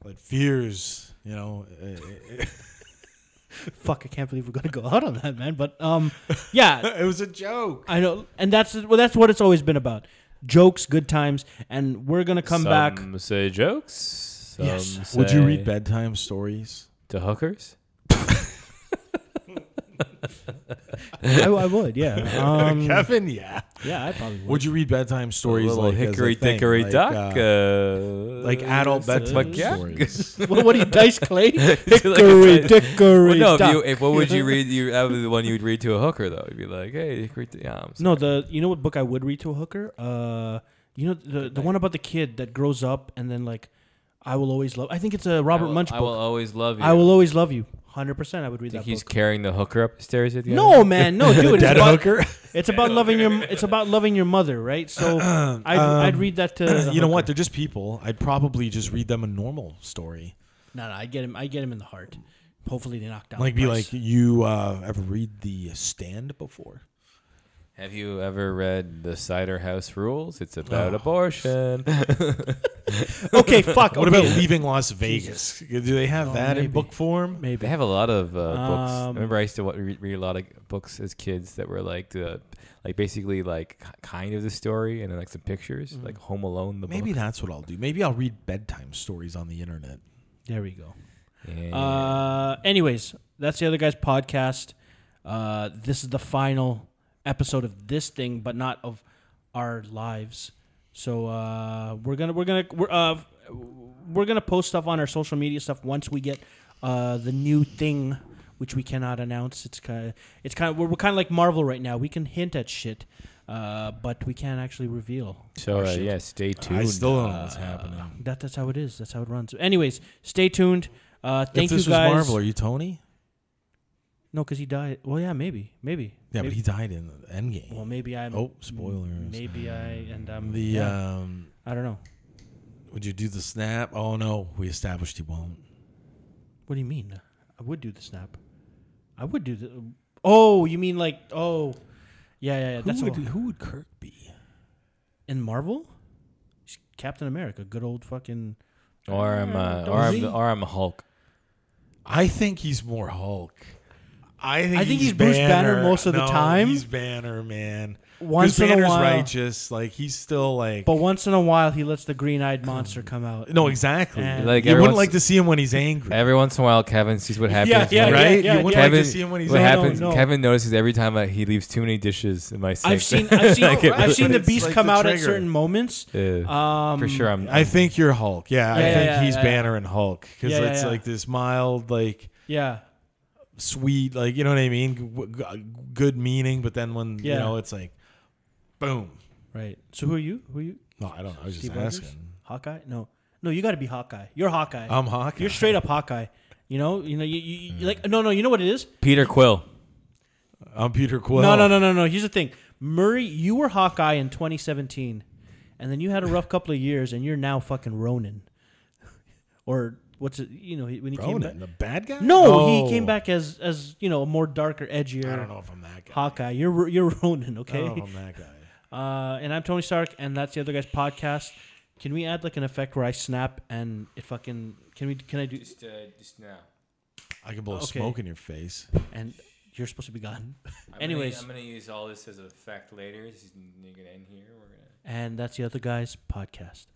Speaker 4: let fears, you know, *laughs* it,
Speaker 2: fuck, I can't believe we're gonna go out on that man. But um, yeah,
Speaker 4: it was a joke.
Speaker 2: *laughs* I know, and that's well, that's what it's always been about. Jokes, good times, and we're gonna come back.
Speaker 5: Some say jokes. Some
Speaker 2: Yes.
Speaker 4: Would you
Speaker 5: say
Speaker 4: read bedtime stories?
Speaker 5: to hookers?
Speaker 2: I, I would, *laughs* yeah. Um,
Speaker 4: Kevin, yeah.
Speaker 2: yeah, I probably would.
Speaker 4: Would you read bedtime stories
Speaker 5: little
Speaker 4: like as a
Speaker 5: hickory
Speaker 4: thing,
Speaker 5: dickory
Speaker 4: like,
Speaker 5: dock,
Speaker 4: uh,
Speaker 5: uh, *laughs*
Speaker 4: like adult
Speaker 5: that's a
Speaker 4: bedtime
Speaker 5: fuck
Speaker 2: *laughs*
Speaker 5: yeah.
Speaker 4: stories?
Speaker 2: what, what do you dice *laughs* clay?
Speaker 5: *laughs*
Speaker 2: Hickory,
Speaker 5: Hickory
Speaker 2: dickory.
Speaker 5: Well, no, if you, if what would
Speaker 2: *laughs*
Speaker 5: you read? You that would be the one you would read to a hooker though. You'd be like, hey, hickory. Dick- Yeah, I'm sorry.
Speaker 2: no, the you know what book I would read to a hooker? Uh, you know the the one about the kid that grows up and then like, I will always love. I think it's a
Speaker 5: I
Speaker 2: Robert
Speaker 5: will-
Speaker 2: Munch
Speaker 5: I will
Speaker 2: book.
Speaker 5: always love you.
Speaker 2: I will always love you. Hundred percent, I would read
Speaker 5: Think
Speaker 2: that
Speaker 5: he's *laughs*
Speaker 2: book.
Speaker 5: carrying the hooker upstairs with you.
Speaker 2: No, man, no, dude.
Speaker 4: Dead
Speaker 2: it's about,
Speaker 4: hooker.
Speaker 2: *laughs* It's about loving your. It's about loving your mother, right?
Speaker 4: *clears throat*
Speaker 2: So I'd, I'd read that to. the
Speaker 4: Um, Uh, you know what?
Speaker 2: hooker.
Speaker 4: They're just people. I'd probably just read them a normal story.
Speaker 2: No, no, I get him. I get him in the heart. Hopefully they knock down.
Speaker 4: Like,
Speaker 2: the
Speaker 4: be like,
Speaker 2: price.
Speaker 4: you uh, ever read The Stand before?
Speaker 5: Have you ever read the Cider House Rules? It's about
Speaker 2: Oh. *laughs*
Speaker 5: abortion.
Speaker 2: okay, fuck.
Speaker 4: What
Speaker 2: okay.
Speaker 4: about Leaving Las Vegas? Do they have that
Speaker 2: maybe.
Speaker 4: in book form?
Speaker 5: They have a lot of uh, books. I
Speaker 2: Um,
Speaker 5: remember I used to wa- read, read a lot of books as kids that were like the, like basically like ki- kind of the story and then like some pictures,
Speaker 2: Mm-hmm.
Speaker 5: like Home Alone the
Speaker 4: Maybe
Speaker 5: book.
Speaker 4: that's what I'll do. Maybe I'll read bedtime stories on the internet.
Speaker 2: There we go.
Speaker 5: Yeah.
Speaker 2: Uh, anyways, that's the other guy's podcast. Uh, this is the final episode of this thing, but not of our lives. So uh, we're gonna we're gonna we're uh, we're gonna post stuff on our social media stuff once we get uh, the new thing, which we cannot announce. It's kind of it's kind of we're, we're kind of like Marvel right now. We can hint at shit, uh, but we can't actually reveal. Uh,
Speaker 5: so uh, yeah, stay tuned.
Speaker 4: I still don't know what's Oh, happening.
Speaker 2: That that's how it is. That's how it runs. Anyways, stay tuned. Uh,
Speaker 4: if
Speaker 2: thank
Speaker 4: this
Speaker 2: you guys.
Speaker 4: was Marvel, are you Tony?
Speaker 2: No, because he died. Well, yeah, maybe, maybe.
Speaker 4: Yeah,
Speaker 2: maybe.
Speaker 4: but he died in the Endgame.
Speaker 2: Well, maybe I'm.
Speaker 4: oh, spoilers.
Speaker 2: Maybe I and I'm.
Speaker 4: The
Speaker 2: The. Yeah,
Speaker 4: um,
Speaker 2: I don't know.
Speaker 4: would you do the snap? Oh no, we established he won't.
Speaker 2: What do you mean? I would do the snap. I would do the. Oh, you mean like oh, yeah, yeah, yeah. That's
Speaker 4: who, would,
Speaker 2: all.
Speaker 4: who would Kirk be?
Speaker 2: in Marvel. He's Captain America, good old fucking.
Speaker 5: Or I'm, uh,
Speaker 2: Don't
Speaker 5: or I'm,
Speaker 2: see.
Speaker 5: or I'm a Hulk.
Speaker 4: I think he's more Hulk. I think,
Speaker 2: I think he's Bruce Banner most of the
Speaker 4: No,
Speaker 2: time.
Speaker 4: He's Banner, man.
Speaker 2: Once
Speaker 4: Bruce
Speaker 2: in a
Speaker 4: Banner's
Speaker 2: while.
Speaker 4: righteous. Like he's still like.
Speaker 2: But once in a while, he lets the green-eyed monster come out.
Speaker 4: no, exactly.
Speaker 2: And-
Speaker 5: Like
Speaker 4: you wouldn't
Speaker 5: everyone's-
Speaker 4: like to see him when he's angry.
Speaker 5: Every once in a while, Kevin sees what happens.
Speaker 2: yeah,
Speaker 5: when-
Speaker 2: yeah,
Speaker 4: right?
Speaker 2: yeah,
Speaker 4: you wouldn't
Speaker 2: yeah.
Speaker 4: like
Speaker 5: Kevin,
Speaker 4: to see him when he's
Speaker 5: what
Speaker 2: No,
Speaker 4: angry.
Speaker 2: no,
Speaker 5: happens?
Speaker 2: no.
Speaker 5: Kevin notices every time uh, he leaves too many dishes in my sink.
Speaker 2: I've seen, I've
Speaker 4: *laughs*
Speaker 2: seen,
Speaker 5: Like, it
Speaker 2: I've seen the
Speaker 4: really-
Speaker 2: beast
Speaker 4: It's like
Speaker 2: come
Speaker 4: the
Speaker 2: out at
Speaker 4: trigger.
Speaker 2: certain moments.
Speaker 5: *laughs* Yeah.
Speaker 2: Um,
Speaker 5: for sure, I'm.
Speaker 4: I think you're Hulk. Yeah,
Speaker 2: Yeah,
Speaker 4: I
Speaker 2: yeah,
Speaker 4: think
Speaker 2: yeah,
Speaker 4: he's
Speaker 2: yeah,
Speaker 4: Banner and Hulk because
Speaker 2: Yeah, yeah,
Speaker 4: it's
Speaker 2: yeah.
Speaker 4: like this mild, like
Speaker 2: Yeah.
Speaker 4: sweet, like you know what I mean? G- g- Good meaning, but then when
Speaker 2: Yeah.
Speaker 4: you know, it's like, boom.
Speaker 2: Right. So who are you? Who are you?
Speaker 4: No, I don't. know. I was just
Speaker 2: Steve Rogers?
Speaker 4: asking.
Speaker 2: Hawkeye? No, no, you got to be Hawkeye. You're Hawkeye.
Speaker 4: I'm Hawk.
Speaker 2: You're straight up Hawkeye. You know, you know, you,
Speaker 4: Mm.
Speaker 2: you, you like no, no. You know what it is?
Speaker 5: Peter Quill.
Speaker 4: I'm Peter Quill.
Speaker 2: no, no, no, no, no. Here's the thing. Murray, you were Hawkeye in 2017, and then you had a rough couple of years, and you're now fucking Ronin, *laughs* or what's it? You know, he- when he came back.
Speaker 4: Ronan, the bad guy?
Speaker 2: No,
Speaker 3: Oh.
Speaker 2: he came back as as you know a more darker, edgier.
Speaker 4: I don't know if I'm that guy.
Speaker 2: Hawkeye, you're you're *laughs* Ronin,
Speaker 4: I don't know
Speaker 2: okay?
Speaker 4: if I'm that guy.
Speaker 2: Uh, and I'm Tony Stark, and that's the other guy's podcast. Can we add like an effect where I snap and it fucking? Can we? Can I do?
Speaker 3: Just, uh, just now.
Speaker 4: I can blow
Speaker 2: Okay.
Speaker 4: smoke in your face.
Speaker 2: And you're supposed to be gone. Anyways,
Speaker 3: I'm gonna use all this as a fact later. This is- You're gonna end here. We're gonna.
Speaker 2: and that's the other guy's podcast.